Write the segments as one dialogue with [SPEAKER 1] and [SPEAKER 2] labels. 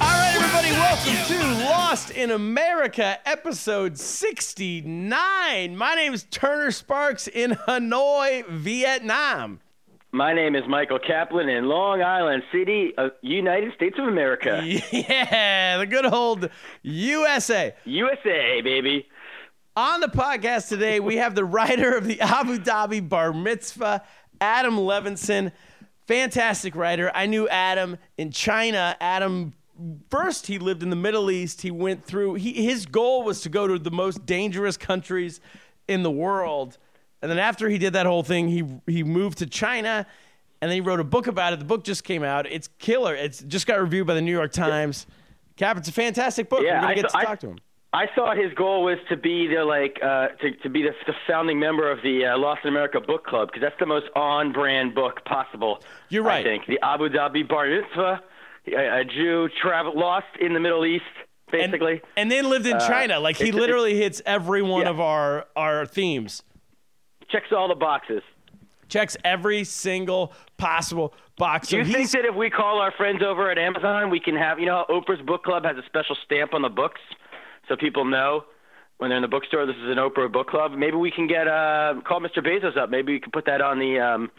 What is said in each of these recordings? [SPEAKER 1] All right, everybody, welcome to Lost in America, episode 69. My name is Turner Sparks in Hanoi, Vietnam.
[SPEAKER 2] My name is Michael Kaplan in Long Island City, uh, United States of America.
[SPEAKER 1] Yeah, the good old USA.
[SPEAKER 2] USA, baby.
[SPEAKER 1] On the podcast today, we have the writer of the Abu Dhabi Bar Mitzvah, Adam Levinson. Fantastic writer. I knew Adam in China. Adam first he lived in the Middle East. He went through he, his goal was to go to the most dangerous countries in the world. And then after he did that whole thing, he he moved to China and then he wrote a book about it. The book just came out. It's killer. It's just got reviewed by the New York Times. Cap, it's a fantastic book.
[SPEAKER 2] Yeah,
[SPEAKER 1] We're gonna
[SPEAKER 2] I
[SPEAKER 1] get
[SPEAKER 2] saw-
[SPEAKER 1] to
[SPEAKER 2] I-
[SPEAKER 1] talk to him.
[SPEAKER 2] I thought his goal was to be the like uh, to, to be the, the founding member of the uh, Lost in America book club because that's the most on-brand book possible.
[SPEAKER 1] You're
[SPEAKER 2] I
[SPEAKER 1] right.
[SPEAKER 2] think the Abu Dhabi Bar Mitzvah, a, a Jew travel lost in the Middle East,
[SPEAKER 1] and,
[SPEAKER 2] basically. Uh,
[SPEAKER 1] and then lived in China. Like he
[SPEAKER 2] it's-
[SPEAKER 1] literally hits every one
[SPEAKER 2] Yeah.
[SPEAKER 1] of our our themes.
[SPEAKER 2] Checks all the boxes.
[SPEAKER 1] Checks every single possible box.
[SPEAKER 2] Do
[SPEAKER 1] So
[SPEAKER 2] you think
[SPEAKER 1] he's-
[SPEAKER 2] that if we call our friends over at Amazon, we can have, you know, how Oprah's book club has a special stamp on the books so people know when they're in the bookstore this is an Oprah book club. Maybe we can get uh call Mr. Bezos up. Maybe we can put that on the um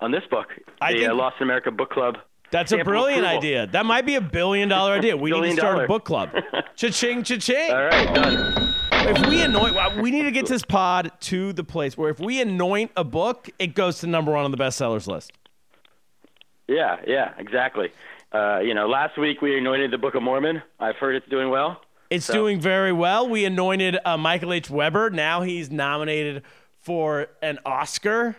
[SPEAKER 2] on this book,
[SPEAKER 1] I
[SPEAKER 2] the
[SPEAKER 1] think-
[SPEAKER 2] uh, Lost in America book club.
[SPEAKER 1] that's a
[SPEAKER 2] stamp of
[SPEAKER 1] brilliant
[SPEAKER 2] approval.
[SPEAKER 1] idea. That might be a billion dollar idea. We need to
[SPEAKER 2] Billion
[SPEAKER 1] start a
[SPEAKER 2] dollar.
[SPEAKER 1] book club. Cha-ching, cha-ching.
[SPEAKER 2] All right, done.
[SPEAKER 1] If we anoint, well, we need to get this pod to the place where if we anoint a book, it goes to number one on the bestsellers list.
[SPEAKER 2] Yeah, yeah, exactly. Uh, you know, last week we anointed the Book of Mormon. I've heard it's doing well.
[SPEAKER 1] It's doing very well. We anointed uh, Michael H. Weber. Now he's nominated for an Oscar.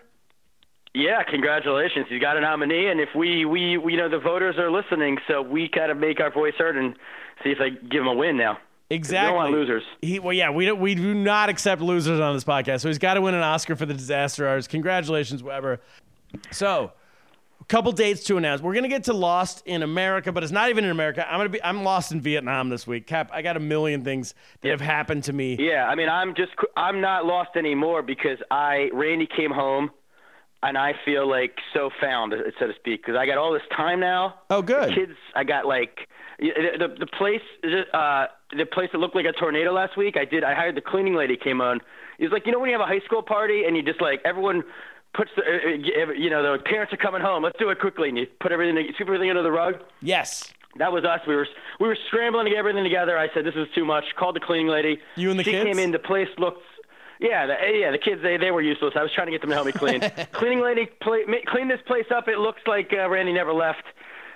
[SPEAKER 2] Yeah, congratulations. He's got a nominee, and if we, we, we you know, the voters are listening, so we got to make our voice heard and see if they give him a win now.
[SPEAKER 1] Exactly.
[SPEAKER 2] want losers.
[SPEAKER 1] He, well, yeah, we don't, we do not accept losers on this podcast. So he's got to win an Oscar for the Disaster Artist. Congratulations, Weber. So, a couple dates to announce. We're gonna get to Lost in America, but it's not even in America. I'm gonna be I'm lost in Vietnam this week. Cap, I got a million things that have happened to me.
[SPEAKER 2] Yeah, I mean, I'm just I'm not lost anymore because I Randy came home, and I feel like so found, so to speak, because I got all this time now.
[SPEAKER 1] Oh, good.
[SPEAKER 2] The kids, I got like the the, the place uh, the place that looked like a tornado last week. I did. I hired the cleaning lady. Came on. It was like you know when you have a high school party and you just like everyone. Puts the, uh, uh, you know, the parents are coming home. Let's do it quickly, and you put everything, sweep everything under the rug.
[SPEAKER 1] Yes.
[SPEAKER 2] That was us. We were we were scrambling to get everything together. I said this is too much. Called the cleaning lady.
[SPEAKER 1] You and the
[SPEAKER 2] she
[SPEAKER 1] kids?
[SPEAKER 2] came in. The place looked. Yeah, the, yeah. The kids they, they were useless. I was trying to get them to help me clean. cleaning lady, play, ma- clean this place up. It looks like uh, Randy never left.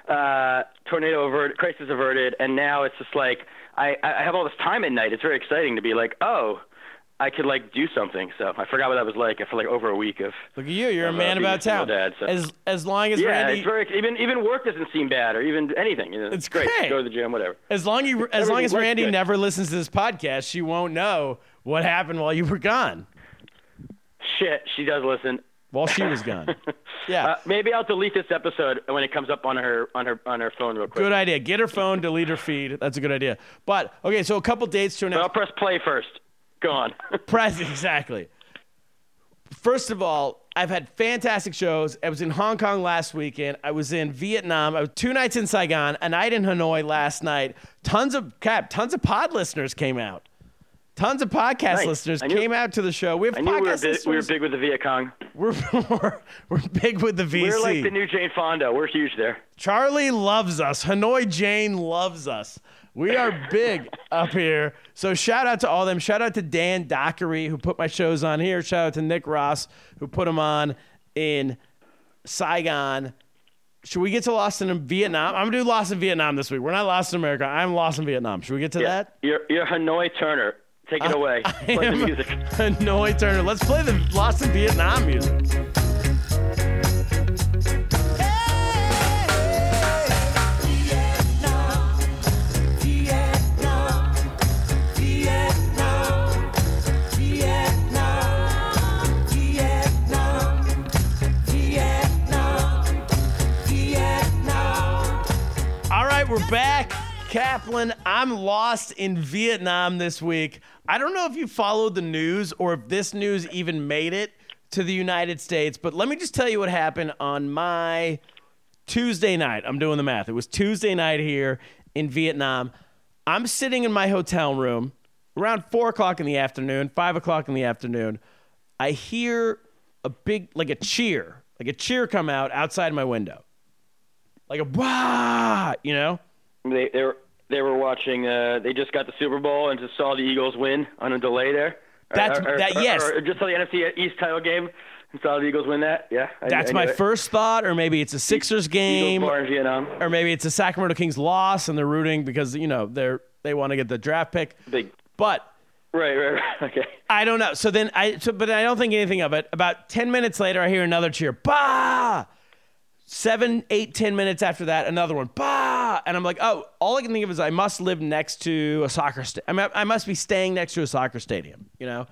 [SPEAKER 2] Uh, tornado averted, crisis averted, and now it's just like I I have all this time at night. It's very exciting to be like oh. I could like do something, so I forgot what that was like. I for like over a week of.
[SPEAKER 1] Look at you. You're a
[SPEAKER 2] I'm, uh,
[SPEAKER 1] man
[SPEAKER 2] being
[SPEAKER 1] about
[SPEAKER 2] a single
[SPEAKER 1] town.
[SPEAKER 2] dad, so-
[SPEAKER 1] As as long as
[SPEAKER 2] Yeah,
[SPEAKER 1] Randy
[SPEAKER 2] it's very even even work doesn't seem bad or even anything. You know,
[SPEAKER 1] It's
[SPEAKER 2] great.
[SPEAKER 1] great.
[SPEAKER 2] Go to the gym, whatever.
[SPEAKER 1] as long you, as long
[SPEAKER 2] everything
[SPEAKER 1] as
[SPEAKER 2] works
[SPEAKER 1] Randy
[SPEAKER 2] good.
[SPEAKER 1] never listens to this podcast, she won't know what happened while you were gone.
[SPEAKER 2] Shit, she does listen.
[SPEAKER 1] while she was gone. Yeah.
[SPEAKER 2] Uh, maybe I'll delete this episode when it comes up on her on her on her phone real quick.
[SPEAKER 1] good idea. Get her phone, delete her feed. That's a good idea. But okay, so a couple dates to
[SPEAKER 2] But I'll
[SPEAKER 1] announce.
[SPEAKER 2] press play first. Go on.
[SPEAKER 1] Press exactly. First of all, I've had fantastic shows. I was in Hong Kong last weekend. I was in Vietnam. I was two nights in Saigon, a night in Hanoi last night. Tons of cap, tons of pod listeners came out. Tons of podcast
[SPEAKER 2] Nice.
[SPEAKER 1] listeners
[SPEAKER 2] I knew-
[SPEAKER 1] came out to the show. We have
[SPEAKER 2] I knew we were,
[SPEAKER 1] podcast
[SPEAKER 2] big, we were
[SPEAKER 1] listeners.
[SPEAKER 2] big with the Viet Cong.
[SPEAKER 1] We're, we're, we're big with the VC.
[SPEAKER 2] We're like the new Jane Fonda. We're huge there.
[SPEAKER 1] Charlie loves us. Hanoi Jane loves us. We are big up here. So shout out to all them. Shout out to Dan Dockery who put my shows on here. Shout out to Nick Ross who put them on in Saigon. Should we get to Lost in Vietnam? I'm gonna do Lost in Vietnam this week. We're not Lost in America. I'm Lost in Vietnam. Should we get to
[SPEAKER 2] Yeah.
[SPEAKER 1] that?
[SPEAKER 2] You're, you're Hanoi Turner. Take it away. Play the music.
[SPEAKER 1] Hanoi Turner. Let's play the Lost in Vietnam music. All right, we're back. Kaplan, I'm lost in Vietnam this week. I don't know if you followed the news or if this news even made it to the United States, but let me just tell you what happened on my Tuesday night. I'm doing the math. It was Tuesday night here in Vietnam. I'm sitting in my hotel room around four o'clock in the afternoon, five o'clock in the afternoon. I hear a big, like a cheer, like a cheer come out outside my window. Like a wah, you know?
[SPEAKER 2] They, they were they were watching. Uh, they just got the Super Bowl and just saw the Eagles win on a delay there. Or-
[SPEAKER 1] That's-
[SPEAKER 2] or, or-
[SPEAKER 1] that- yes.
[SPEAKER 2] Or, or just saw the NFC East title game and saw the Eagles win that. Yeah. I-
[SPEAKER 1] That's
[SPEAKER 2] I
[SPEAKER 1] my
[SPEAKER 2] knew it.
[SPEAKER 1] first thought, or maybe it's a Sixers game,
[SPEAKER 2] Eagles bar in Vietnam.
[SPEAKER 1] or maybe it's a Sacramento Kings loss, and they're rooting because you know they're they want to get the draft pick.
[SPEAKER 2] Big.
[SPEAKER 1] But
[SPEAKER 2] Right. Right. right. Okay.
[SPEAKER 1] I don't know. So then I, so, but I don't think anything of it. About ten minutes later, I hear another cheer, bah. Seven, eight, ten minutes after that, another one, bah. And I'm like, oh, all I can think of is I must live next to a soccer. Sta- I, mean, I must be staying next to a soccer stadium, you know.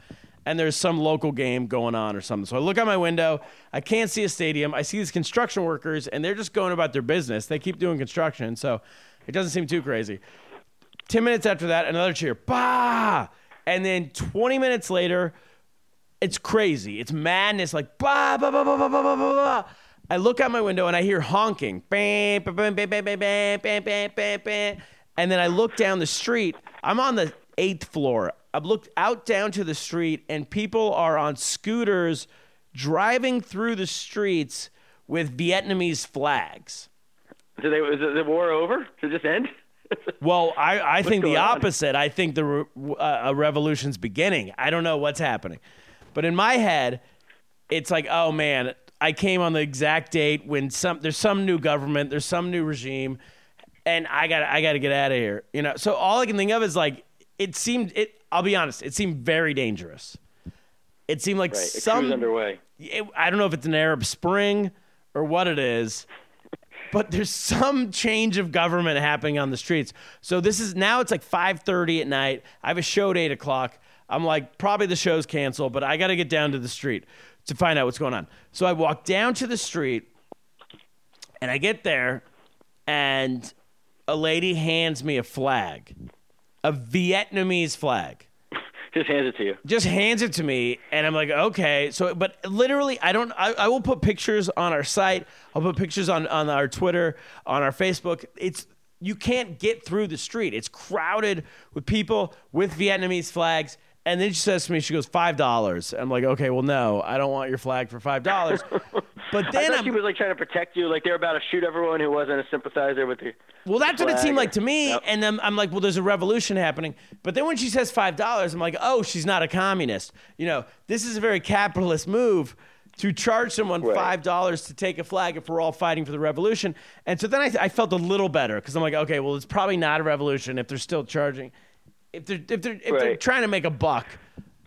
[SPEAKER 1] And there's some local game going on or something. So I look out my window. I can't see a stadium. I see these construction workers, and they're just going about their business. They keep doing construction, so it doesn't seem too crazy. 10 minutes after that, another cheer, bah! And then 20 minutes later, it's crazy. It's madness, like bah, bah, bah, bah, bah, bah, bah, bah, bah. I look out my window and I hear honking. Bam, bam, bam, bam, bam, bam, bam, bam, bam, bam, bam. And then I look down the street. I'm on the eighth floor. I've looked out down to the street, and people are on scooters driving through the streets with Vietnamese flags.
[SPEAKER 2] So they, was the war over? Did it just end?
[SPEAKER 1] Well, I, I think the
[SPEAKER 2] going on?
[SPEAKER 1] opposite. I think the re- uh, a revolution's beginning. I don't know what's happening, but in my head, it's like, oh man, I came on the exact date when some there's some new government, there's some new regime, and I got I got to get out of here. You know, so all I can think of is like it seemed. It I'll be honest, it seemed very dangerous. It seemed like
[SPEAKER 2] Right. A
[SPEAKER 1] some
[SPEAKER 2] cruise underway.
[SPEAKER 1] it, I don't know if it's an Arab Spring or what it is, but there's some change of government happening on the streets. So this is now it's like 5:30 at night. I have a show at eight o'clock. I'm like probably the show's canceled, but I got to get down to the street to find out what's going on. So I walk down to the street, and I get there, and a lady hands me a flag, a Vietnamese flag
[SPEAKER 2] Just hands it to you.
[SPEAKER 1] just hands it to me and i'm like okay so but literally i don't i, I will put pictures on our site i'll put pictures on on our twitter on our facebook it's you can't get through the street it's crowded with people with vietnamese flags and then she says to me she goes five dollars i'm like okay well no i don't want your flag for five dollars but
[SPEAKER 2] I
[SPEAKER 1] then
[SPEAKER 2] thought
[SPEAKER 1] i'm
[SPEAKER 2] she was like trying to protect you, like they were about to shoot everyone who wasn't a sympathizer with you.
[SPEAKER 1] Well, that's what it
[SPEAKER 2] flag
[SPEAKER 1] seemed
[SPEAKER 2] or-
[SPEAKER 1] like to me.
[SPEAKER 2] Yep.
[SPEAKER 1] And then I'm like, well, there's a revolution happening. But then when she says five dollars, I'm like, oh, she's not a communist. You know, this is a very capitalist move to charge someone
[SPEAKER 2] Right.
[SPEAKER 1] five dollars to take a flag if we're all fighting for the revolution. And so then I, I felt a little better because I'm like, okay, well, it's probably not a revolution if they're still charging, if they're if they're if they're
[SPEAKER 2] Right.
[SPEAKER 1] trying to make a buck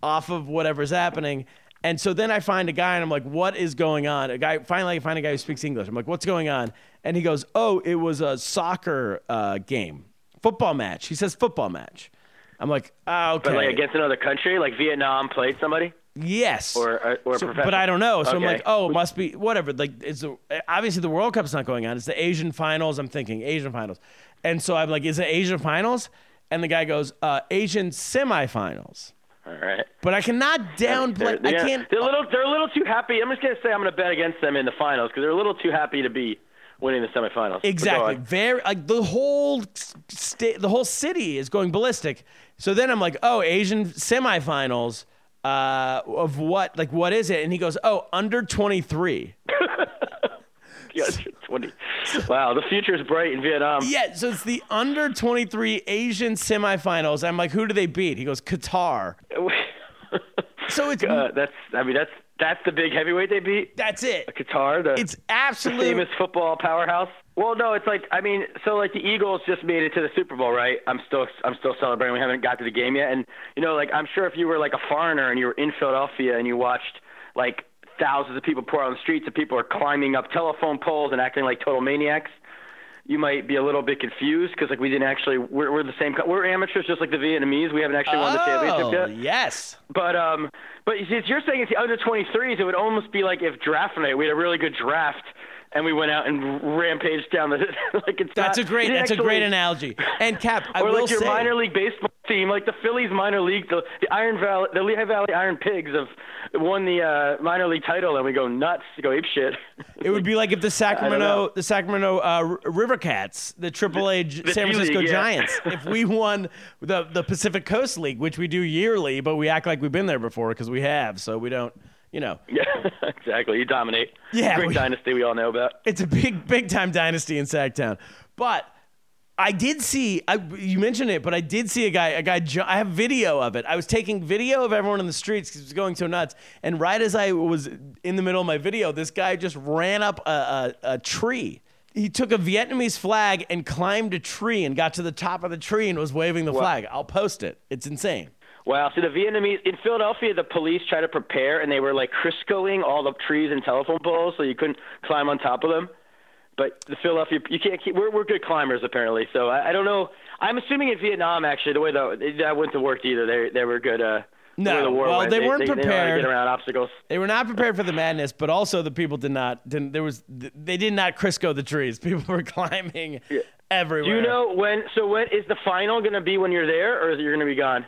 [SPEAKER 1] off of whatever's happening. And so then I find a guy and I'm like, what is going on? A guy finally I find a guy who speaks English. I'm like, what's going on? And he goes, oh, it was a soccer uh, game, football match. He says football match. I'm like, ah, okay.
[SPEAKER 2] But like against another country, like Vietnam played somebody.
[SPEAKER 1] Yes.
[SPEAKER 2] Or a- or a
[SPEAKER 1] So- but
[SPEAKER 2] professional.
[SPEAKER 1] I don't know. So I'm
[SPEAKER 2] Okay.
[SPEAKER 1] like, oh, it must be whatever. Like it's the, obviously the World Cup's not going on. It's the Asian finals. I'm thinking Asian finals, and so I'm like, is it Asian finals? And the guy goes, uh, Asian semifinals.
[SPEAKER 2] All right.
[SPEAKER 1] But I cannot downplay.
[SPEAKER 2] They're- yeah,
[SPEAKER 1] I can't.
[SPEAKER 2] They're a little. They're a little too happy. I'm just gonna say I'm gonna bet against them in the finals because they're a little too happy to be winning the semifinals. But go
[SPEAKER 1] Oh, Exactly.
[SPEAKER 2] on.
[SPEAKER 1] Very like the whole state, the whole city is going ballistic. So then I'm like, oh, Asian semifinals uh, of what? Like what is it? And he goes, oh, under 23.
[SPEAKER 2] Yeah, 20. Wow, the future is bright in Vietnam.
[SPEAKER 1] Yeah, so it's the under 23 Asian semifinals. I'm like, who do they beat? He goes, Qatar. So it's
[SPEAKER 2] uh, that's. I mean, that's that's the big heavyweight they beat.
[SPEAKER 1] that's it.
[SPEAKER 2] Qatar. The,
[SPEAKER 1] It's
[SPEAKER 2] the famous
[SPEAKER 1] absolute.
[SPEAKER 2] football powerhouse. Well, no, it's like I mean, so like the Eagles just made it to the Super Bowl, right? I'm still I'm still celebrating. We haven't got to the game yet, and you know, like I'm sure if you were like a foreigner and you were in Philadelphia and you watched like thousands of people pour out on the streets and people are climbing up telephone poles and acting like total maniacs. You might be a little bit confused because like we didn't actually we're, we're the same co- we're amateurs just like the Vietnamese we haven't actually won the championship
[SPEAKER 1] Oh,
[SPEAKER 2] yet.
[SPEAKER 1] yes.
[SPEAKER 2] But um, but since you're saying it's the under 23s, it would almost be like if draft night we had a really good draft and we went out and rampaged down the like it's
[SPEAKER 1] That's a
[SPEAKER 2] not-
[SPEAKER 1] great.
[SPEAKER 2] it
[SPEAKER 1] That's a
[SPEAKER 2] actually-
[SPEAKER 1] great analogy. And Cap, I
[SPEAKER 2] Or
[SPEAKER 1] will
[SPEAKER 2] like your
[SPEAKER 1] say,
[SPEAKER 2] minor league baseball team, like the Phillies minor league, the, the Iron Valley, the Lehigh Valley Iron Pigs have won the uh, minor league title, and we go nuts, go ape shit.
[SPEAKER 1] it would be like if the
[SPEAKER 2] know.
[SPEAKER 1] Sacramento, the Sacramento uh, R- River Cats, the AAA J-
[SPEAKER 2] the
[SPEAKER 1] San
[SPEAKER 2] D-League,
[SPEAKER 1] Francisco
[SPEAKER 2] yeah.
[SPEAKER 1] Giants, if we won the the Pacific Coast League, which we do yearly, but we act like we've been there before because we have, so we don't, you know.
[SPEAKER 2] yeah, exactly. You dominate.
[SPEAKER 1] Yeah,
[SPEAKER 2] great
[SPEAKER 1] we-
[SPEAKER 2] dynasty we all know about.
[SPEAKER 1] It's a big, big time dynasty in Sacktown. But I did see, I, you mentioned it, but I did see a guy, a guy, ju- I have video of it. I was taking video of everyone in the streets because it was going so nuts. And right as I was in the middle of my video, this guy just ran up a, a, a tree. He took a Vietnamese flag and climbed a tree and got to the top of the tree and was waving the flag. I'll post it. It's insane.
[SPEAKER 2] Wow. So the Vietnamese in Philadelphia, the police tried to prepare, and they were like Criscoing all the trees and telephone poles, so you couldn't climb on top of them. But the Philadelphia, you can't keep. We're we're good climbers apparently. So I, I don't know. I'm assuming in Vietnam, actually, the way that that wouldn't have worked either. They they were good. Uh, the
[SPEAKER 1] No.
[SPEAKER 2] way the war
[SPEAKER 1] Well,
[SPEAKER 2] went.
[SPEAKER 1] they weren't
[SPEAKER 2] they, They know how to
[SPEAKER 1] prepared.
[SPEAKER 2] get around obstacles.
[SPEAKER 1] They were not prepared for the madness, but also the people did not. Didn't, there was they did not Crisco the trees. People were climbing
[SPEAKER 2] Do
[SPEAKER 1] everywhere.
[SPEAKER 2] you know when? So when is the final going to be? When you're there, or is it you're going to be gone?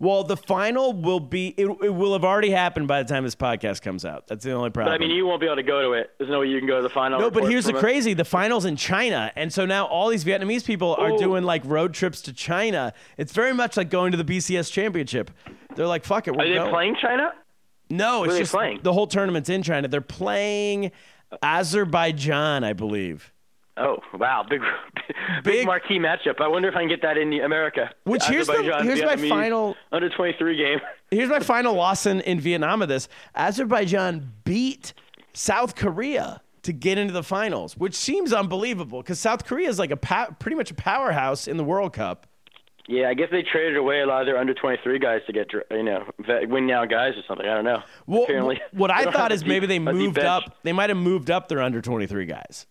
[SPEAKER 1] Well, the final will be. It, it will have already happened by the time this podcast comes out. That's the only
[SPEAKER 2] But
[SPEAKER 1] problem.
[SPEAKER 2] I mean, you won't be able to go to it. There's no way you can go to the final.
[SPEAKER 1] no, but
[SPEAKER 2] report
[SPEAKER 1] here's the
[SPEAKER 2] from it.
[SPEAKER 1] crazy: the finals in China, and so now all these Vietnamese people are doing like road trips to China. It's very much like going to the BCS championship. They're like, "Fuck it, we're
[SPEAKER 2] Are they
[SPEAKER 1] going."
[SPEAKER 2] playing China?
[SPEAKER 1] No, it's
[SPEAKER 2] they
[SPEAKER 1] just
[SPEAKER 2] playing?
[SPEAKER 1] the whole tournament's in China. They're playing Azerbaijan, I believe.
[SPEAKER 2] Oh wow, big, big,
[SPEAKER 1] Big-
[SPEAKER 2] marquee matchup. I wonder if I can get that in the America.
[SPEAKER 1] Which here's the-
[SPEAKER 2] Azerbaijan,
[SPEAKER 1] here's my
[SPEAKER 2] Vietnamese,
[SPEAKER 1] final-
[SPEAKER 2] under twenty three game.
[SPEAKER 1] Here's my final loss in, in Vietnam of this. Azerbaijan beat South Korea to get into the finals, which seems unbelievable because South Korea is like a pow- pretty much a powerhouse in the World Cup.
[SPEAKER 2] Yeah, I guess they traded away a lot of their under twenty three guys to get dr- you know vet- win now guys or something. I don't know.
[SPEAKER 1] Well,
[SPEAKER 2] Apparently,
[SPEAKER 1] what
[SPEAKER 2] they
[SPEAKER 1] I
[SPEAKER 2] don't
[SPEAKER 1] thought
[SPEAKER 2] have
[SPEAKER 1] is
[SPEAKER 2] a deep-
[SPEAKER 1] maybe they
[SPEAKER 2] a deep
[SPEAKER 1] moved
[SPEAKER 2] bench.
[SPEAKER 1] up. They might have moved up their under 23 guys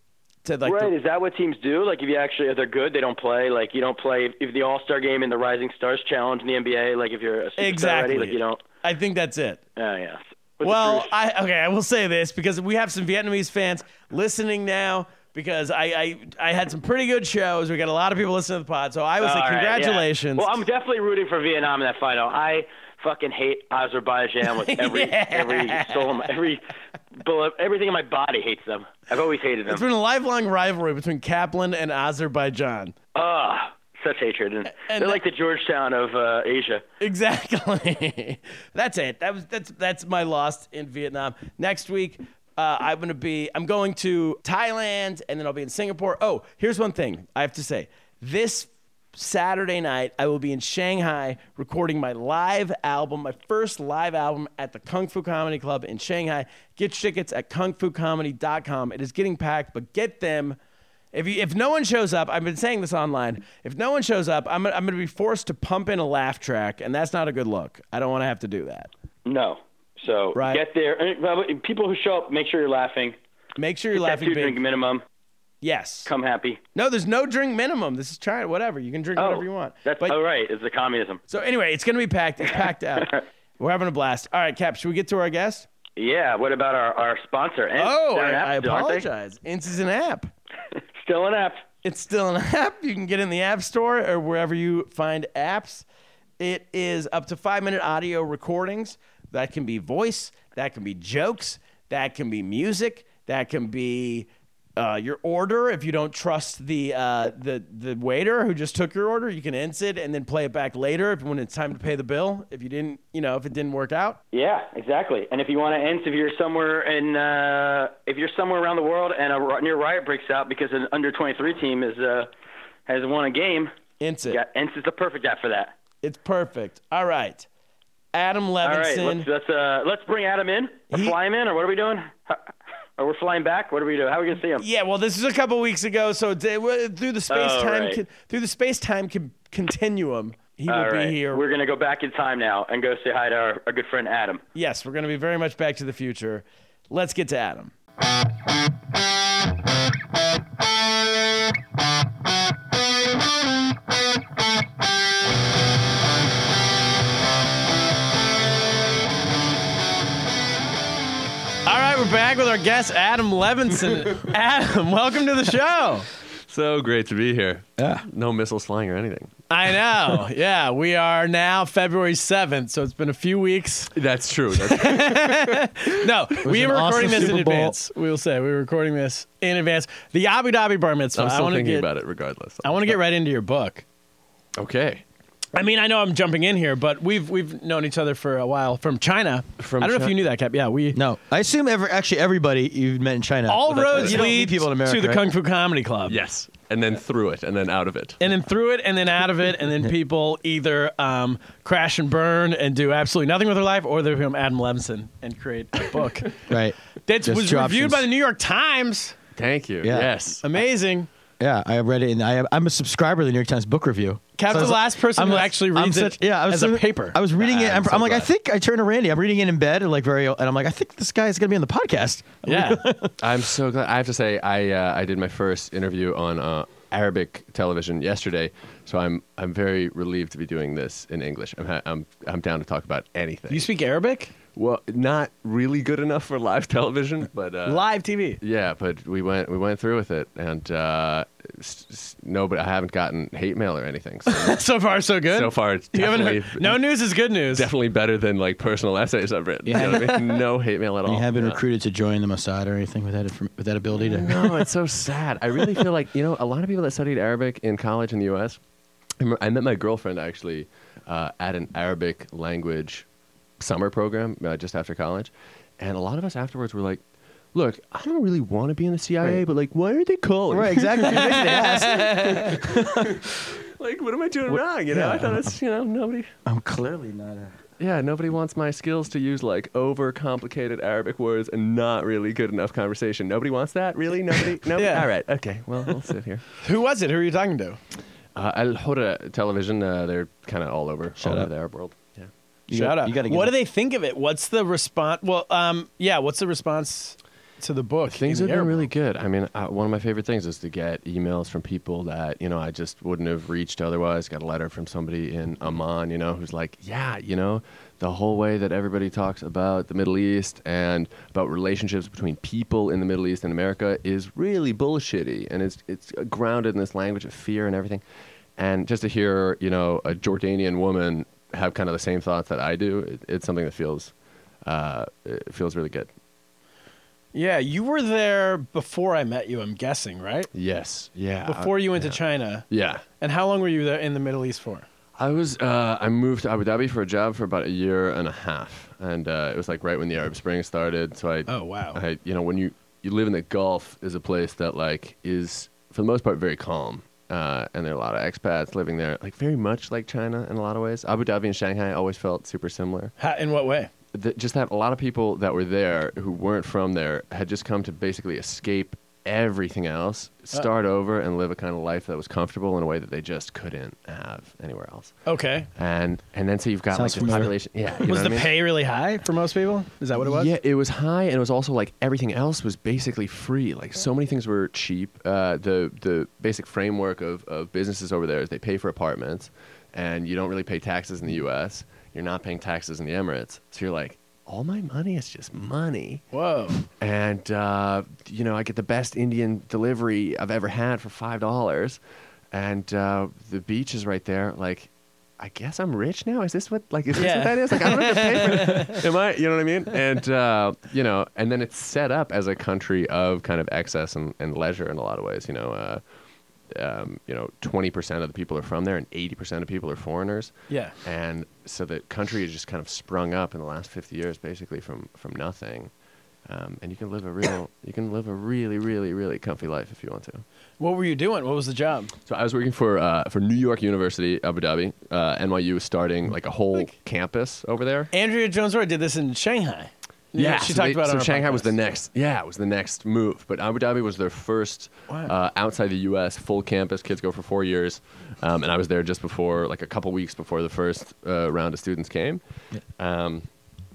[SPEAKER 1] to like
[SPEAKER 2] Right?
[SPEAKER 1] the,
[SPEAKER 2] Is that what teams do? Like, if you actually if they're good, they don't play. Like, you don't play if, if the All Star Game and the Rising Stars Challenge in the NBA. Like, if you're a superstar
[SPEAKER 1] exactly.
[SPEAKER 2] already, like you don't.
[SPEAKER 1] I think that's it.
[SPEAKER 2] Oh yeah. What's the
[SPEAKER 1] Well,
[SPEAKER 2] truth?
[SPEAKER 1] I okay, I will say this because we have some Vietnamese fans listening now because I I, I had some pretty good shows. We got a lot of people listening to the pod, so I would say
[SPEAKER 2] All right, yeah.
[SPEAKER 1] congratulations.
[SPEAKER 2] Well, I'm definitely rooting for Vietnam in that final. I fucking hate Azerbaijan with every every soul, in my- every bullet, everything in my body hates them. I've always hated
[SPEAKER 1] It's
[SPEAKER 2] them.
[SPEAKER 1] been a lifelong rivalry between Kaplan and Azerbaijan.
[SPEAKER 2] Ugh, such hatred. And,
[SPEAKER 1] And
[SPEAKER 2] they're
[SPEAKER 1] that-
[SPEAKER 2] like the Georgetown of uh, Asia.
[SPEAKER 1] Exactly. that's it. That was that's that's my loss in Vietnam. Next week, uh, I'm gonna be I'm going to Thailand and then I'll be in Singapore. Oh, here's one thing I have to say. This Saturday night, I will be in Shanghai recording my live album, my first live album at the Kung Fu Comedy Club in Shanghai. Get your tickets at kungfucomedy.com. It is getting packed, but get them. If you, if no one shows up, I've been saying this online. If no one shows up, I'm I'm going to be forced to pump in a laugh track, and that's not a good look. I don't want to have to do that.
[SPEAKER 2] No. So
[SPEAKER 1] Right.
[SPEAKER 2] get there. And, well, People who show up, make sure you're laughing.
[SPEAKER 1] Make sure you're
[SPEAKER 2] That
[SPEAKER 1] laughing
[SPEAKER 2] two drink
[SPEAKER 1] big.
[SPEAKER 2] minimum.
[SPEAKER 1] Yes.
[SPEAKER 2] Come happy.
[SPEAKER 1] No, there's no drink minimum. This is China. Whatever you can drink,
[SPEAKER 2] Oh,
[SPEAKER 1] whatever you want.
[SPEAKER 2] That's
[SPEAKER 1] But-
[SPEAKER 2] oh, right. It's the communism.
[SPEAKER 1] so anyway, it's going to be packed. It's packed out. We're having a blast. All right, Cap, should we get to our guest?
[SPEAKER 2] Yeah. What about our, our sponsor? Ents?
[SPEAKER 1] Oh,
[SPEAKER 2] They're
[SPEAKER 1] I,
[SPEAKER 2] an app
[SPEAKER 1] I
[SPEAKER 2] still, aren't they?
[SPEAKER 1] apologize. Ints is an app.
[SPEAKER 2] Still an app.
[SPEAKER 1] It's still an app. You can get it in the App Store or wherever you find apps. It is up to five minute audio recordings. That can be voice, that can be jokes, that can be music, that can be uh, your order. If you don't trust the, uh, the, the waiter who just took your order, you can int it and then play it back later if, when it's time to pay the bill. If you didn't, you know, if it didn't work out.
[SPEAKER 2] Yeah, exactly. And if you want to ent, if you're somewhere in, uh, if you're somewhere around the world and a ri- near riot breaks out because an under 23 team is uh, has won a game,
[SPEAKER 1] Int it.
[SPEAKER 2] yeah, ents is the perfect app for that.
[SPEAKER 1] It's perfect. All right. Adam
[SPEAKER 2] All right,
[SPEAKER 1] Levinson.
[SPEAKER 2] let's let's, uh, let's bring Adam in, or
[SPEAKER 1] He-
[SPEAKER 2] fly him in, or what are we doing? Or we're flying back? What are we doing? How are we gonna see him?
[SPEAKER 1] Yeah, well, this is a couple weeks ago, so d- w- through the space time
[SPEAKER 2] right.
[SPEAKER 1] con- through the space time con- continuum, he
[SPEAKER 2] All
[SPEAKER 1] will
[SPEAKER 2] right,
[SPEAKER 1] be here.
[SPEAKER 2] We're gonna go back in time now and go say hi to our, our good friend Adam.
[SPEAKER 1] yes, we're going to be very much Back to the Future. Let's get to Adam. All right, we're back with our guest Adam Levinson. Adam, welcome to the show.
[SPEAKER 3] So great to be here. Yeah. No missiles flying or anything.
[SPEAKER 1] I know. Yeah, we are now February 7th, so it's been a few weeks.
[SPEAKER 3] That's true. That's,
[SPEAKER 1] No, we
[SPEAKER 3] an
[SPEAKER 1] were recording
[SPEAKER 3] awesome
[SPEAKER 1] this in
[SPEAKER 3] Super Bowl.
[SPEAKER 1] advance. We will say we were recording this in advance. The Abu Dhabi Bar Mitzvah.
[SPEAKER 3] I'm
[SPEAKER 1] I
[SPEAKER 3] still
[SPEAKER 1] want to
[SPEAKER 3] thinking
[SPEAKER 1] get
[SPEAKER 3] about it regardless.
[SPEAKER 1] I want to get right into your book.
[SPEAKER 3] Okay.
[SPEAKER 1] I mean, I know I'm jumping in here, but we've we've known each other for a while from China.
[SPEAKER 3] From
[SPEAKER 1] I don't know if
[SPEAKER 3] Chi-
[SPEAKER 1] you knew that, Cap. Yeah, we
[SPEAKER 4] No, I assume every, actually everybody you've met in China.
[SPEAKER 1] all
[SPEAKER 4] Well, that's-
[SPEAKER 1] roads
[SPEAKER 4] you don't
[SPEAKER 1] lead
[SPEAKER 4] meet people in America.
[SPEAKER 1] to the
[SPEAKER 4] right?
[SPEAKER 1] Kung Fu Comedy Club.
[SPEAKER 3] Yes. And then through it and then out of it.
[SPEAKER 1] and then through it and then out of it and then people either um, crash and burn and do absolutely nothing with their life or they become adam levinson and create a book
[SPEAKER 4] Right.
[SPEAKER 1] that
[SPEAKER 4] Just
[SPEAKER 1] was
[SPEAKER 4] two
[SPEAKER 1] reviewed
[SPEAKER 4] options.
[SPEAKER 1] by the new york times
[SPEAKER 3] Thank you.
[SPEAKER 4] Yeah.
[SPEAKER 3] Yes.
[SPEAKER 1] amazing
[SPEAKER 4] Yeah, I read it, and I, I'm a subscriber to the New York Times Book Review.
[SPEAKER 1] Cap's
[SPEAKER 4] I
[SPEAKER 1] the
[SPEAKER 4] was-
[SPEAKER 1] last person who actually reads
[SPEAKER 4] I'm
[SPEAKER 1] it as a paper. Ah,
[SPEAKER 4] I was reading it.
[SPEAKER 3] I'm
[SPEAKER 4] I'm,
[SPEAKER 3] so
[SPEAKER 4] I'm like, I
[SPEAKER 3] glad.
[SPEAKER 4] think I turned to Randy. I'm reading it in bed, like very, and I'm like, I think this guy is going to be on the podcast.
[SPEAKER 1] yeah
[SPEAKER 3] I'm so glad. I have to say, I uh, I did my first interview on uh, Arabic television yesterday, so I'm I'm very relieved to be doing this in English. I'm ha- I'm I'm down to talk about anything.
[SPEAKER 1] you speak arabic
[SPEAKER 3] well, not really good enough for live television, but uh,
[SPEAKER 1] live tv
[SPEAKER 3] Yeah, but we went we went through with it, and uh, s- s- no, but I haven't gotten hate mail or anything. So,
[SPEAKER 1] so far so good
[SPEAKER 3] so far, it's
[SPEAKER 1] you haven't
[SPEAKER 3] definitely,
[SPEAKER 1] heard no news is good news
[SPEAKER 3] definitely better than like personal essays I've written. You know what I mean? No hate mail at all.
[SPEAKER 4] You have been
[SPEAKER 3] Yeah.
[SPEAKER 4] recruited to join the Mossad or anything with that infor- with that ability to.
[SPEAKER 3] No, it's so sad. I really feel like you know a lot of people that studied Arabic in college in the U.S. I remember- I met my girlfriend actually uh, at an Arabic language summer program uh, just after college, and a lot of us afterwards were like, "Look, I don't really want to be in the CIA, but like, why are they calling?
[SPEAKER 4] Right, exactly.
[SPEAKER 3] Like, what am I doing wrong? You know, I thought it's you know nobody."
[SPEAKER 4] I'm Oh, clearly not a.
[SPEAKER 3] Yeah, nobody wants my skills to use like overcomplicated Arabic words and not really good enough conversation. Nobody wants that, really. Nobody. Nobody.
[SPEAKER 1] Yeah.
[SPEAKER 3] All right. Okay. Well, we'll sit here.
[SPEAKER 1] who was it who are you talking to
[SPEAKER 3] Uh, Al Huda Television. Uh, they're kind of all over, all over the Arab world. Yeah.
[SPEAKER 4] You
[SPEAKER 1] shout
[SPEAKER 4] gotta-
[SPEAKER 1] out
[SPEAKER 4] you gotta give
[SPEAKER 1] what do
[SPEAKER 4] it-
[SPEAKER 1] they think of it what's the response well um, yeah what's the response to the book
[SPEAKER 3] Things
[SPEAKER 1] in
[SPEAKER 3] have
[SPEAKER 1] the
[SPEAKER 3] been
[SPEAKER 1] Arab
[SPEAKER 3] really
[SPEAKER 1] world?
[SPEAKER 3] good. I mean, uh, one of my favorite things is to get emails from people that you know I just wouldn't have reached otherwise. Got a letter from somebody in Amman, you know, who's like, yeah, you know, the whole way that everybody talks about the Middle East and about relationships between people in the Middle East and America is really bullshitty, and it's it's grounded in this language of fear and everything. And just to hear, you know, a Jordanian woman have kind of the same thoughts that I do, it, it's something that feels uh, it feels really good.
[SPEAKER 1] yeah you were there before i met you i'm guessing right
[SPEAKER 3] Yes. Yeah.
[SPEAKER 1] before you went to China.
[SPEAKER 3] Yeah.
[SPEAKER 1] And how long were you there in the Middle East for?
[SPEAKER 3] I was uh, I moved to Abu Dhabi for a job for about a year and a half, and uh, it was like right when the Arab Spring started. So I
[SPEAKER 1] Oh, wow.
[SPEAKER 3] I you know when you you live in the Gulf is a place that like is for the most part very calm, uh, and there are a lot of expats living there, like very much like China in a lot of ways. Abu Dhabi and Shanghai always felt super similar
[SPEAKER 1] How, in what way?
[SPEAKER 3] th- just that a lot of people that were there who weren't from there had just come to basically escape everything else,
[SPEAKER 1] Uh.
[SPEAKER 3] start over, and live a kind of life that was comfortable in a way that they just couldn't have anywhere else.
[SPEAKER 1] Okay.
[SPEAKER 3] And and then so you've got
[SPEAKER 4] Sounds
[SPEAKER 3] like the
[SPEAKER 4] familiar.
[SPEAKER 3] population. Yeah, you know
[SPEAKER 1] Was the
[SPEAKER 3] what I mean?
[SPEAKER 1] pay really high for most people? Is that what it was?
[SPEAKER 3] Yeah, it was high, and it was also like everything else was basically free. Like so many things were cheap. Uh, the the basic framework of, of businesses over there is they pay for apartments, and you don't really pay taxes in the U.S. You're not paying taxes in the Emirates, so you're like, all my money is just money.
[SPEAKER 1] Whoa.
[SPEAKER 3] And uh, you know, I get the best Indian delivery I've ever had for five dollars, and uh, the beach is right there. Like, I guess I'm rich now. Is this what like is this
[SPEAKER 5] Yeah.
[SPEAKER 3] what that is? Like, I don't have to pay for it. Am I? You know what I mean? And uh, you know, and then it's set up as a country of kind of excess and, and leisure in a lot of ways. You know. Uh, um, you know, 20% of the people are from there and 80% of people are foreigners.
[SPEAKER 1] Yeah.
[SPEAKER 3] And so the country has just kind of sprung up in the last 50 years, basically from, from nothing. Um, and you can live a real, you can live a really, really, really comfy life if you want to.
[SPEAKER 1] What were you doing? What was the job?
[SPEAKER 3] So I was working for uh, for New York University, Abu Dhabi. Uh, NYU was starting like a whole campus over there.
[SPEAKER 1] Andrea Jones Roy did this in Shanghai. she
[SPEAKER 3] so
[SPEAKER 1] talked
[SPEAKER 3] they-
[SPEAKER 1] about it.
[SPEAKER 3] so
[SPEAKER 1] on our
[SPEAKER 3] Shanghai was
[SPEAKER 1] podcast.
[SPEAKER 3] the next. Yeah, it was the next move. But Abu Dhabi was their first uh, outside the U.S. full campus. Kids go for four years, um, and I was there just before, like a couple weeks before the first uh, round of students came. Um,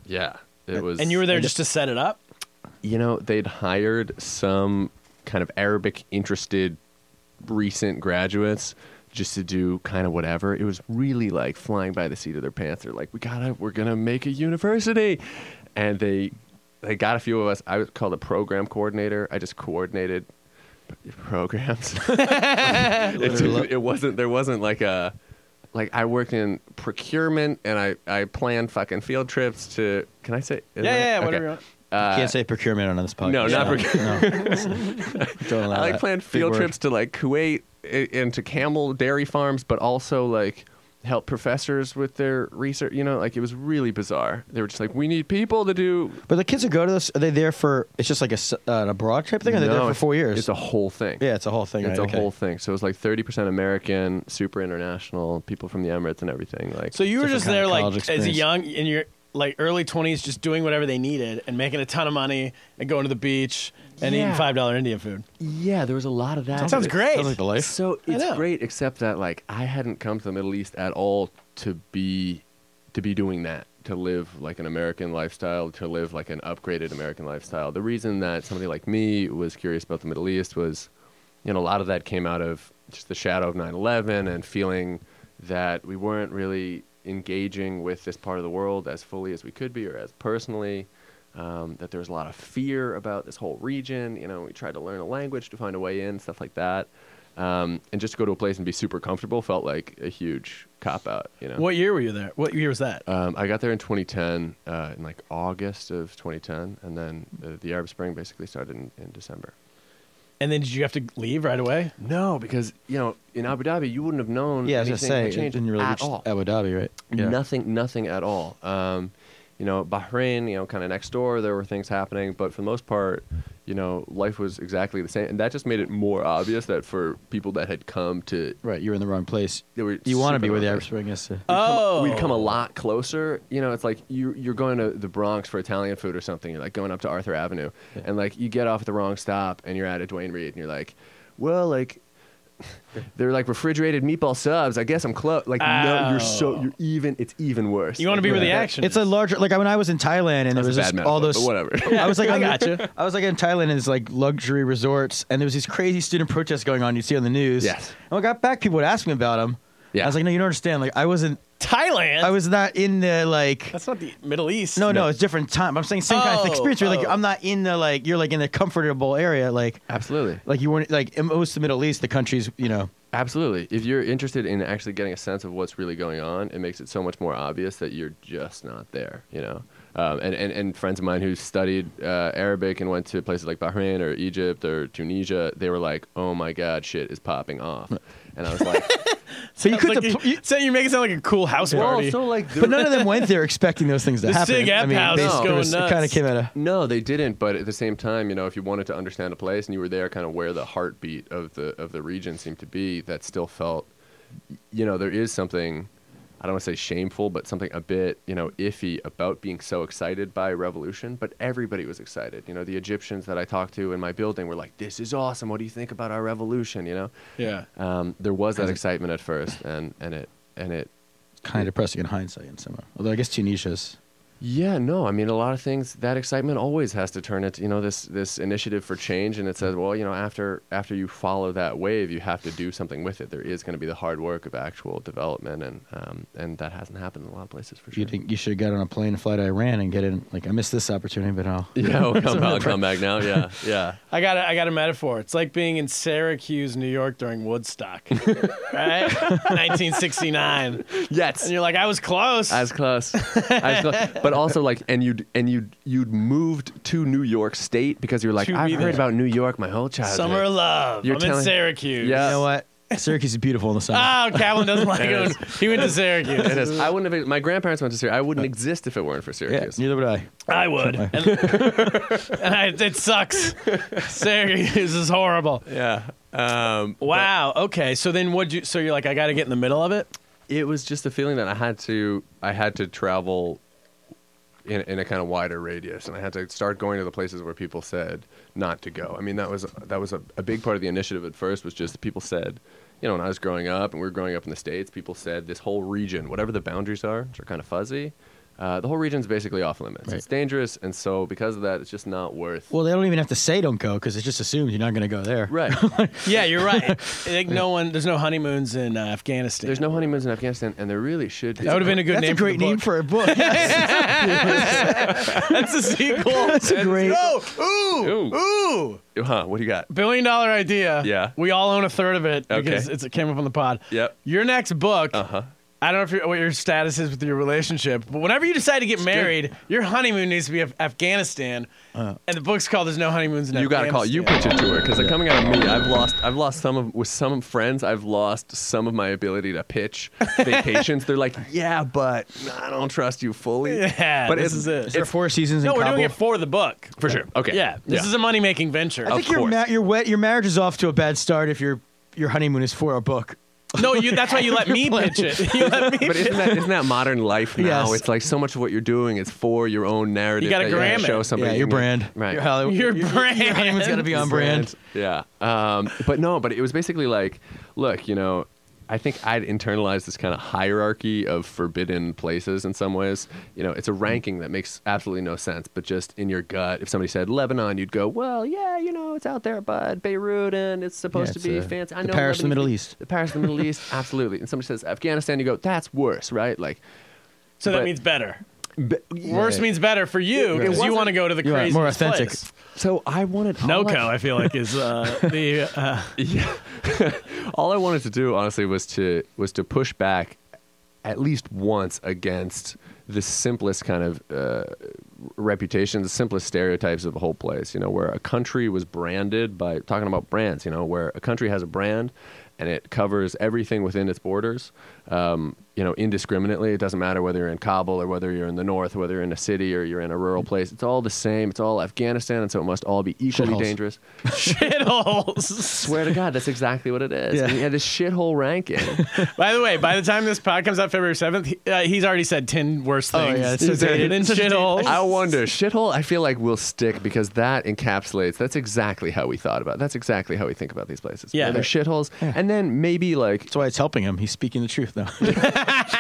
[SPEAKER 3] yeah, it was.
[SPEAKER 1] and you were there just to set it up.
[SPEAKER 3] You know, they'd hired some kind of Arabic interested recent graduates just to do kind of whatever. It was really like flying by the seat of their pants. They're like, we gotta, we're gonna make a university, and they they got a few of us. I was called a program coordinator. I just coordinated programs. it, didn't- it wasn't there wasn't like a like I worked in procurement and I I planned fucking field trips to. Can I say?
[SPEAKER 5] Yeah, yeah, yeah, whatever you want.
[SPEAKER 6] Can't say procurement on this podcast.
[SPEAKER 3] Uh, no, not
[SPEAKER 6] procurement. Don't allow
[SPEAKER 3] I like
[SPEAKER 6] that.
[SPEAKER 3] planned
[SPEAKER 6] Uh, Big
[SPEAKER 3] field
[SPEAKER 6] word.
[SPEAKER 3] trips to like Kuwait i- and to camel dairy farms, but also like help professors with their research. You know, like it was really bizarre. They were just like, we need people to do.
[SPEAKER 6] But the kids who go to this, are they there for? It's just like a s- uh, an abroad trip thing. Or are they
[SPEAKER 3] No,
[SPEAKER 6] there for
[SPEAKER 3] it's-
[SPEAKER 6] four years?
[SPEAKER 3] It's a whole thing.
[SPEAKER 6] yeah, it's a whole thing.
[SPEAKER 3] It's
[SPEAKER 6] right?
[SPEAKER 3] a
[SPEAKER 6] Okay.
[SPEAKER 3] whole thing. So it was like 30% American, super international, people from the Emirates and everything. Like,
[SPEAKER 1] So you were
[SPEAKER 6] Different
[SPEAKER 1] just
[SPEAKER 6] kind
[SPEAKER 1] there,
[SPEAKER 6] of college
[SPEAKER 1] like as a
[SPEAKER 6] experience.
[SPEAKER 1] young in your like early twenties, just doing whatever they needed and making a ton of money and going to the beach and eating
[SPEAKER 3] Yeah.
[SPEAKER 1] five dollar Indian food.
[SPEAKER 3] yeah, there was a lot of that.
[SPEAKER 1] That sounds
[SPEAKER 3] It's-
[SPEAKER 1] great.
[SPEAKER 6] Sounds like the life.
[SPEAKER 3] So it's
[SPEAKER 1] know.
[SPEAKER 3] great, except that like I hadn't come to the Middle East at all to be to be doing that, to live like an American lifestyle, to live like an upgraded American lifestyle. The reason that somebody like me was curious about the Middle East was, you know, a lot of that came out of just the shadow of 9/11 and feeling that we weren't really engaging with this part of the world as fully as we could be or as personally um, that there was a lot of fear about this whole region. You know, we tried to learn a language to find a way in, stuff like that. Um, and just to go to a place and be super comfortable felt like a huge cop out. You know,
[SPEAKER 1] What year were you there? What year was that?
[SPEAKER 3] Um, I got there in 2010, uh, in like August of 2010, and then uh, the Arab Spring basically started in, in December.
[SPEAKER 1] and then did you have to leave right away?
[SPEAKER 3] No, because you know, in Abu Dhabi, you wouldn't have known.
[SPEAKER 6] Yeah, I was
[SPEAKER 3] anything
[SPEAKER 6] gonna say, it
[SPEAKER 3] change
[SPEAKER 6] didn't really
[SPEAKER 3] at
[SPEAKER 6] reach
[SPEAKER 3] all.
[SPEAKER 6] Abu Dhabi, right? Yeah.
[SPEAKER 3] Nothing, nothing at all. Um, you know, Bahrain, you know, kind of next door, there were things happening, but for the most part, you know, life was exactly the same, and that just made it more obvious that for people that had come to,
[SPEAKER 6] Right, you're in the wrong place.
[SPEAKER 3] They were
[SPEAKER 6] You want
[SPEAKER 3] super
[SPEAKER 6] to be where the
[SPEAKER 3] wrong
[SPEAKER 6] Arab
[SPEAKER 3] place.
[SPEAKER 6] Spring is. to-
[SPEAKER 1] Oh,
[SPEAKER 3] we'd come a lot closer. You know, it's like you you're going to the Bronx for Italian food or something. You're like going up to Arthur Avenue, and like you get off at the wrong stop, and you're at a Dwayne Reed, and you're like, well, like. They're like refrigerated meatball subs. I guess I'm close. Like no, you're so you're even. It's even worse.
[SPEAKER 1] You wanna
[SPEAKER 3] Like,
[SPEAKER 1] be where the
[SPEAKER 3] that-
[SPEAKER 1] action
[SPEAKER 6] It's a larger like when I was in Thailand and there
[SPEAKER 3] That's
[SPEAKER 6] was
[SPEAKER 3] a
[SPEAKER 6] just
[SPEAKER 3] bad
[SPEAKER 6] all
[SPEAKER 3] metaphor,
[SPEAKER 6] those
[SPEAKER 3] but whatever.
[SPEAKER 6] I was like I
[SPEAKER 1] got you.
[SPEAKER 6] I was like in Thailand and it's like luxury resorts and there was these crazy student protests going on you see on the news.
[SPEAKER 3] Yes.
[SPEAKER 6] And when I got back people would ask me about them.
[SPEAKER 3] Yeah.
[SPEAKER 6] I was like no you don't understand like I wasn't
[SPEAKER 1] Thailand.
[SPEAKER 6] I was not in the like
[SPEAKER 1] That's not the Middle East.
[SPEAKER 6] no, no, it's different time. I'm saying same kind of
[SPEAKER 1] Oh,
[SPEAKER 6] experience. You're like,
[SPEAKER 1] oh.
[SPEAKER 6] I'm not in the like, you're like in the comfortable area. Like,
[SPEAKER 3] Absolutely.
[SPEAKER 6] like you weren't like in most of the Middle East, the countries, you know,
[SPEAKER 3] Absolutely. If you're interested in actually getting a sense of what's really going on, it makes it so much more obvious that you're just not there, you know? Um, and, and, and friends of mine who studied uh, Arabic and went to places like Bahrain or Egypt or Tunisia, they were like, oh my God, shit is popping off. And I was like,
[SPEAKER 6] so you
[SPEAKER 1] It's
[SPEAKER 6] could.
[SPEAKER 1] like
[SPEAKER 6] not
[SPEAKER 1] you, so you make it sound like a cool house party.
[SPEAKER 3] like,
[SPEAKER 6] but none of them went there expecting those things to
[SPEAKER 1] The
[SPEAKER 6] happen.
[SPEAKER 1] Sig App house
[SPEAKER 6] they-
[SPEAKER 1] is
[SPEAKER 6] it
[SPEAKER 1] going
[SPEAKER 6] was- It
[SPEAKER 1] nuts.
[SPEAKER 6] kind of came out of.
[SPEAKER 3] No, they didn't. But at the same time, you know, if you wanted to understand a place and you were there, kind of where the heartbeat of the of the region seemed to be, that still felt, you know, there is something. I don't want to say shameful, but something a bit, you know, iffy about being so excited by revolution. But everybody was excited. You know, the Egyptians that I talked to in my building were like, "This is awesome. What do you think about our revolution?" You know,
[SPEAKER 1] yeah.
[SPEAKER 3] um, there was that excitement at first, and and it and it
[SPEAKER 6] kind of depressing in hindsight in some way. Although I guess Tunisia's
[SPEAKER 3] Yeah, no. I mean, a lot of things. That excitement always has to turn into you know this this initiative for change, and it says, well, you know, after after you follow that wave, you have to do something with it. There is going to be the hard work of actual development, and um, and that hasn't happened in a lot of places for sure.
[SPEAKER 6] You think you should have got on a plane and fly to Iran and get in? Like I missed this opportunity, but I'll.
[SPEAKER 3] Yeah, we'll come, I'll come back now. Yeah, yeah.
[SPEAKER 1] I got a, I got a metaphor. It's like being in Syracuse, New York during Woodstock, right? 1969.
[SPEAKER 3] Yes.
[SPEAKER 1] And you're like, I was close.
[SPEAKER 3] As close. As close. But also like and you'd and you'd you'd moved to New York State because you were like,
[SPEAKER 1] To be
[SPEAKER 3] I've heard
[SPEAKER 1] there.
[SPEAKER 3] about New York my whole childhood.
[SPEAKER 1] Summer of love.
[SPEAKER 3] You're
[SPEAKER 1] I'm in
[SPEAKER 3] telling-
[SPEAKER 1] Syracuse.
[SPEAKER 3] Yeah.
[SPEAKER 6] You know what? Syracuse is beautiful in the summer.
[SPEAKER 1] Oh, Calvin doesn't like
[SPEAKER 3] There it
[SPEAKER 1] it. He went to
[SPEAKER 3] It
[SPEAKER 1] Syracuse.
[SPEAKER 3] is. I wouldn't have my grandparents went to Syracuse. I wouldn't exist if it weren't for
[SPEAKER 6] yeah,
[SPEAKER 3] Syracuse.
[SPEAKER 6] neither would I.
[SPEAKER 1] I would. And, and I, it sucks. Syracuse is horrible.
[SPEAKER 3] Yeah. Um,
[SPEAKER 1] Wow. Okay. So then, what you? So you're like, I got to get in the middle of it.
[SPEAKER 3] it was just the feeling that I had to I had to travel in, in a kind of wider radius, and I had to start going to the places where people said not to go. I mean, that was that was a, a big part of the initiative at first was just people said, you know, when I was growing up and we were growing up in the states, people said this whole region, whatever the boundaries are, which are kind of fuzzy, uh, the whole region's basically off limits. It's dangerous, and so because of that, it's just not worth.
[SPEAKER 6] Well, they don't even have to say don't go because it's just assumed you're not going to go there.
[SPEAKER 3] Right.
[SPEAKER 1] Yeah, you're right. like no one. There's no honeymoons in uh, Afghanistan.
[SPEAKER 3] There's no honeymoons in Afghanistan, and there really should be.
[SPEAKER 1] That would have been a good
[SPEAKER 6] That's
[SPEAKER 1] name.
[SPEAKER 6] a great
[SPEAKER 1] for the
[SPEAKER 6] name
[SPEAKER 1] book.
[SPEAKER 6] for a book. Yes.
[SPEAKER 1] That's a sequel.
[SPEAKER 6] That's a great.
[SPEAKER 1] oh, ooh, ooh,
[SPEAKER 3] Huh? What do you got?
[SPEAKER 1] billion dollar idea.
[SPEAKER 3] Yeah.
[SPEAKER 1] we all own a third of it
[SPEAKER 3] Okay.
[SPEAKER 1] because it's, it came up on the pod.
[SPEAKER 3] Yep.
[SPEAKER 1] Your next book.
[SPEAKER 3] Uh huh.
[SPEAKER 1] I don't know if you're, what your status is with your relationship, but whenever you decide to get married, your honeymoon needs to be Af- Afghanistan, and the book's called "There's No Honeymoons in
[SPEAKER 3] Uh. You got to
[SPEAKER 1] Afghanistan."
[SPEAKER 3] call. You pitch it to her because like coming out of me, I've lost. I've lost some of with some friends. I've lost some of my ability to pitch vacations. They're like, yeah, but I don't trust you fully.
[SPEAKER 1] Yeah,
[SPEAKER 3] but
[SPEAKER 1] this
[SPEAKER 3] it's,
[SPEAKER 1] is it.
[SPEAKER 6] Is there four seasons
[SPEAKER 1] No,
[SPEAKER 6] in
[SPEAKER 1] we're
[SPEAKER 6] Kabul?
[SPEAKER 1] doing it for the book.
[SPEAKER 3] for sure. Okay.
[SPEAKER 1] Yeah, this is a money making venture.
[SPEAKER 6] I think your
[SPEAKER 3] course.
[SPEAKER 6] ma- your wet your marriage is off to a bad start if your your honeymoon is for a book.
[SPEAKER 1] No, you. That's why you let me pitch it. You let me.
[SPEAKER 3] But isn't that, isn't that modern life now?
[SPEAKER 6] Yes.
[SPEAKER 3] It's like so much of what you're doing is for your own narrative.
[SPEAKER 1] You gotta
[SPEAKER 3] that you're gonna
[SPEAKER 1] gram it.
[SPEAKER 3] show somebody
[SPEAKER 6] yeah, your brand.
[SPEAKER 3] Right.
[SPEAKER 6] Your Hollywood.
[SPEAKER 1] Your brand.
[SPEAKER 6] Your honeymoon's got to be on brand.
[SPEAKER 3] Yeah. Um, but no, but it was basically like, look, you know, I think I'd internalized this kind of hierarchy of forbidden places in some ways. You know, it's
[SPEAKER 6] Mm-hmm.
[SPEAKER 3] a ranking that makes absolutely no sense, but just in your gut, if somebody said Lebanon, you'd go, well, yeah, you know, it's out there, but Beirut, and it's supposed
[SPEAKER 6] Yeah,
[SPEAKER 3] to
[SPEAKER 6] it's,
[SPEAKER 3] be
[SPEAKER 6] uh,
[SPEAKER 3] fancy. I
[SPEAKER 6] the
[SPEAKER 3] know
[SPEAKER 6] Paris of the
[SPEAKER 3] Lebanese
[SPEAKER 6] Middle
[SPEAKER 3] peop-
[SPEAKER 6] East.
[SPEAKER 3] The Paris of the Middle East, absolutely. And somebody says Afghanistan, you go, that's worse, right? Like,
[SPEAKER 1] So that
[SPEAKER 3] But-
[SPEAKER 1] means better.
[SPEAKER 3] b-
[SPEAKER 1] Worse means better for you because you
[SPEAKER 3] wasn't-
[SPEAKER 1] want to go to the
[SPEAKER 6] You're right,
[SPEAKER 1] craziest
[SPEAKER 6] more authentic.
[SPEAKER 1] place.
[SPEAKER 3] so I wanted all
[SPEAKER 1] NoCo,
[SPEAKER 3] I-
[SPEAKER 1] I feel like, is uh, the. Uh,
[SPEAKER 3] all I wanted to do honestly was to was to push back at least once against the simplest kind of uh, reputation, the simplest stereotypes of a whole place. You know, where a country was branded by talking about brands. You know, where a country has a brand and it covers everything within its borders. Um, you know, indiscriminately. It doesn't matter whether you're in Kabul or whether you're in the north, whether you're in a city or you're in a rural place. It's all the same. It's all Afghanistan, and so it must all be equally
[SPEAKER 6] Shitholes.
[SPEAKER 3] dangerous.
[SPEAKER 1] Shitholes.
[SPEAKER 3] Swear to God, that's exactly what it is.
[SPEAKER 6] Yeah.
[SPEAKER 3] And he had this shithole ranking.
[SPEAKER 1] By the way, by the time this pod comes out February 7th, he, uh, he's already said 10 worse
[SPEAKER 3] Oh,
[SPEAKER 1] things.
[SPEAKER 6] yeah, it's
[SPEAKER 1] He's
[SPEAKER 6] so dated.
[SPEAKER 1] dated in shitholes.
[SPEAKER 3] I wonder. Shithole, I feel like will stick because that encapsulates. That's exactly how we thought about. That's exactly how we think about these places.
[SPEAKER 1] Yeah.
[SPEAKER 3] they're shitholes, and then maybe like.
[SPEAKER 6] That's why it's helping him. He's speaking the truth now.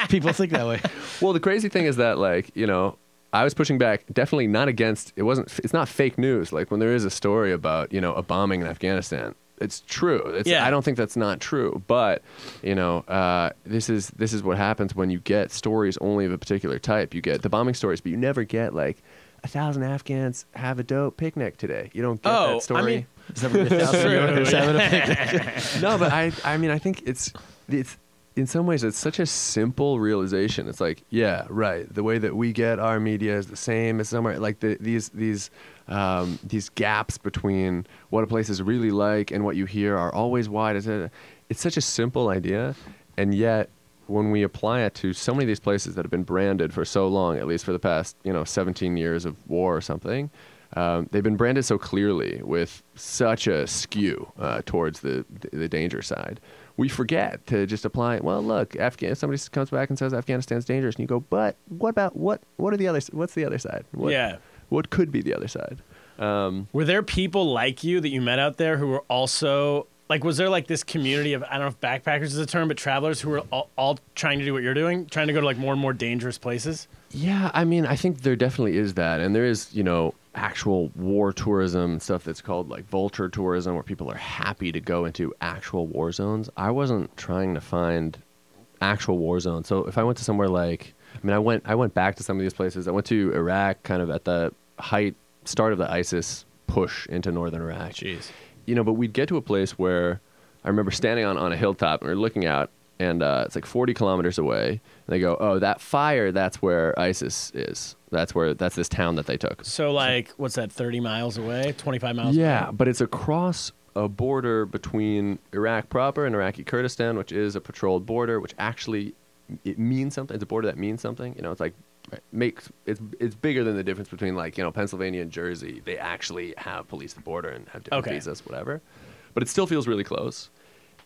[SPEAKER 6] People think that way.
[SPEAKER 3] Well, the crazy thing is that like you know. I was pushing back, definitely not against. It wasn't. It's not fake news. Like when there is a story about you know a bombing in Afghanistan, it's true. It's,
[SPEAKER 1] Yeah.
[SPEAKER 3] I don't think that's not true. But you know, uh, this is this is what happens when you get stories only of a particular type. You get the bombing stories, but you never get like a thousand Afghans have a dope picnic today. You don't get
[SPEAKER 1] Oh, I
[SPEAKER 3] that story.
[SPEAKER 1] mean,
[SPEAKER 6] It's never been a thousand
[SPEAKER 1] true.
[SPEAKER 6] yards having a picnic.
[SPEAKER 3] No, but I I mean I think it's it's in some ways it's such a simple realization. It's like, yeah, right. The way that we get our media is the same as somewhere like the, these these um, these gaps between what a place is really like and what you hear are always wide. It's, a, it's such a simple idea, and yet when we apply it to so many of these places that have been branded for so long, at least for the past you know 17 years of war or something, um, they've been branded so clearly with such a skew uh, towards the the danger side. We forget to just apply. Well, look, Afghan. Somebody comes back and says Afghanistan's dangerous, and you go, but what about what? What are the other? What's the other side? What,
[SPEAKER 1] Yeah.
[SPEAKER 3] What could be the other side?
[SPEAKER 1] Were there people like you that you met out there who were also Like, was there like this community of I don't know if backpackers is the term, but travelers who were all, all trying to do what you're doing, trying to go to like more and more dangerous places?
[SPEAKER 3] Yeah, I mean, I think there definitely is that, and there is, you know, actual war tourism and stuff that's called like vulture tourism, where people are happy to go into actual war zones. I wasn't trying to find actual war zones, so if I went to somewhere like, I mean, I went, I went back to some of these places. I went to Iraq, kind of at the height, start of the ISIS push into northern Iraq.
[SPEAKER 1] Jeez.
[SPEAKER 3] you know, but we'd get to a place where I remember standing on, on a hilltop and we are looking out, and uh, it's like 40 kilometers away. And they go, "Oh, that fire! That's where ISIS is. That's where that's this town that they took."
[SPEAKER 1] So like, what's that? Thirty miles away, twenty five miles.
[SPEAKER 3] Yeah, but it's across a border between Iraq proper and Iraqi Kurdistan, which is a patrolled border, which actually it means something. It's a border that means something. You know, it's like makes it's it's bigger than the difference between like you know Pennsylvania and Jersey. They actually have police the border and have different
[SPEAKER 1] Okay.
[SPEAKER 3] visas, whatever. But it still feels really close.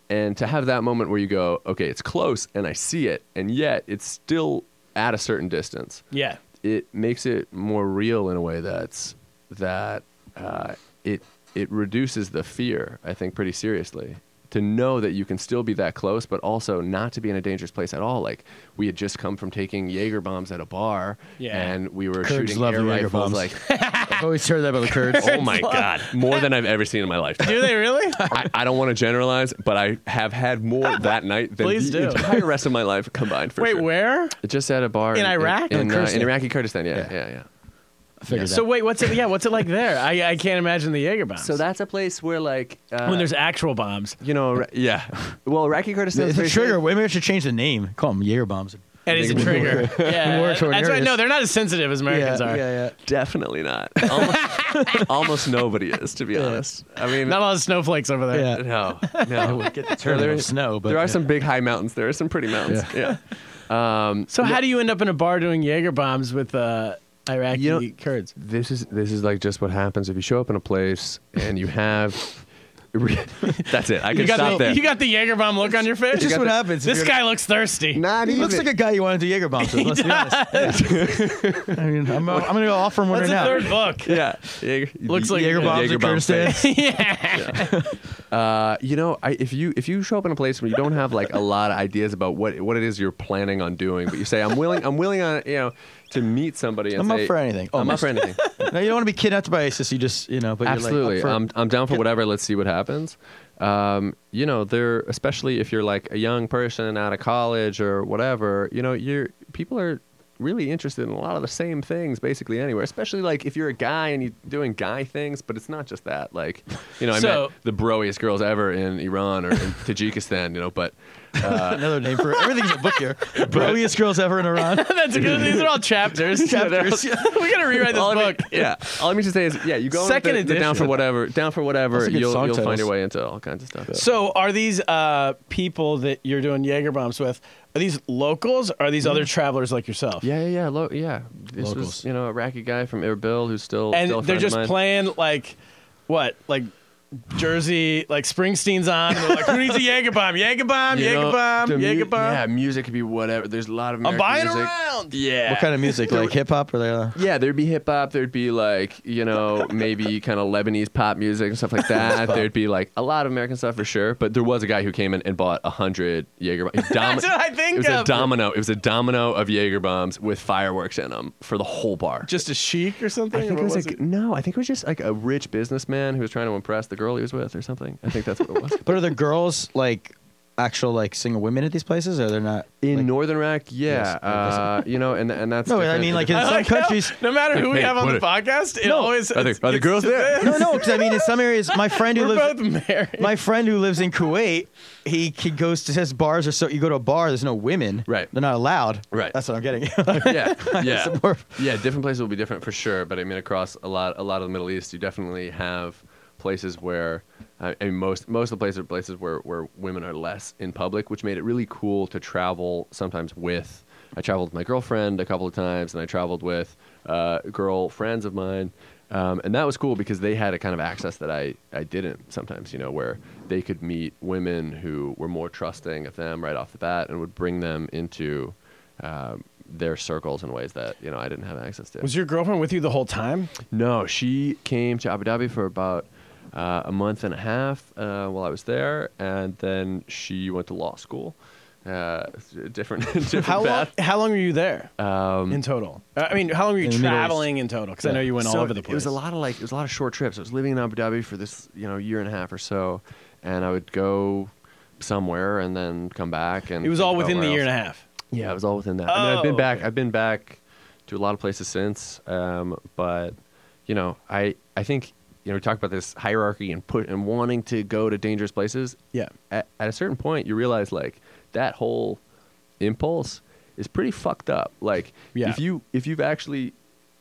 [SPEAKER 3] And to have that moment where you go, okay, it's close, and I see it, and yet it's still at a certain distance
[SPEAKER 1] Yeah.
[SPEAKER 3] it makes it more real in a way that's that uh, it it reduces the fear I think pretty seriously to know that you can still be that close but also not to be in a dangerous place at all like we had just come from taking Jaeger bombs at a bar
[SPEAKER 1] Yeah.
[SPEAKER 3] and we were
[SPEAKER 6] Kurds
[SPEAKER 3] shooting
[SPEAKER 6] love
[SPEAKER 3] air
[SPEAKER 6] the Jaeger
[SPEAKER 3] rifles
[SPEAKER 6] bombs.
[SPEAKER 3] like
[SPEAKER 6] I've always heard that about the Kurds.
[SPEAKER 3] oh my god more than I've ever seen in my life
[SPEAKER 1] Do they really?
[SPEAKER 3] I, I don't want to generalize but I have had more that night than
[SPEAKER 1] Please
[SPEAKER 3] the
[SPEAKER 1] do.
[SPEAKER 3] entire rest of my life combined for
[SPEAKER 1] Wait,
[SPEAKER 3] sure.
[SPEAKER 1] where?
[SPEAKER 3] just at a bar
[SPEAKER 1] In Iraq?
[SPEAKER 3] in,
[SPEAKER 6] In
[SPEAKER 3] uh, in
[SPEAKER 6] Kurdistan.
[SPEAKER 3] Iraqi Kurdistan yeah
[SPEAKER 6] Yeah.
[SPEAKER 3] yeah, yeah.
[SPEAKER 6] I figured
[SPEAKER 1] So
[SPEAKER 6] that.
[SPEAKER 1] wait, what's it? Yeah, what's it like there? I, I can't imagine the Jaeger bombs.
[SPEAKER 3] So that's a place where like uh,
[SPEAKER 1] when there's actual bombs,
[SPEAKER 3] you know Ra- yeah, well Iraqi Kurdistan.
[SPEAKER 6] It's a
[SPEAKER 3] is
[SPEAKER 6] trigger. Maybe I should change the name. Call them Jaeger bombs.
[SPEAKER 1] it is a trigger. yeah,
[SPEAKER 6] War
[SPEAKER 1] that's right.
[SPEAKER 6] tornadoes.
[SPEAKER 1] No, they're not as sensitive as Americans
[SPEAKER 6] yeah,
[SPEAKER 1] are.
[SPEAKER 6] yeah,
[SPEAKER 3] Definitely not. Almost, almost nobody is, to be honest. I mean,
[SPEAKER 1] Not a lot of snowflakes over there.
[SPEAKER 6] yeah.
[SPEAKER 3] no, no.
[SPEAKER 6] Get the turn of snow, but
[SPEAKER 3] there are
[SPEAKER 6] yeah.
[SPEAKER 3] some big high mountains. There are some pretty mountains. Yeah.
[SPEAKER 1] So how do you end up in a bar doing Jaeger bombs with uh, Iraqi
[SPEAKER 3] You know-
[SPEAKER 1] Kurds?
[SPEAKER 3] This is this is like just what happens if you show up in a place and you have. That's it. I can
[SPEAKER 1] You got,
[SPEAKER 3] stop
[SPEAKER 1] the,
[SPEAKER 3] there.
[SPEAKER 1] you got the Jaeger bomb look on your face.
[SPEAKER 6] It's just
[SPEAKER 3] got
[SPEAKER 6] what
[SPEAKER 3] the-
[SPEAKER 6] happens. if
[SPEAKER 1] this
[SPEAKER 6] you're-
[SPEAKER 1] guy looks thirsty.
[SPEAKER 3] not
[SPEAKER 6] He
[SPEAKER 3] even.
[SPEAKER 6] looks like a guy you want to do Jaeger bombs with. Let's be honest. I mean, I'm, I'm gonna go offer him one
[SPEAKER 1] That's
[SPEAKER 6] right
[SPEAKER 1] a
[SPEAKER 6] now.
[SPEAKER 1] third book.
[SPEAKER 3] yeah. Jaeger-
[SPEAKER 1] Looks like-
[SPEAKER 6] Jaeger
[SPEAKER 1] Yeah,
[SPEAKER 6] bombs
[SPEAKER 3] Jaeger
[SPEAKER 6] at
[SPEAKER 3] bomb
[SPEAKER 6] Kurdistan.
[SPEAKER 3] Uh, you know, I, if you if you show up in a place where you don't have like a lot of ideas about what what it is you're planning on doing, but you say I'm willing I'm willing on you know to meet somebody. And
[SPEAKER 6] I'm up
[SPEAKER 3] say,
[SPEAKER 6] for anything.
[SPEAKER 3] I'm up
[SPEAKER 6] Almost.
[SPEAKER 3] for anything.
[SPEAKER 6] no, you don't want to be kidnapped by ISIS. You just, you know, but
[SPEAKER 3] Absolutely,
[SPEAKER 6] You're like, up
[SPEAKER 3] I'm I'm down for whatever. Let's see what happens. Um, you know, there especially if you're like a young person out of college or whatever. You know, you're people are really interested in a lot of the same things basically anywhere especially like if you're a guy and you're doing guy things but it's not just that like you know i
[SPEAKER 1] So-
[SPEAKER 3] met the broiest girls ever in iran or in tajikistan you know but
[SPEAKER 6] for another name for it. everything's a book here. Broiest girls ever in Iran.
[SPEAKER 1] That's a good. These are all chapters. chapters. we gotta rewrite this
[SPEAKER 3] all I mean-
[SPEAKER 1] book.
[SPEAKER 3] yeah. All I mean to say is, yeah, you go
[SPEAKER 1] Second
[SPEAKER 3] with the, the down for
[SPEAKER 1] edition.
[SPEAKER 3] whatever, down for
[SPEAKER 6] That's
[SPEAKER 3] whatever.
[SPEAKER 6] a good
[SPEAKER 3] You'll
[SPEAKER 6] song
[SPEAKER 3] you'll find
[SPEAKER 6] titles.
[SPEAKER 3] your way into all kinds of stuff.
[SPEAKER 1] So are these uh, people that you're doing Jaeger bombs with? Are these locals? Or are these other travelers like yourself?
[SPEAKER 3] Mm-hmm. yeah, yeah, yeah, lo- yeah. This was
[SPEAKER 6] Locals.
[SPEAKER 3] you know a Iraqi guy from Erbil who's still
[SPEAKER 1] And
[SPEAKER 3] still a
[SPEAKER 1] they're
[SPEAKER 3] friend of
[SPEAKER 1] just
[SPEAKER 3] mine.
[SPEAKER 1] playing like what? Like Jersey, like Springsteen's on. and they're like, who needs a Jaeger bomb? Jaeger bomb.
[SPEAKER 3] You
[SPEAKER 1] Jaeger
[SPEAKER 3] know, the
[SPEAKER 1] bomb.
[SPEAKER 3] mu-
[SPEAKER 1] Jaeger bomb.
[SPEAKER 3] Yeah, music could be whatever. There's a lot of
[SPEAKER 1] um, I'm
[SPEAKER 3] American
[SPEAKER 1] buying
[SPEAKER 3] music.
[SPEAKER 1] around.
[SPEAKER 3] Yeah.
[SPEAKER 6] What kind of music? Like hip hop or the
[SPEAKER 3] yeah, there'd be hip hop. There'd be like you know maybe kind of Lebanese pop music and stuff like that. there'd be like a lot of American stuff for sure. But there was a guy who came in and bought a hundred Jaeger. That's
[SPEAKER 1] That's what I think
[SPEAKER 3] It was a
[SPEAKER 1] of.
[SPEAKER 3] domino. It was a domino of Jaeger bombs with fireworks in them for the whole bar.
[SPEAKER 1] Just a chic or something.
[SPEAKER 3] I think
[SPEAKER 1] or
[SPEAKER 3] it was
[SPEAKER 1] what
[SPEAKER 3] like no, I think it was just like a rich businessman who was trying to impress the girl he was with or something. I think that's what it was.
[SPEAKER 6] But are the girls like actual like single women at these places or they're not?
[SPEAKER 3] In
[SPEAKER 6] like,
[SPEAKER 3] Northern Iraq, yeah,
[SPEAKER 6] Yes.
[SPEAKER 3] uh, you know, and and that's
[SPEAKER 6] No, I
[SPEAKER 3] different-
[SPEAKER 6] mean, like,
[SPEAKER 3] different-
[SPEAKER 6] in
[SPEAKER 1] I
[SPEAKER 6] some
[SPEAKER 1] like how,
[SPEAKER 6] countries.
[SPEAKER 1] no matter who we
[SPEAKER 3] Hey,
[SPEAKER 1] have on
[SPEAKER 3] what
[SPEAKER 1] the
[SPEAKER 3] it-
[SPEAKER 1] podcast, it always
[SPEAKER 3] Are the-
[SPEAKER 1] it's-
[SPEAKER 3] are the
[SPEAKER 1] it's
[SPEAKER 3] girls
[SPEAKER 1] just
[SPEAKER 3] there?
[SPEAKER 1] this.
[SPEAKER 6] No, no, because I mean, in some areas, my friend who
[SPEAKER 1] We're
[SPEAKER 6] lives
[SPEAKER 1] both married.
[SPEAKER 6] my friend who lives in Kuwait, he, he goes to his bars or so. You go to a bar, there's no women.
[SPEAKER 3] Right.
[SPEAKER 6] They're not allowed.
[SPEAKER 3] Right.
[SPEAKER 6] That's what I'm getting.
[SPEAKER 3] yeah, yeah,
[SPEAKER 6] more-
[SPEAKER 3] yeah. Different places will be different for sure, but I mean, across a lot, a lot of the Middle East, you definitely have places where, uh, I I mean, most most of the places are places where where women are less in public, which made it really cool to travel sometimes with. I traveled with my girlfriend a couple of times, and I traveled with uh, girl friends of mine. Um, and that was cool because they had a kind of access that I, I didn't sometimes, you know, where they could meet women who were more trusting of them right off the bat and would bring them into um, their circles in ways that you know I didn't have access to.
[SPEAKER 1] Was your girlfriend with you the whole time?
[SPEAKER 3] no, she came to Abu Dhabi for about uh, a month and a half uh, while I was there, and then she went to law school. Uh, different, different
[SPEAKER 1] How long,
[SPEAKER 3] path.
[SPEAKER 1] how long were you there in total? Uh, I mean, how long were you
[SPEAKER 6] In the Middle East.
[SPEAKER 1] traveling in total? Because I know you went
[SPEAKER 3] So
[SPEAKER 1] all over the place.
[SPEAKER 3] It was a lot of like it was a lot of short trips. I was living in Abu Dhabi for this you know year and a half or so, and I would go somewhere and then come back and
[SPEAKER 1] It was
[SPEAKER 3] think
[SPEAKER 1] all
[SPEAKER 3] about
[SPEAKER 1] within the
[SPEAKER 3] where
[SPEAKER 1] year and
[SPEAKER 3] else.
[SPEAKER 1] Oh, a half.
[SPEAKER 3] Yeah, it was all within that. I mean, I've been
[SPEAKER 1] Oh,
[SPEAKER 3] back.
[SPEAKER 1] okay.
[SPEAKER 3] I've been back to a lot of places since, um, but you know, I I think you know we talk about this hierarchy and put and wanting to go to dangerous places.
[SPEAKER 1] Yeah.
[SPEAKER 3] At, at a certain point, you realize like that whole impulse is pretty fucked up. Like
[SPEAKER 1] Yeah.
[SPEAKER 3] if you if you've actually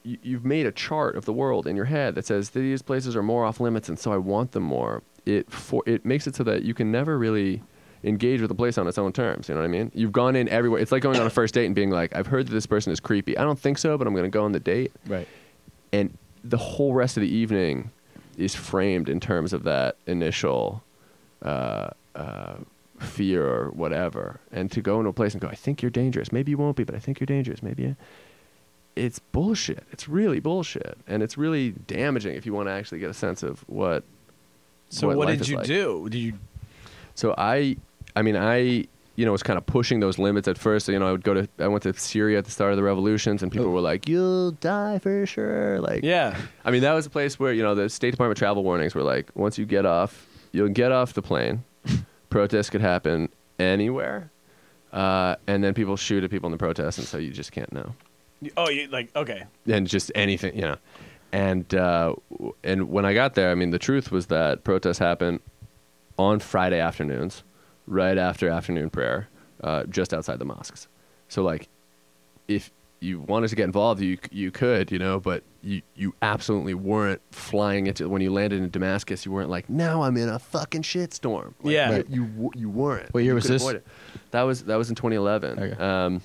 [SPEAKER 3] you- you've made a chart of the world in your head that says these places are more off limits and so I want them more. It for it makes it so that you can never really engage with a place on its own terms, you know what I mean? You've gone in everywhere. It's like going on a first date and being like, "I've heard that this person is creepy. I don't think so, but I'm going to go on the date."
[SPEAKER 1] Right.
[SPEAKER 3] And the whole rest of the evening is framed in terms of that initial uh, fear or whatever and to go into a place and go i think you're dangerous maybe you won't be but i think you're dangerous maybe you-" it's bullshit it's really bullshit and it's really damaging if you want to actually get a sense of what
[SPEAKER 1] So
[SPEAKER 3] what
[SPEAKER 1] what,
[SPEAKER 3] life
[SPEAKER 1] did
[SPEAKER 3] is
[SPEAKER 1] you
[SPEAKER 3] like.
[SPEAKER 1] do? Did you?
[SPEAKER 3] so i i mean i you know was kind of pushing those limits at first you know i would go to i went to syria at the start of the revolutions and people were like you'll die for sure like
[SPEAKER 1] Yeah.
[SPEAKER 3] I mean, that was a place where you know the State Department travel warnings were like, once you get off, you'll get off the plane. Protests could happen anywhere, uh, and then people shoot at people in the protests, and so you just can't know.
[SPEAKER 1] Oh, you like okay.
[SPEAKER 3] And just anything, you know. And uh, w- and when I got there, I mean, the truth was that protests happened on Friday afternoons, right after afternoon prayer, uh, just outside the mosques. So like, if you wanted to get involved, you you could, you know, but you you absolutely weren't flying into when you landed in Damascus. You weren't like, now I'm in a fucking shitstorm. Like,
[SPEAKER 1] Yeah.
[SPEAKER 3] you- you w- you weren't.
[SPEAKER 6] What year
[SPEAKER 3] You
[SPEAKER 6] was
[SPEAKER 3] could
[SPEAKER 6] this?
[SPEAKER 3] avoid it. That was that was in 2011.
[SPEAKER 6] Okay.
[SPEAKER 3] Um,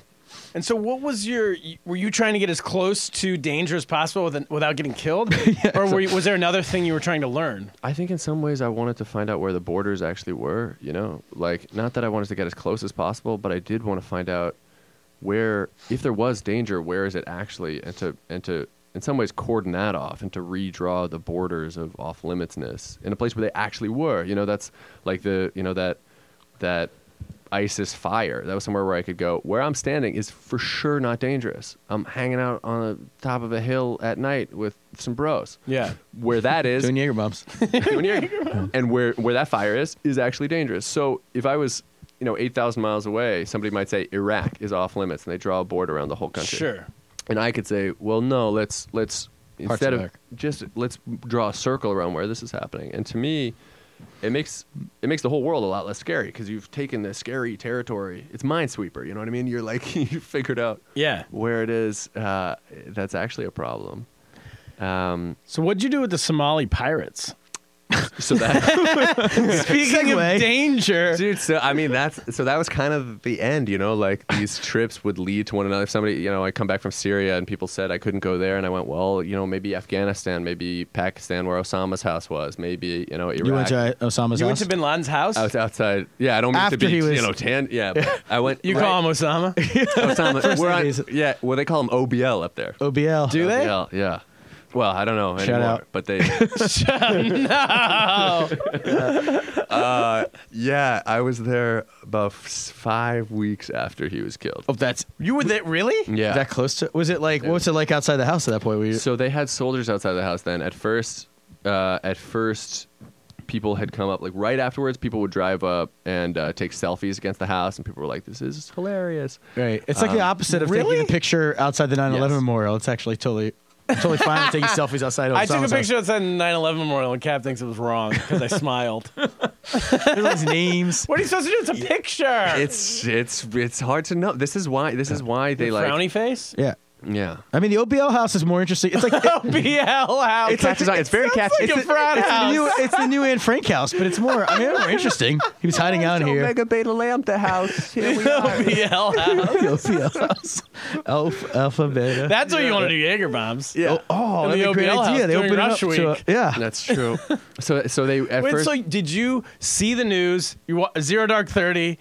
[SPEAKER 1] And so, what was your? Were you trying to get as close to danger as possible with, without getting killed, or were you, was there another thing you were trying to learn?
[SPEAKER 3] I think in some ways I wanted to find out where the borders actually were, you know? Like not that I wanted to get as close as possible, but I did want to find out where if there was danger, where is it actually and to and to in some ways cordon that off and to redraw the borders of off limitsness in a place where they actually were. You know, that's like the you know that that ISIS fire. That was somewhere where I could go. Where I'm standing is for sure not dangerous. I'm hanging out on the top of a hill at night with some bros.
[SPEAKER 1] Yeah.
[SPEAKER 3] Where that is
[SPEAKER 6] Doing Jaeger bombs.
[SPEAKER 3] when you're- and where where that fire is is actually dangerous. So if I was, you know, eight thousand miles away, somebody might say Iraq is off limits, and they draw a board around the whole country.
[SPEAKER 1] Sure.
[SPEAKER 3] And I could say, well, no, let's let's
[SPEAKER 6] Parts
[SPEAKER 3] instead
[SPEAKER 6] of
[SPEAKER 3] of
[SPEAKER 6] Iraq.
[SPEAKER 3] just let's draw a circle around where this is happening. And to me, it makes it makes the whole world a lot less scary because you've taken the scary territory. It's Minesweeper, you know what I mean? You're like you figured out
[SPEAKER 1] Yeah.
[SPEAKER 3] where it is uh, that's actually a problem. Um,
[SPEAKER 1] So, what did you do with the Somali pirates?
[SPEAKER 3] so that.
[SPEAKER 1] Speaking
[SPEAKER 6] Segue.
[SPEAKER 1] of danger,
[SPEAKER 3] dude so i mean that's so that was kind of the end you know like these trips would lead to one another if somebody you know i come back from syria and people said i couldn't go there and i went well you know maybe afghanistan maybe pakistan where osama's house was maybe you know iraq
[SPEAKER 6] You went to Osama's
[SPEAKER 1] you went
[SPEAKER 6] house.
[SPEAKER 1] to Bin Laden's house.
[SPEAKER 3] I was outside. Yeah, I don't mean
[SPEAKER 6] After
[SPEAKER 3] to be,
[SPEAKER 6] he was-
[SPEAKER 3] you know, tan. Yeah, but I went.
[SPEAKER 1] you call him Osama.
[SPEAKER 3] Osama. we're on-
[SPEAKER 6] days.
[SPEAKER 3] yeah, well, they call him OBL up there.
[SPEAKER 6] OBL.
[SPEAKER 1] Do they?
[SPEAKER 3] OBL, yeah. Well, I don't know
[SPEAKER 6] Shout
[SPEAKER 3] anymore,
[SPEAKER 6] out.
[SPEAKER 3] but they. Uh, yeah, I was there about f- five weeks after he was killed.
[SPEAKER 6] Oh, that's
[SPEAKER 1] you were there, really?
[SPEAKER 3] Yeah.
[SPEAKER 6] that close to. Was it like? What was it like outside the house at that point? Were you,
[SPEAKER 3] So they had soldiers outside the house. Then at first, uh, at first, people had come up like right afterwards. People would drive up and uh, take selfies against the house, and people were like, "This is hilarious."
[SPEAKER 6] right. It's like the opposite of
[SPEAKER 1] really?
[SPEAKER 6] taking a picture outside the 9/11
[SPEAKER 3] Yes.
[SPEAKER 6] memorial. It's actually totally, totally fine with taking selfies outside. Of
[SPEAKER 1] I took a
[SPEAKER 6] Osama's
[SPEAKER 1] picture outside the 9/11 memorial, and Cap thinks it was wrong because I smiled. What
[SPEAKER 6] House. There's all these names.
[SPEAKER 1] are you supposed to do? It's a picture.
[SPEAKER 3] It's it's it's hard to know. This is why this is why they like
[SPEAKER 1] frowny face.
[SPEAKER 6] Yeah.
[SPEAKER 3] yeah.
[SPEAKER 6] I mean, the OBL house is more interesting. It's like it's,
[SPEAKER 1] BL house.
[SPEAKER 3] It's catches on. It's very catchy.
[SPEAKER 1] like
[SPEAKER 3] it's
[SPEAKER 1] a frat
[SPEAKER 6] the
[SPEAKER 1] house.
[SPEAKER 6] new, it's the new Anne Frank house, but it's more. I mean, it's more interesting. He was hiding out here.
[SPEAKER 3] Beta Lambda house. Here we
[SPEAKER 1] BL house.
[SPEAKER 6] The OBL house. Alpha, alpha beta.
[SPEAKER 1] That's what you want to do, Jaeger bombs.
[SPEAKER 3] Yeah.
[SPEAKER 6] oh,
[SPEAKER 1] And the
[SPEAKER 6] that'd be a great
[SPEAKER 1] OBL house
[SPEAKER 6] idea. They
[SPEAKER 1] during
[SPEAKER 6] open it up
[SPEAKER 1] Rush
[SPEAKER 6] to a-
[SPEAKER 1] Week.
[SPEAKER 6] yeah.
[SPEAKER 3] That's true. So so they at
[SPEAKER 1] Wait,
[SPEAKER 3] first
[SPEAKER 1] so did you see the news? You wa- Zero Dark Thirty,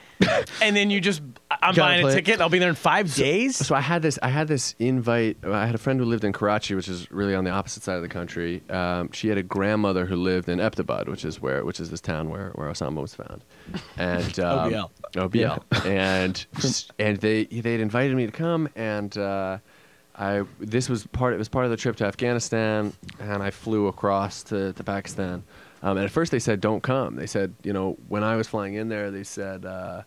[SPEAKER 1] and then you just uh, I'm
[SPEAKER 6] Gotta
[SPEAKER 1] buying a
[SPEAKER 6] play it.
[SPEAKER 1] ticket. and I'll be there in five days.
[SPEAKER 3] So I had this. I had this invite. I had a friend who lived in Karachi, which is really on the opposite side of the country. Um, she had a grandmother who lived in Eptabad, which is where, which is this town where, where Osama was found, and um,
[SPEAKER 1] OBL.
[SPEAKER 3] OBL, and and they they'd invited me to come, and uh, I this was part. It was part of the trip to Afghanistan, and I flew across to, to Pakistan. Um, and at first they said don't come. They said you know when I was flying in there, they said. Uh,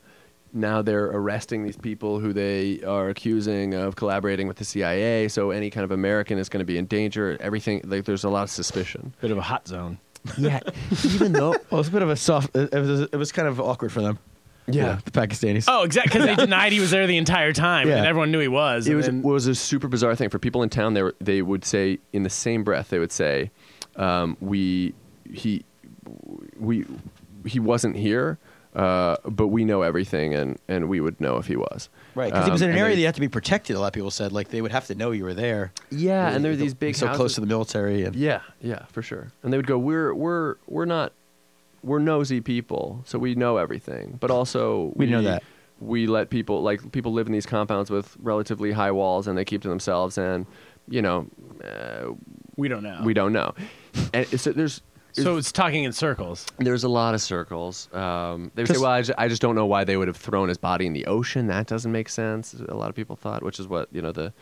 [SPEAKER 3] now they're arresting these people who they are accusing of collaborating with the CIA. So any kind of American is going to be in danger. Everything like there's a lot of suspicion.
[SPEAKER 1] Bit of a hot zone.
[SPEAKER 6] Yeah, even though well, it was a bit of a soft. It was, it was kind of awkward for them.
[SPEAKER 3] Yeah.
[SPEAKER 6] the Pakistanis.
[SPEAKER 1] Oh, exactly. Because they denied he was there the entire time,
[SPEAKER 6] Yeah.
[SPEAKER 1] and everyone knew he was.
[SPEAKER 3] It
[SPEAKER 1] and
[SPEAKER 3] was
[SPEAKER 1] then-
[SPEAKER 3] was a super bizarre thing for people in town. They were, they would say in the same breath they would say, um, "We he we he wasn't here, uh, but we know everything, and and we would know if he was."
[SPEAKER 6] right, because he
[SPEAKER 3] Um,
[SPEAKER 6] was in an
[SPEAKER 3] and
[SPEAKER 6] area
[SPEAKER 3] they-
[SPEAKER 6] that you have to be protected. A lot of people said like they would have to know you were there.
[SPEAKER 3] Yeah, and there were
[SPEAKER 6] You're
[SPEAKER 3] these big
[SPEAKER 6] so
[SPEAKER 3] houses-
[SPEAKER 6] close to the military. And
[SPEAKER 3] Yeah, yeah, for sure. And they would go, "We're we're we're not we're nosy people, so we know everything, but also
[SPEAKER 6] We know that.
[SPEAKER 3] we let people like people live in these compounds with relatively high walls, and they keep to themselves, and you know
[SPEAKER 1] we don't know.
[SPEAKER 3] we don't know. And so there's
[SPEAKER 1] So it's talking in circles.
[SPEAKER 3] there's a lot of circles. Um, they would say, well, I just, I just don't know why they would have thrown his body in the ocean. That doesn't make sense. A lot of people thought, which is what you know the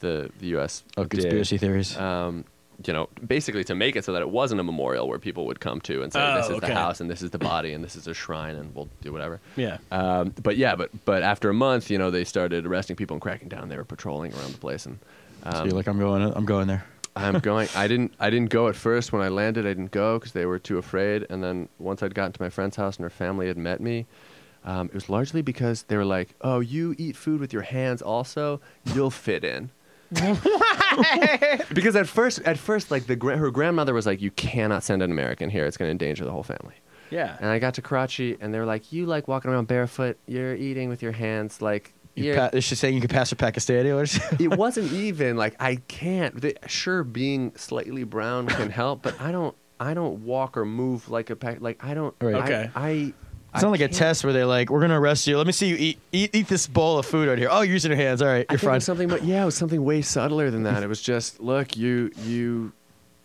[SPEAKER 3] the the U.S.
[SPEAKER 6] oh,
[SPEAKER 3] did
[SPEAKER 6] conspiracy theories.
[SPEAKER 3] um, you know, basically to make it so that it wasn't a memorial where people would come to and say,
[SPEAKER 1] Oh,
[SPEAKER 3] this is
[SPEAKER 1] okay.
[SPEAKER 3] the house and this is the body and this is a shrine and we'll do whatever.
[SPEAKER 1] Yeah.
[SPEAKER 3] Um, but yeah, but but after a month, you know, they started arresting people and cracking down. They were patrolling around the place, and
[SPEAKER 6] so you're like, I'm going. I'm going there.
[SPEAKER 3] I'm going. I didn't. I didn't go at first when I landed. I didn't go because they were too afraid. And then once I'd gotten to my friend's house and her family had met me, um, it was largely because they were like, "Oh, you eat food with your hands, also. You'll fit in." because at first, at first, like the gra- her grandmother was like, "You cannot send an American here. It's going to endanger the whole family."
[SPEAKER 1] Yeah.
[SPEAKER 3] And I got to Karachi, and they were like, "You like walking around barefoot. You're eating with your hands. Like
[SPEAKER 6] You
[SPEAKER 3] you're-
[SPEAKER 6] pa- is she saying you could pass for Pakistani? Or something?
[SPEAKER 3] it wasn't even like I can't. They, sure, being slightly brown can help, but I don't. I don't walk or move like a pack. Like I don't.
[SPEAKER 6] Right.
[SPEAKER 3] I-
[SPEAKER 1] Okay.
[SPEAKER 3] I.
[SPEAKER 6] It's not like a
[SPEAKER 3] can't-
[SPEAKER 6] test where they're like, "We're gonna arrest you. Let me see you eat eat, eat this bowl of food right here." Oh, you're using your hands. All right,
[SPEAKER 3] I
[SPEAKER 6] you're
[SPEAKER 3] think it
[SPEAKER 6] fine.
[SPEAKER 3] was something, but yeah, it was something way subtler than that. It was just, look, you you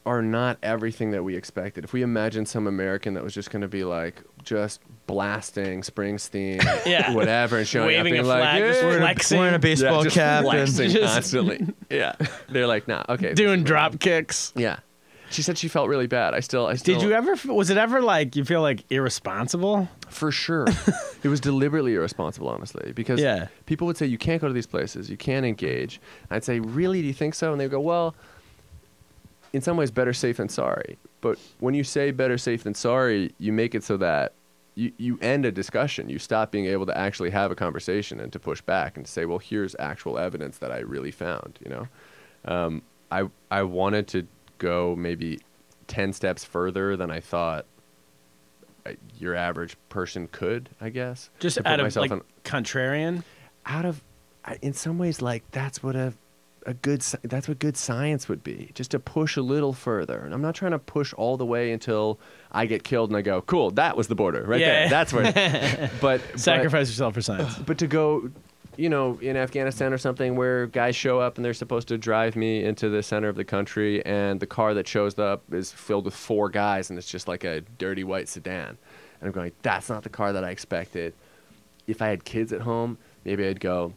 [SPEAKER 3] are not everything that we expected. If we imagined some American that was just going to be like just blasting Springsteen,
[SPEAKER 1] Yeah.
[SPEAKER 3] whatever, and showing
[SPEAKER 1] Waving
[SPEAKER 3] up,
[SPEAKER 1] a
[SPEAKER 3] being like,
[SPEAKER 1] flag, just
[SPEAKER 3] "Yeah."
[SPEAKER 6] we're, in a,
[SPEAKER 1] flexing.
[SPEAKER 6] we're in a baseball
[SPEAKER 3] Yeah, just
[SPEAKER 6] cap.
[SPEAKER 3] flexing
[SPEAKER 6] And,
[SPEAKER 3] constantly. yeah, they're like, nah, okay,
[SPEAKER 1] Doing drop kicks.
[SPEAKER 3] Yeah. She said she felt really bad. I still, I still.
[SPEAKER 1] Did you ever? f- Was it ever like you feel like irresponsible?
[SPEAKER 3] For sure. it was deliberately irresponsible, honestly, because
[SPEAKER 1] Yeah.
[SPEAKER 3] people would say, you can't go to these places, you can't engage. I'd say, really, do you think so? And they'd go, well, in some ways, better safe than sorry. But when you say better safe than sorry, you make it so that you, you end a discussion. You stop being able to actually have a conversation and to push back and to say, well, here's actual evidence that I really found, you know? I I wanted to go maybe ten steps further than I thought I- your average person could. I guess
[SPEAKER 1] Just
[SPEAKER 3] to put
[SPEAKER 1] out of
[SPEAKER 3] myself
[SPEAKER 1] like
[SPEAKER 3] in-
[SPEAKER 1] contrarian.
[SPEAKER 3] out of I- in some ways like that's what a a good sci- that's what good science would be just to push a little further and i'm not trying to push all the way until i get killed and i go cool that was the border right
[SPEAKER 1] Yeah,
[SPEAKER 3] there
[SPEAKER 1] yeah.
[SPEAKER 3] that's where but but-
[SPEAKER 1] Sacrifice yourself for science.
[SPEAKER 3] but to go you know in afghanistan or something where guys show up and they're supposed to drive me into the center of the country and the car that shows up is filled with four guys and it's just like a dirty white sedan and i'm going that's not the car that i expected if i had kids at home maybe i'd go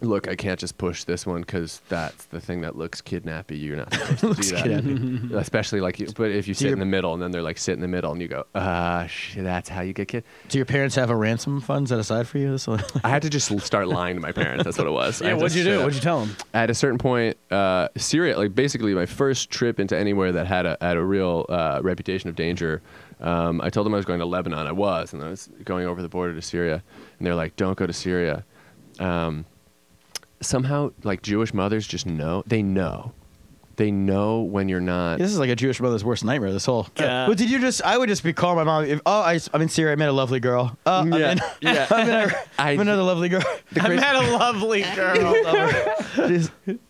[SPEAKER 3] look i can't just push this one because that's the thing that looks kidnappy you're not supposed to do that especially like you- but if you sit
[SPEAKER 6] your-
[SPEAKER 3] in the middle and then they're like sit in the middle and you go ah sh that's how you get kid
[SPEAKER 6] do your parents have a ransom fund set aside for you? This one?
[SPEAKER 3] I had to just l- start lying to my parents. That's what it was. I
[SPEAKER 1] Yeah.
[SPEAKER 3] had to
[SPEAKER 1] What'd you do?
[SPEAKER 3] straight up-
[SPEAKER 1] What'd you tell him?
[SPEAKER 3] At a certain point, uh, Syria, like basically my first trip into anywhere that had a had a real uh, reputation of danger. Um, I told them I was going to Lebanon. I was, and I was going over the border to Syria. And they're like, "Don't go to Syria." Um, somehow, like Jewish mothers just know. They know. They know when you're not.
[SPEAKER 6] This is like a Jewish mother's worst nightmare. This whole.
[SPEAKER 1] Yeah.
[SPEAKER 6] Well, did you just? I would just be calling my mom. If, oh, I, am in Syria. I met a lovely girl. Uh, I'm, in,
[SPEAKER 3] yeah.
[SPEAKER 6] I'm, in a,
[SPEAKER 3] I-
[SPEAKER 6] I'm another lovely girl.
[SPEAKER 1] I met a lovely girl.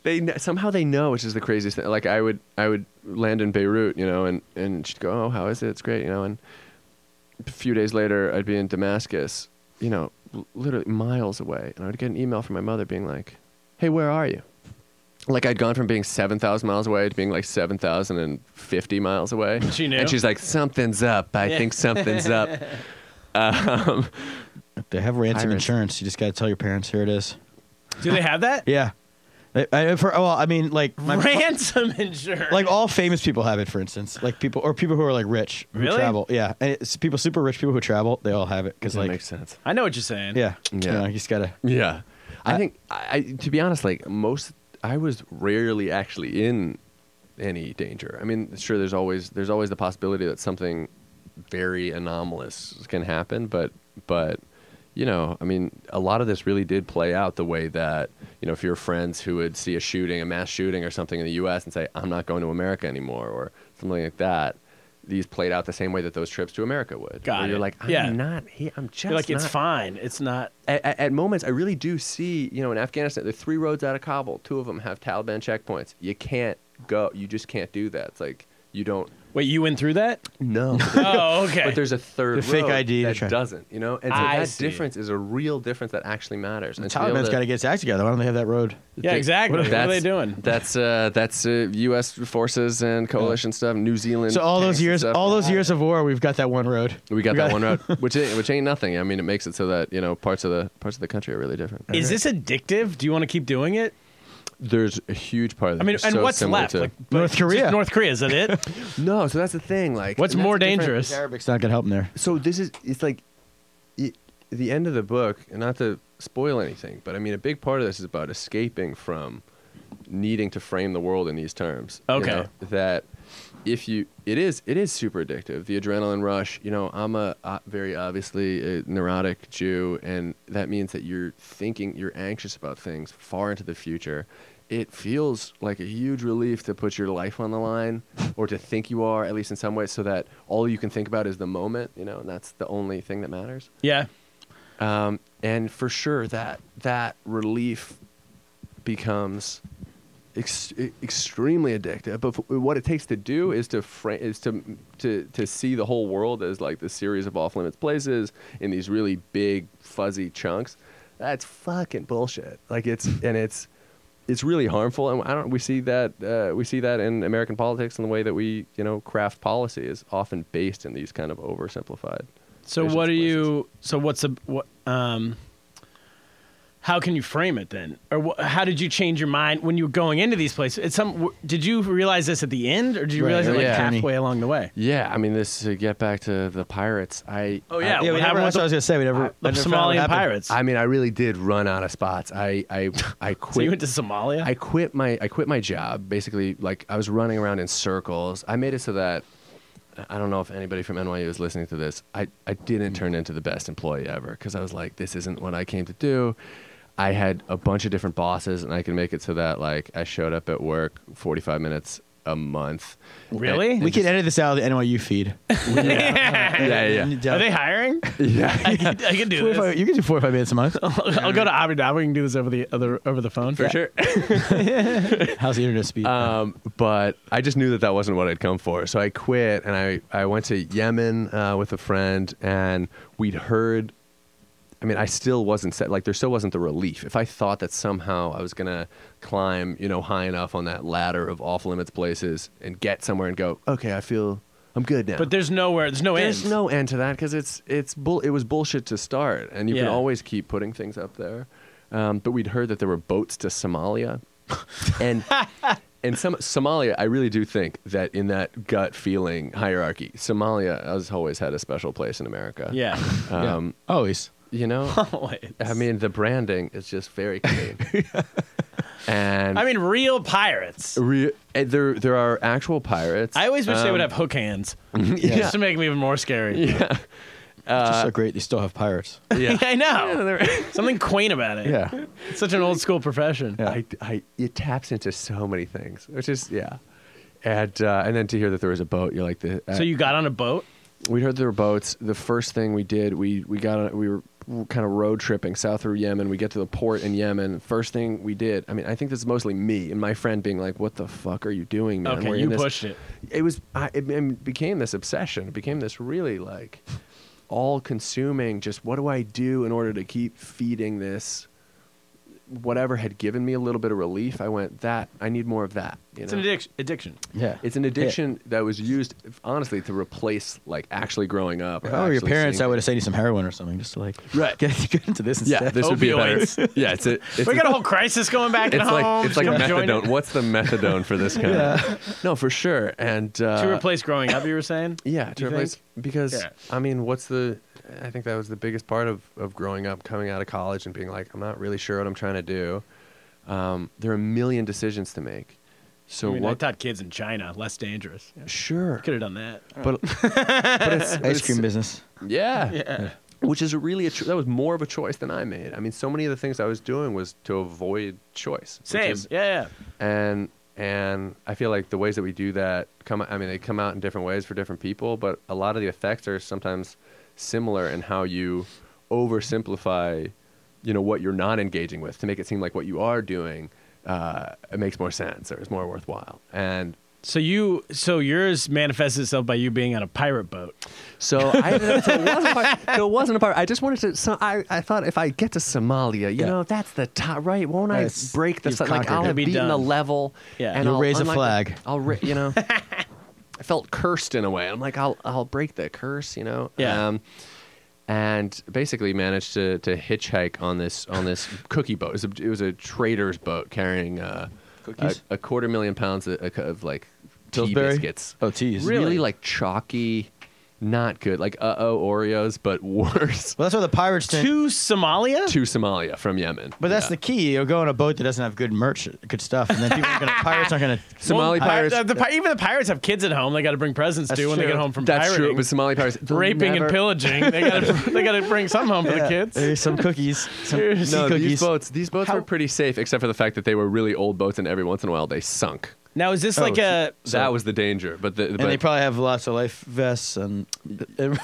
[SPEAKER 3] they kn- somehow they know, which is the craziest thing. Like I would I would land in Beirut, you know, and and she'd go, "Oh, how is it? It's great," you know, and a few days later I'd be in Damascus, you know, l- literally miles away, and I would get an email from my mother being like, "Hey, where are you?" Like I'd gone from being seven thousand miles away to being like seven thousand and fifty miles away.
[SPEAKER 1] She knew?
[SPEAKER 3] and she's like, "Something's up. I think something's up." Um,
[SPEAKER 6] They have ransom
[SPEAKER 3] Pirates.
[SPEAKER 6] insurance. You just got to tell your parents here it is.
[SPEAKER 1] Do they have that?
[SPEAKER 6] Yeah. I, I, for, well, I mean, like my,
[SPEAKER 1] Ransom insurance.
[SPEAKER 6] like all famous people have it. For instance, like people or people who are like rich who
[SPEAKER 1] Really?
[SPEAKER 6] travel. Yeah, and it's people super rich people who travel. They all have it because
[SPEAKER 3] that
[SPEAKER 6] like
[SPEAKER 3] makes sense.
[SPEAKER 1] I know what you're saying.
[SPEAKER 6] yeah, yeah. You,
[SPEAKER 3] Yeah.
[SPEAKER 6] know, you just gotta.
[SPEAKER 3] Yeah, I, think I, I- to be honest, like most, I was rarely actually in any danger. I mean, sure, there's always there's always the possibility that something very anomalous can happen, but but you know, I mean, a lot of this really did play out the way that you know, if your friends who would see a shooting, a mass shooting or something in the U.S. and say, "I'm not going to America anymore," or something like that. These played out the same way that those trips to America would.
[SPEAKER 1] Got
[SPEAKER 3] where
[SPEAKER 1] it.
[SPEAKER 3] You're like, I'm
[SPEAKER 1] Yeah.
[SPEAKER 3] not here. I'm just
[SPEAKER 1] You're like, it's
[SPEAKER 3] not
[SPEAKER 1] fine. It's not.
[SPEAKER 3] at, at- at moments, I really do see, you know, in Afghanistan, there are three roads out of Kabul. Two of them have Taliban checkpoints. You can't go. You just can't do that. It's like you don't.
[SPEAKER 1] Wait, you went through that?
[SPEAKER 3] No.
[SPEAKER 1] Oh, okay.
[SPEAKER 3] But there's a third
[SPEAKER 6] The fake
[SPEAKER 3] road
[SPEAKER 6] ID to
[SPEAKER 3] that
[SPEAKER 6] try-
[SPEAKER 3] doesn't, you know, and so
[SPEAKER 1] I
[SPEAKER 3] that
[SPEAKER 1] see.
[SPEAKER 3] difference is a real difference that actually matters. And to be able
[SPEAKER 6] Taliban's
[SPEAKER 3] to-
[SPEAKER 6] got to get its act together. Why don't they have that road?
[SPEAKER 1] yeah,
[SPEAKER 3] They-
[SPEAKER 1] exactly. What are they
[SPEAKER 3] that's-
[SPEAKER 1] doing?
[SPEAKER 3] That's uh, that's uh, U.S. forces and coalition stuff. New Zealand.
[SPEAKER 6] So all
[SPEAKER 3] tanks
[SPEAKER 6] those
[SPEAKER 3] and
[SPEAKER 6] years,
[SPEAKER 3] stuff.
[SPEAKER 6] all those years of war, we've got that one road.
[SPEAKER 3] We got that one road, which ain't, which ain't nothing. I mean, it makes it so that you know parts of the parts of the country are really different.
[SPEAKER 1] Is this addictive? Do you want to keep doing it?
[SPEAKER 3] There's a huge part of that.
[SPEAKER 1] I mean,
[SPEAKER 3] that's
[SPEAKER 1] and
[SPEAKER 3] so
[SPEAKER 1] what's
[SPEAKER 3] similar
[SPEAKER 1] left?
[SPEAKER 3] to-
[SPEAKER 1] Like, but
[SPEAKER 6] North
[SPEAKER 1] just
[SPEAKER 6] Korea.
[SPEAKER 1] North Korea, is that it?
[SPEAKER 3] No, so that's the thing. Like,
[SPEAKER 1] What's
[SPEAKER 3] and that's
[SPEAKER 1] more
[SPEAKER 3] a different-
[SPEAKER 1] dangerous?
[SPEAKER 6] Arabic's not gonna help them there.
[SPEAKER 3] So this is it's like it, the end of the book, and not to spoil anything, but I mean, a big part of this is about escaping from needing to frame the world in these terms. you
[SPEAKER 1] Okay.
[SPEAKER 3] know, that if you, it is, it is super addictive. The adrenaline rush. You know, I'm a uh, very obviously a neurotic Jew, and that means that you're thinking, you're anxious about things far into the future. It feels like a huge relief to put your life on the line, or to think you are, at least in some ways, so that all you can think about is the moment. You know, and that's the only thing that matters
[SPEAKER 1] Yeah.
[SPEAKER 3] and for sure that that relief becomes ex- e, extremely addictive but f- what it takes to do is to fra- is to to to see the whole world as like the series of off limits places in these really big fuzzy chunks that's fucking bullshit like it's and it's it's really harmful and i don't we see that uh, we see that in american politics and the way that we you know craft policy is often based in these kind of oversimplified
[SPEAKER 1] So
[SPEAKER 3] Visions
[SPEAKER 1] what are
[SPEAKER 3] places.
[SPEAKER 1] you? So what's a what? Um, how can you frame it then, or wh- how did you change your mind when you were going into these places? It's some. w- Did you realize this at the end, or did you
[SPEAKER 6] Right,
[SPEAKER 1] realize it like
[SPEAKER 3] yeah.
[SPEAKER 1] halfway along the way?
[SPEAKER 3] Yeah, I mean, this to get back to the pirates. I
[SPEAKER 1] Oh, yeah.
[SPEAKER 3] I-
[SPEAKER 1] Yeah,
[SPEAKER 6] Yeah,
[SPEAKER 1] we
[SPEAKER 6] we
[SPEAKER 1] never-
[SPEAKER 6] never, that's what I was gonna say. We never.
[SPEAKER 1] The
[SPEAKER 6] I never found out what
[SPEAKER 1] Somalian
[SPEAKER 6] happened.
[SPEAKER 1] pirates.
[SPEAKER 3] I mean, I really did run out of spots. I I I quit.
[SPEAKER 1] so you went to Somalia.
[SPEAKER 3] I quit my I quit my job. Basically, like I was running around in circles. I made it so that I don't know if anybody from NYU is listening to this. I I didn't turn into the best employee ever because I was like, this isn't what I came to do. I had a bunch of different bosses, and I could make it so that like I showed up at work 45 minutes a month.
[SPEAKER 1] really?
[SPEAKER 6] We can edit this out of the NYU feed.
[SPEAKER 3] Yeah, yeah, yeah.
[SPEAKER 1] are they hiring?
[SPEAKER 3] yeah.
[SPEAKER 1] I, could, I could do
[SPEAKER 6] Four or five-
[SPEAKER 1] this.
[SPEAKER 6] you can do four or five minutes a month.
[SPEAKER 1] I'll go to Abu Dhabi. We can do this over the other over the phone.
[SPEAKER 3] For sure.
[SPEAKER 6] How's the internet speed?
[SPEAKER 3] Um, but I just knew that that wasn't what I'd come for. So I quit and I, I went to Yemen uh, with a friend and we'd heard. I mean, I still wasn't set. Like, there still wasn't the relief. If I thought that somehow I was going to climb, you know, high enough on that ladder of off limits places and get somewhere and go, okay, I feel I'm good now.
[SPEAKER 1] But there's nowhere. There's no
[SPEAKER 3] There's
[SPEAKER 1] end.
[SPEAKER 3] no end to that because it's it's bull. It was bullshit to start, and you
[SPEAKER 1] Yeah.
[SPEAKER 3] can always keep putting things up there. Um, but we'd heard that there were boats to Somalia, and and some Somalia. I really do think that in that gut feeling hierarchy, Somalia has always had a special place in America.
[SPEAKER 1] Yeah.
[SPEAKER 3] Um,
[SPEAKER 6] Always.
[SPEAKER 3] You know,
[SPEAKER 1] Always.
[SPEAKER 3] I mean, the branding is just very clean, and
[SPEAKER 1] I mean, real pirates.
[SPEAKER 3] re- and there there are actual pirates.
[SPEAKER 1] I always wish they would
[SPEAKER 3] Um,
[SPEAKER 1] have hook hands,
[SPEAKER 3] Yeah.
[SPEAKER 1] just to make them even more scary.
[SPEAKER 3] Yeah,
[SPEAKER 6] It's
[SPEAKER 3] Uh,
[SPEAKER 6] just so great. They still have pirates.
[SPEAKER 3] yeah.
[SPEAKER 1] I know. Something quaint about it.
[SPEAKER 6] Yeah.
[SPEAKER 1] It's such an old school profession.
[SPEAKER 3] I, I, it taps into so many things, which is yeah. And uh, and then to hear that there was a boat, you're like the.
[SPEAKER 1] So you got on a boat?
[SPEAKER 3] we heard there were boats. The first thing we did, we we got on, we were kind of road tripping south through Yemen. We get to the port in Yemen. First thing we did, I mean, I think this is mostly me and my friend being like, "What the fuck are you doing, man?"
[SPEAKER 1] Okay,
[SPEAKER 3] We're in
[SPEAKER 1] you
[SPEAKER 3] this-
[SPEAKER 1] pushed it.
[SPEAKER 3] It was I, it, it became this obsession. It became this really like all consuming. Just what do I do in order to keep feeding this? Whatever had given me a little bit of relief, I went that I need more of that. You
[SPEAKER 1] It's
[SPEAKER 3] know?
[SPEAKER 1] an addic- addiction.
[SPEAKER 6] Yeah.
[SPEAKER 3] It's an addiction that was used, honestly, to replace like actually growing up. or
[SPEAKER 6] If I were Oh, your
[SPEAKER 3] actually
[SPEAKER 6] parents,
[SPEAKER 3] seeing-
[SPEAKER 6] I would have said you some heroin or something, just to like
[SPEAKER 3] Right.
[SPEAKER 6] get, get into this instead.
[SPEAKER 3] Yeah, this would be better.
[SPEAKER 1] Opioids.
[SPEAKER 3] Yeah, it's a. It's
[SPEAKER 1] we got a whole crisis going back at
[SPEAKER 3] It's
[SPEAKER 1] home.
[SPEAKER 3] like it's like a
[SPEAKER 1] Come join
[SPEAKER 3] methadone.
[SPEAKER 1] it.
[SPEAKER 3] What's the methadone for this kind? of No, for sure. And uh,
[SPEAKER 1] to replace growing up, you were saying?
[SPEAKER 3] Yeah, to
[SPEAKER 1] you
[SPEAKER 3] replace
[SPEAKER 1] think?
[SPEAKER 3] because
[SPEAKER 1] Yeah.
[SPEAKER 3] I mean, what's the? I think that was the biggest part of of growing up, coming out of college, and being like, I'm not really sure what I'm trying to do. Um, there are a million decisions to make. So
[SPEAKER 1] I mean, I
[SPEAKER 3] what?
[SPEAKER 1] taught kids in China less dangerous.
[SPEAKER 3] sure,
[SPEAKER 1] Could have done that.
[SPEAKER 3] but, but it's,
[SPEAKER 6] Ice cream business.
[SPEAKER 3] yeah. Which is a really a cho- that was more of a choice than I made. I mean, so many of the things I was doing was to avoid choice. which
[SPEAKER 1] Same.
[SPEAKER 3] is-
[SPEAKER 1] yeah, yeah.
[SPEAKER 3] and and I feel like the ways that we do that come I mean they come out in different ways for different people, but a lot of the effects are sometimes similar in how you oversimplify you know what you're not engaging with to make it seem like what you are doing uh, it makes more sense or is more worthwhile. And
[SPEAKER 1] So you, so yours manifests itself by you being on a pirate boat.
[SPEAKER 3] So I ended up, so it wasn't a part. So it wasn't a part. I just wanted to. So I, I thought if I get to Somalia, you
[SPEAKER 6] Yeah.
[SPEAKER 3] know, that's the top right. Won't I
[SPEAKER 6] Yes.
[SPEAKER 3] break the
[SPEAKER 6] You've
[SPEAKER 3] si- like
[SPEAKER 6] conquered
[SPEAKER 3] I'll
[SPEAKER 6] it.
[SPEAKER 3] have
[SPEAKER 1] Be done.
[SPEAKER 3] beaten the level.
[SPEAKER 1] Yeah.
[SPEAKER 3] and
[SPEAKER 6] You'll
[SPEAKER 3] I'll
[SPEAKER 6] raise a
[SPEAKER 3] unlock-
[SPEAKER 6] flag.
[SPEAKER 3] I'll ra- you know. I felt cursed in a way. I'm like I'll I'll break the curse. You know. Um,
[SPEAKER 1] Yeah.
[SPEAKER 3] and basically managed to, to hitchhike on this on this cookie boat. It was a, it was a trader's boat carrying uh, a,
[SPEAKER 6] Cookies?
[SPEAKER 3] a quarter million pounds of, of like tea
[SPEAKER 6] Pillsbury?
[SPEAKER 3] biscuits
[SPEAKER 6] Oh, teas.
[SPEAKER 3] really,
[SPEAKER 1] Really?
[SPEAKER 3] like chalky, not good. Like uh oh Oreos, but worse.
[SPEAKER 6] Well, that's where the pirates did
[SPEAKER 1] To Somalia?
[SPEAKER 3] to Somalia from Yemen.
[SPEAKER 6] But that's
[SPEAKER 3] Yeah.
[SPEAKER 6] the key. You'll go on a boat that doesn't have good merch, good stuff, and then people are gonna pirates aren't gonna.
[SPEAKER 3] Somali
[SPEAKER 1] Well,
[SPEAKER 3] pirates.
[SPEAKER 1] The, the, pi- even the pirates have kids at home. They got to bring presents to
[SPEAKER 6] That's
[SPEAKER 1] when they
[SPEAKER 6] true.
[SPEAKER 1] get home from
[SPEAKER 3] that's true.
[SPEAKER 1] pirating.
[SPEAKER 3] But Somali pirates they'll
[SPEAKER 1] raping
[SPEAKER 3] never-
[SPEAKER 1] and pillaging. They got to they got to bring some home for the kids.
[SPEAKER 6] There's some cookies. Some
[SPEAKER 1] Here's-
[SPEAKER 6] sea
[SPEAKER 3] No,
[SPEAKER 6] cookies.
[SPEAKER 3] these boats. These boats were pretty safe, except for the fact that they were really old boats, and every once in a while they sunk.
[SPEAKER 1] Now is this
[SPEAKER 3] Oh,
[SPEAKER 1] like a
[SPEAKER 3] that was the danger. But, the, but
[SPEAKER 6] and they probably have lots of life vests and.
[SPEAKER 3] there,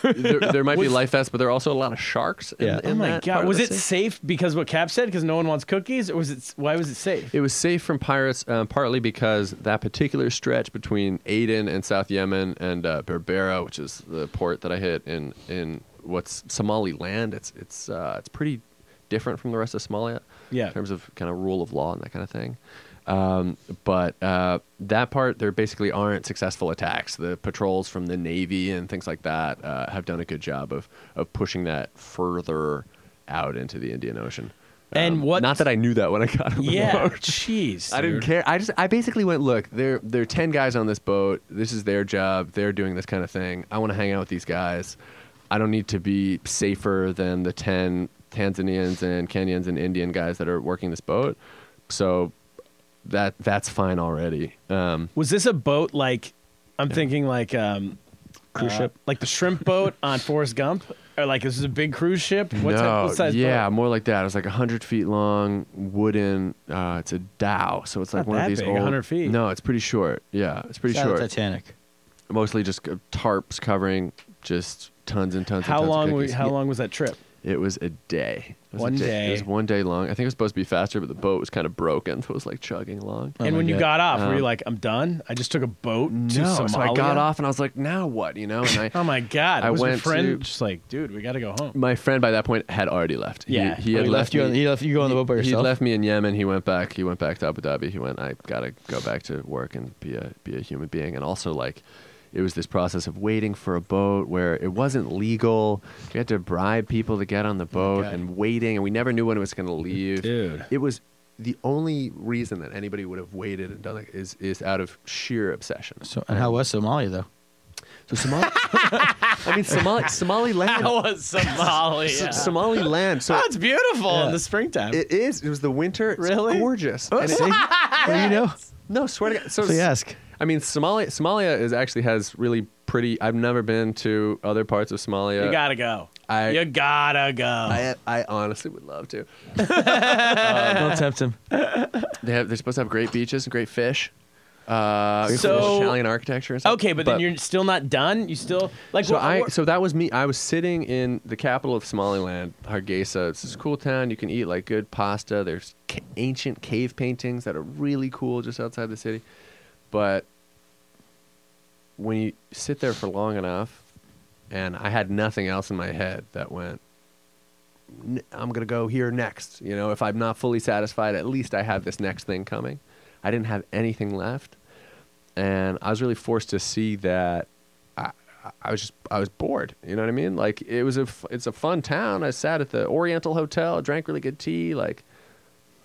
[SPEAKER 3] there might be life vests, but there are also a lot of sharks. In,
[SPEAKER 6] Yeah.
[SPEAKER 3] in
[SPEAKER 1] Oh my
[SPEAKER 3] that part
[SPEAKER 1] god!
[SPEAKER 3] of
[SPEAKER 1] Was
[SPEAKER 3] the
[SPEAKER 1] it
[SPEAKER 3] sea.
[SPEAKER 1] safe because what Cap said? Because no one wants cookies, or was it? Why was it safe?
[SPEAKER 3] It was safe from pirates, um, partly because that particular stretch between Aden and South Yemen and uh, Berbera, which is the port that I hit in in what's Somaliland, it's it's uh, it's pretty different from the rest of Somalia,
[SPEAKER 1] Yeah.
[SPEAKER 3] in terms of kind of rule of law and that kind of thing. Um, but uh, that part, there basically aren't successful attacks. The patrols from the navy and things like that uh, have done a good job of of pushing that further out into the Indian Ocean. Um,
[SPEAKER 1] And what-
[SPEAKER 3] Not that I knew that when I got on the
[SPEAKER 1] yeah,
[SPEAKER 3] boat.
[SPEAKER 1] jeez.
[SPEAKER 3] I didn't
[SPEAKER 1] dude.
[SPEAKER 3] care. I just I basically went, look, there there are ten guys on this boat. This is their job. They're doing this kind of thing. I want to hang out with these guys. I don't need to be safer than the ten Tanzanians and Kenyans and Indian guys that are working this boat. So that that's fine already. Um,
[SPEAKER 1] Was this a boat like? I'm thinking like um, cruise ship, like the shrimp boat on Forrest Gump, or like is this a big cruise ship? What type, what size
[SPEAKER 3] yeah,
[SPEAKER 1] boat?
[SPEAKER 3] more like that. It was like hundred feet long, wooden. Uh, it's a dhow, so it's like
[SPEAKER 1] Not
[SPEAKER 3] one
[SPEAKER 1] that
[SPEAKER 3] of these
[SPEAKER 1] big,
[SPEAKER 3] old.
[SPEAKER 1] 100 feet.
[SPEAKER 3] No, it's pretty short. Yeah, it's pretty
[SPEAKER 6] Shout out
[SPEAKER 3] short.
[SPEAKER 6] Titanic.
[SPEAKER 3] mostly just uh, tarps covering just tons and tons.
[SPEAKER 1] How
[SPEAKER 3] and tons
[SPEAKER 1] long?
[SPEAKER 3] Of
[SPEAKER 1] Were,
[SPEAKER 3] cookies.
[SPEAKER 1] how long was that trip?
[SPEAKER 3] It was a day. It was a
[SPEAKER 1] One
[SPEAKER 3] It
[SPEAKER 1] day.
[SPEAKER 3] was one day long. I think it was supposed to be faster, but the boat was kind of broken, so it was like chugging along.
[SPEAKER 1] and
[SPEAKER 6] my
[SPEAKER 1] when you
[SPEAKER 6] God.
[SPEAKER 1] got off, were you like, "I'm done. I just took a boat to Somalia."
[SPEAKER 3] Um, so I got off and I was like, now what? You know, and I.
[SPEAKER 1] Oh my god!
[SPEAKER 3] I
[SPEAKER 1] was your
[SPEAKER 3] went
[SPEAKER 1] friend
[SPEAKER 3] to-
[SPEAKER 1] just like, dude, we got to go home.
[SPEAKER 3] My friend by that point had already left. He-
[SPEAKER 1] Yeah.
[SPEAKER 3] he,
[SPEAKER 1] Oh,
[SPEAKER 3] had
[SPEAKER 6] he
[SPEAKER 3] left,
[SPEAKER 6] left, you.
[SPEAKER 3] me-
[SPEAKER 6] On, he left you go on the boat by
[SPEAKER 3] He
[SPEAKER 6] yourself.
[SPEAKER 3] left me in Yemen. He went back. He went back to Abu Dhabi. He went. I gotta go back to work and be a be a human being. And also like, it was this process of waiting for a boat where it wasn't legal. We had to bribe people to get on the boat and waiting, and we never knew when it was gonna leave.
[SPEAKER 1] Oh Dude.
[SPEAKER 3] it was the only reason that anybody would have waited and done it is is out of sheer obsession.
[SPEAKER 6] So, and how was Somalia though?
[SPEAKER 3] So Somali, I mean Somali Somaliland.
[SPEAKER 1] That was Somalia.
[SPEAKER 3] Somaliland. So
[SPEAKER 1] Oh, it's beautiful in the springtime.
[SPEAKER 3] it is. It was the winter. It's
[SPEAKER 1] Really? Oh,
[SPEAKER 3] gorgeous. And it-
[SPEAKER 6] Well, you know.
[SPEAKER 3] No, swear to God. So,
[SPEAKER 6] So you ask.
[SPEAKER 3] I mean, Somalia. Somalia is actually has really pretty. I've never been to other parts of Somalia.
[SPEAKER 1] you gotta go.
[SPEAKER 3] I-
[SPEAKER 1] you gotta go.
[SPEAKER 3] I, I honestly would love to. Uh,
[SPEAKER 6] Don't tempt him.
[SPEAKER 3] They have, they're supposed to have great beaches and great fish. Uh,
[SPEAKER 1] So-
[SPEAKER 3] Italian architecture and stuff.
[SPEAKER 1] okay, but, then you're still not done. You still like
[SPEAKER 3] So
[SPEAKER 1] what-
[SPEAKER 3] I
[SPEAKER 1] what-
[SPEAKER 3] so that was me. I was sitting in the capital of Somaliland, Hargeisa. It's this cool town. You can eat like good pasta. There's ca- ancient cave paintings that are really cool just outside the city. But when you sit there for long enough, and I had nothing else in my head that went. "N- I'm gonna go here next. You know, if I'm not fully satisfied, at least I have this next thing coming. I didn't have anything left, and I was really forced to see that. I, I- I was just I was bored. You know what I mean? Like it was a f- it's a fun town. I sat at the Oriental Hotel, drank really good tea, like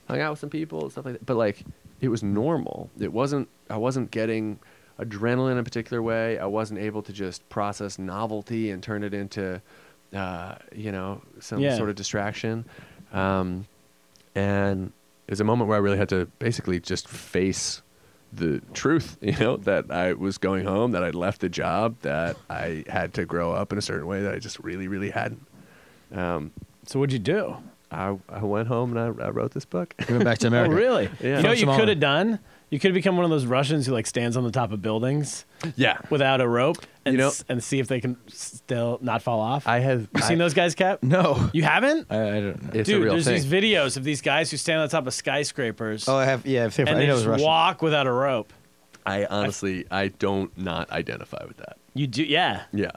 [SPEAKER 3] hung out with some people and stuff like that. But like it was normal. It wasn't I wasn't getting adrenaline in a particular way. I wasn't able to just process novelty and turn it into uh, you know, some
[SPEAKER 1] Yeah.
[SPEAKER 3] sort of distraction. Um, and it was a moment where I really had to basically just face the truth, you know, that I was going home, that I'd left the job, that I had to grow up in a certain way that I just really, really hadn't. Um,
[SPEAKER 1] So what'd you do?
[SPEAKER 3] I, I went home and I, I wrote this book.
[SPEAKER 6] We went back to
[SPEAKER 1] Oh,
[SPEAKER 6] America.
[SPEAKER 1] really?
[SPEAKER 3] Yeah.
[SPEAKER 1] You know
[SPEAKER 6] From
[SPEAKER 1] what you
[SPEAKER 6] Samoa.
[SPEAKER 1] could have done? You could have become one of those Russians who like stands on the top of buildings
[SPEAKER 3] yeah.
[SPEAKER 1] without a rope and,
[SPEAKER 3] You know-
[SPEAKER 1] s- and see if they can still not fall off.
[SPEAKER 3] I have
[SPEAKER 1] you seen
[SPEAKER 3] I-
[SPEAKER 1] those guys, Cap?
[SPEAKER 6] No,
[SPEAKER 1] You haven't?
[SPEAKER 6] I, I don't. know.
[SPEAKER 3] It's
[SPEAKER 1] Dude,
[SPEAKER 3] a real
[SPEAKER 1] there's
[SPEAKER 3] thing.
[SPEAKER 1] these videos of these guys who stand on top of skyscrapers
[SPEAKER 6] Oh, I have. Yeah, I've seen-
[SPEAKER 1] and
[SPEAKER 6] I
[SPEAKER 1] they
[SPEAKER 6] know it was
[SPEAKER 1] just
[SPEAKER 6] Russian.
[SPEAKER 1] walk without a rope.
[SPEAKER 3] I honestly, I don't not identify with that.
[SPEAKER 1] You do, yeah.
[SPEAKER 3] Yeah.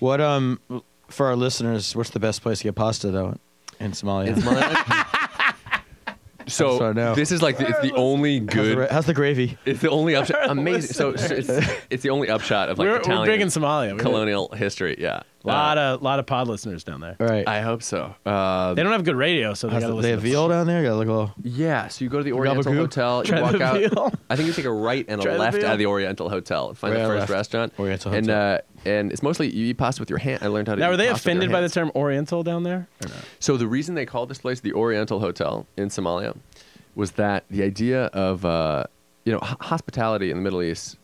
[SPEAKER 6] What um for our listeners, what's the best place to get pasta though in Somalia?
[SPEAKER 3] so
[SPEAKER 6] sorry, no.
[SPEAKER 3] this is like the, it's the only
[SPEAKER 6] how's, the,
[SPEAKER 3] good.
[SPEAKER 6] ra- how's the gravy?
[SPEAKER 3] It's the only upshot. Amazing. So, so it's, it's the only upshot of like
[SPEAKER 1] we're,
[SPEAKER 3] Italian
[SPEAKER 1] we're big in Somalia. We got
[SPEAKER 3] colonial history. Yeah.
[SPEAKER 1] a lot of lot of pod listeners down there.
[SPEAKER 6] All right.
[SPEAKER 3] I hope so. Uh,
[SPEAKER 1] They don't have good radio, so they
[SPEAKER 6] How's
[SPEAKER 1] got to
[SPEAKER 6] the, they
[SPEAKER 1] listen.
[SPEAKER 6] have veal down there. Got like a little.
[SPEAKER 3] yeah. So you go to the Oriental
[SPEAKER 6] Gabagool?
[SPEAKER 3] Hotel. You
[SPEAKER 1] Try
[SPEAKER 3] walk
[SPEAKER 1] the
[SPEAKER 3] out.
[SPEAKER 1] veal.
[SPEAKER 3] I think you take a right and
[SPEAKER 1] Try
[SPEAKER 3] a
[SPEAKER 1] the
[SPEAKER 3] left
[SPEAKER 1] veal.
[SPEAKER 3] out of the Oriental Hotel. Find
[SPEAKER 6] Right
[SPEAKER 3] the
[SPEAKER 6] or
[SPEAKER 3] first
[SPEAKER 6] left?
[SPEAKER 3] restaurant.
[SPEAKER 6] Oriental
[SPEAKER 3] and,
[SPEAKER 6] Hotel.
[SPEAKER 3] Uh, and it's mostly you eat pasta with your hand. I learned how to.
[SPEAKER 1] Now,
[SPEAKER 3] eat
[SPEAKER 1] are they
[SPEAKER 3] pasta with your
[SPEAKER 1] offended by
[SPEAKER 3] hand.
[SPEAKER 1] the term Oriental down there?
[SPEAKER 3] So the reason they called this place the Oriental Hotel in Somalia was that the idea of uh, you know h- hospitality in the Middle East,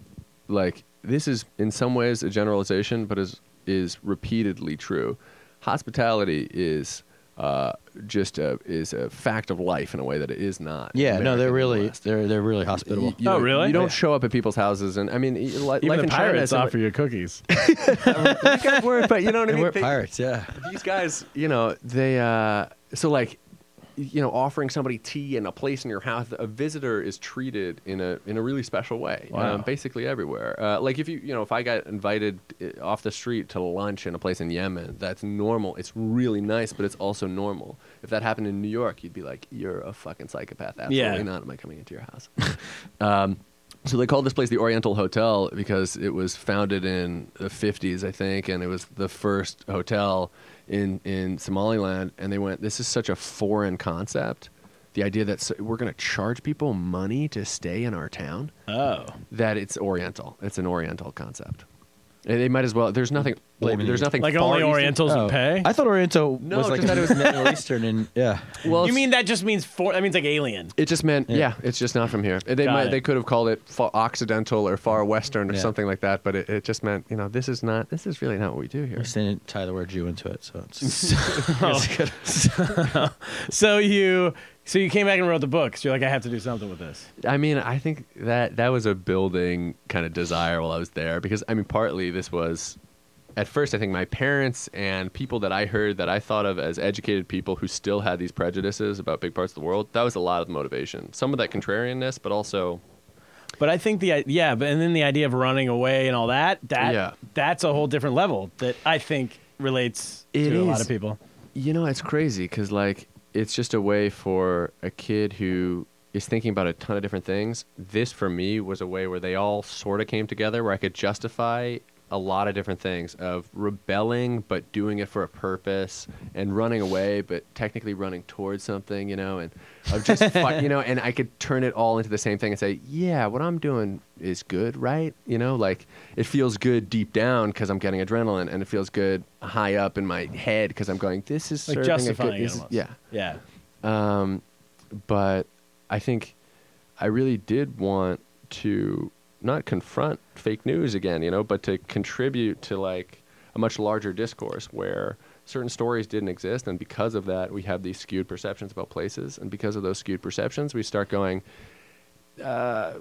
[SPEAKER 3] like this is in some ways a generalization, but is is repeatedly true. Hospitality is uh, just a, is a fact of life in a way that it is not. in
[SPEAKER 6] Yeah,
[SPEAKER 3] America
[SPEAKER 6] no, they're
[SPEAKER 3] and the
[SPEAKER 6] really
[SPEAKER 3] West.
[SPEAKER 6] they're they're really hospitable.
[SPEAKER 3] You, you
[SPEAKER 1] Oh,
[SPEAKER 3] know,
[SPEAKER 1] really?
[SPEAKER 3] You don't
[SPEAKER 1] Yeah.
[SPEAKER 3] show up at people's houses, and I mean, y- li-
[SPEAKER 1] Even
[SPEAKER 3] life
[SPEAKER 1] the
[SPEAKER 3] in China
[SPEAKER 1] pirates
[SPEAKER 3] is a-
[SPEAKER 1] offer you cookies.
[SPEAKER 3] You guys were, but you know what I
[SPEAKER 6] and
[SPEAKER 3] mean.
[SPEAKER 6] we're
[SPEAKER 3] They-
[SPEAKER 6] pirates. Yeah.
[SPEAKER 3] these guys, you know, they uh so like you know, offering somebody tea and a place in your house, a visitor is treated in a in a really special way.
[SPEAKER 1] Wow.
[SPEAKER 3] Um, basically everywhere. Uh, like if you you know, if I got invited uh, off the street to lunch in a place in Yemen, that's normal. It's really nice, but it's also normal. If that happened in New York, you'd be like, "You're a fucking psychopath." Absolutely
[SPEAKER 1] Yeah.
[SPEAKER 3] not. Am I coming into your house? Um, So they called this place the Oriental Hotel because it was founded in the 50s, I think, and it was the first hotel in in Somaliland. And they went, "This is such a foreign concept." The idea that s we're going to charge people money to stay in our town,
[SPEAKER 1] Oh,
[SPEAKER 3] that it's Oriental. It's an Oriental concept. And they might as well. There's nothing.
[SPEAKER 6] Blaming
[SPEAKER 3] there's
[SPEAKER 6] you.
[SPEAKER 3] nothing.
[SPEAKER 1] like
[SPEAKER 3] Far
[SPEAKER 1] only
[SPEAKER 3] Eastern-
[SPEAKER 1] Orientals
[SPEAKER 6] Oh.
[SPEAKER 1] would pay.
[SPEAKER 6] I thought Oriental
[SPEAKER 3] No,
[SPEAKER 6] was like
[SPEAKER 3] just that it was-
[SPEAKER 6] Middle Eastern and yeah.
[SPEAKER 3] Well,
[SPEAKER 1] you mean that just means four? That means like alien.
[SPEAKER 3] It just meant, yeah, it's just not from here. They
[SPEAKER 1] Got
[SPEAKER 3] might,
[SPEAKER 1] it.
[SPEAKER 3] they could have called it far Occidental or Far Western or
[SPEAKER 6] Yeah.
[SPEAKER 3] something like that, but it, it just meant, you know, this is not, this is really not what we do here.
[SPEAKER 6] Just didn't tie the word Jew into it, so it's
[SPEAKER 1] Oh. So you, so you came back and wrote the book. So you're like, I have to do something with this.
[SPEAKER 3] I mean, I think that that was a building kind of desire while I was there because I mean, partly this was at first I think my parents and people that I heard that I thought of as educated people who still had these prejudices about big parts of the world. That was a lot of the motivation. Some of that contrarianness, but also
[SPEAKER 1] But I think the yeah, but and then the idea of running away and all that that
[SPEAKER 3] Yeah.
[SPEAKER 1] that's a whole different level that I think relates
[SPEAKER 3] It
[SPEAKER 1] to a lot
[SPEAKER 3] is.
[SPEAKER 1] of people.
[SPEAKER 3] You know, it's crazy because like it's just a way for a kid who is thinking about a ton of different things. This for me was a way where they all sort of came together, where I could justify a lot of different things of rebelling but doing it for a purpose and running away but technically running towards something you know and of just fi- you know and i could turn it all into the same thing and say yeah what i'm doing is good right you know like it feels good deep down because i'm getting adrenaline and it feels good high up in my head because i'm going this is
[SPEAKER 1] Like
[SPEAKER 3] serving a
[SPEAKER 1] justifying
[SPEAKER 3] good,
[SPEAKER 1] it
[SPEAKER 3] this is-
[SPEAKER 1] almost.
[SPEAKER 3] yeah
[SPEAKER 1] Yeah.
[SPEAKER 3] but I think I really did want to not confront fake news again, you know, but to contribute to like a much larger discourse where certain stories didn't exist and because of that we have these skewed perceptions about places and because of those skewed perceptions we start going uh,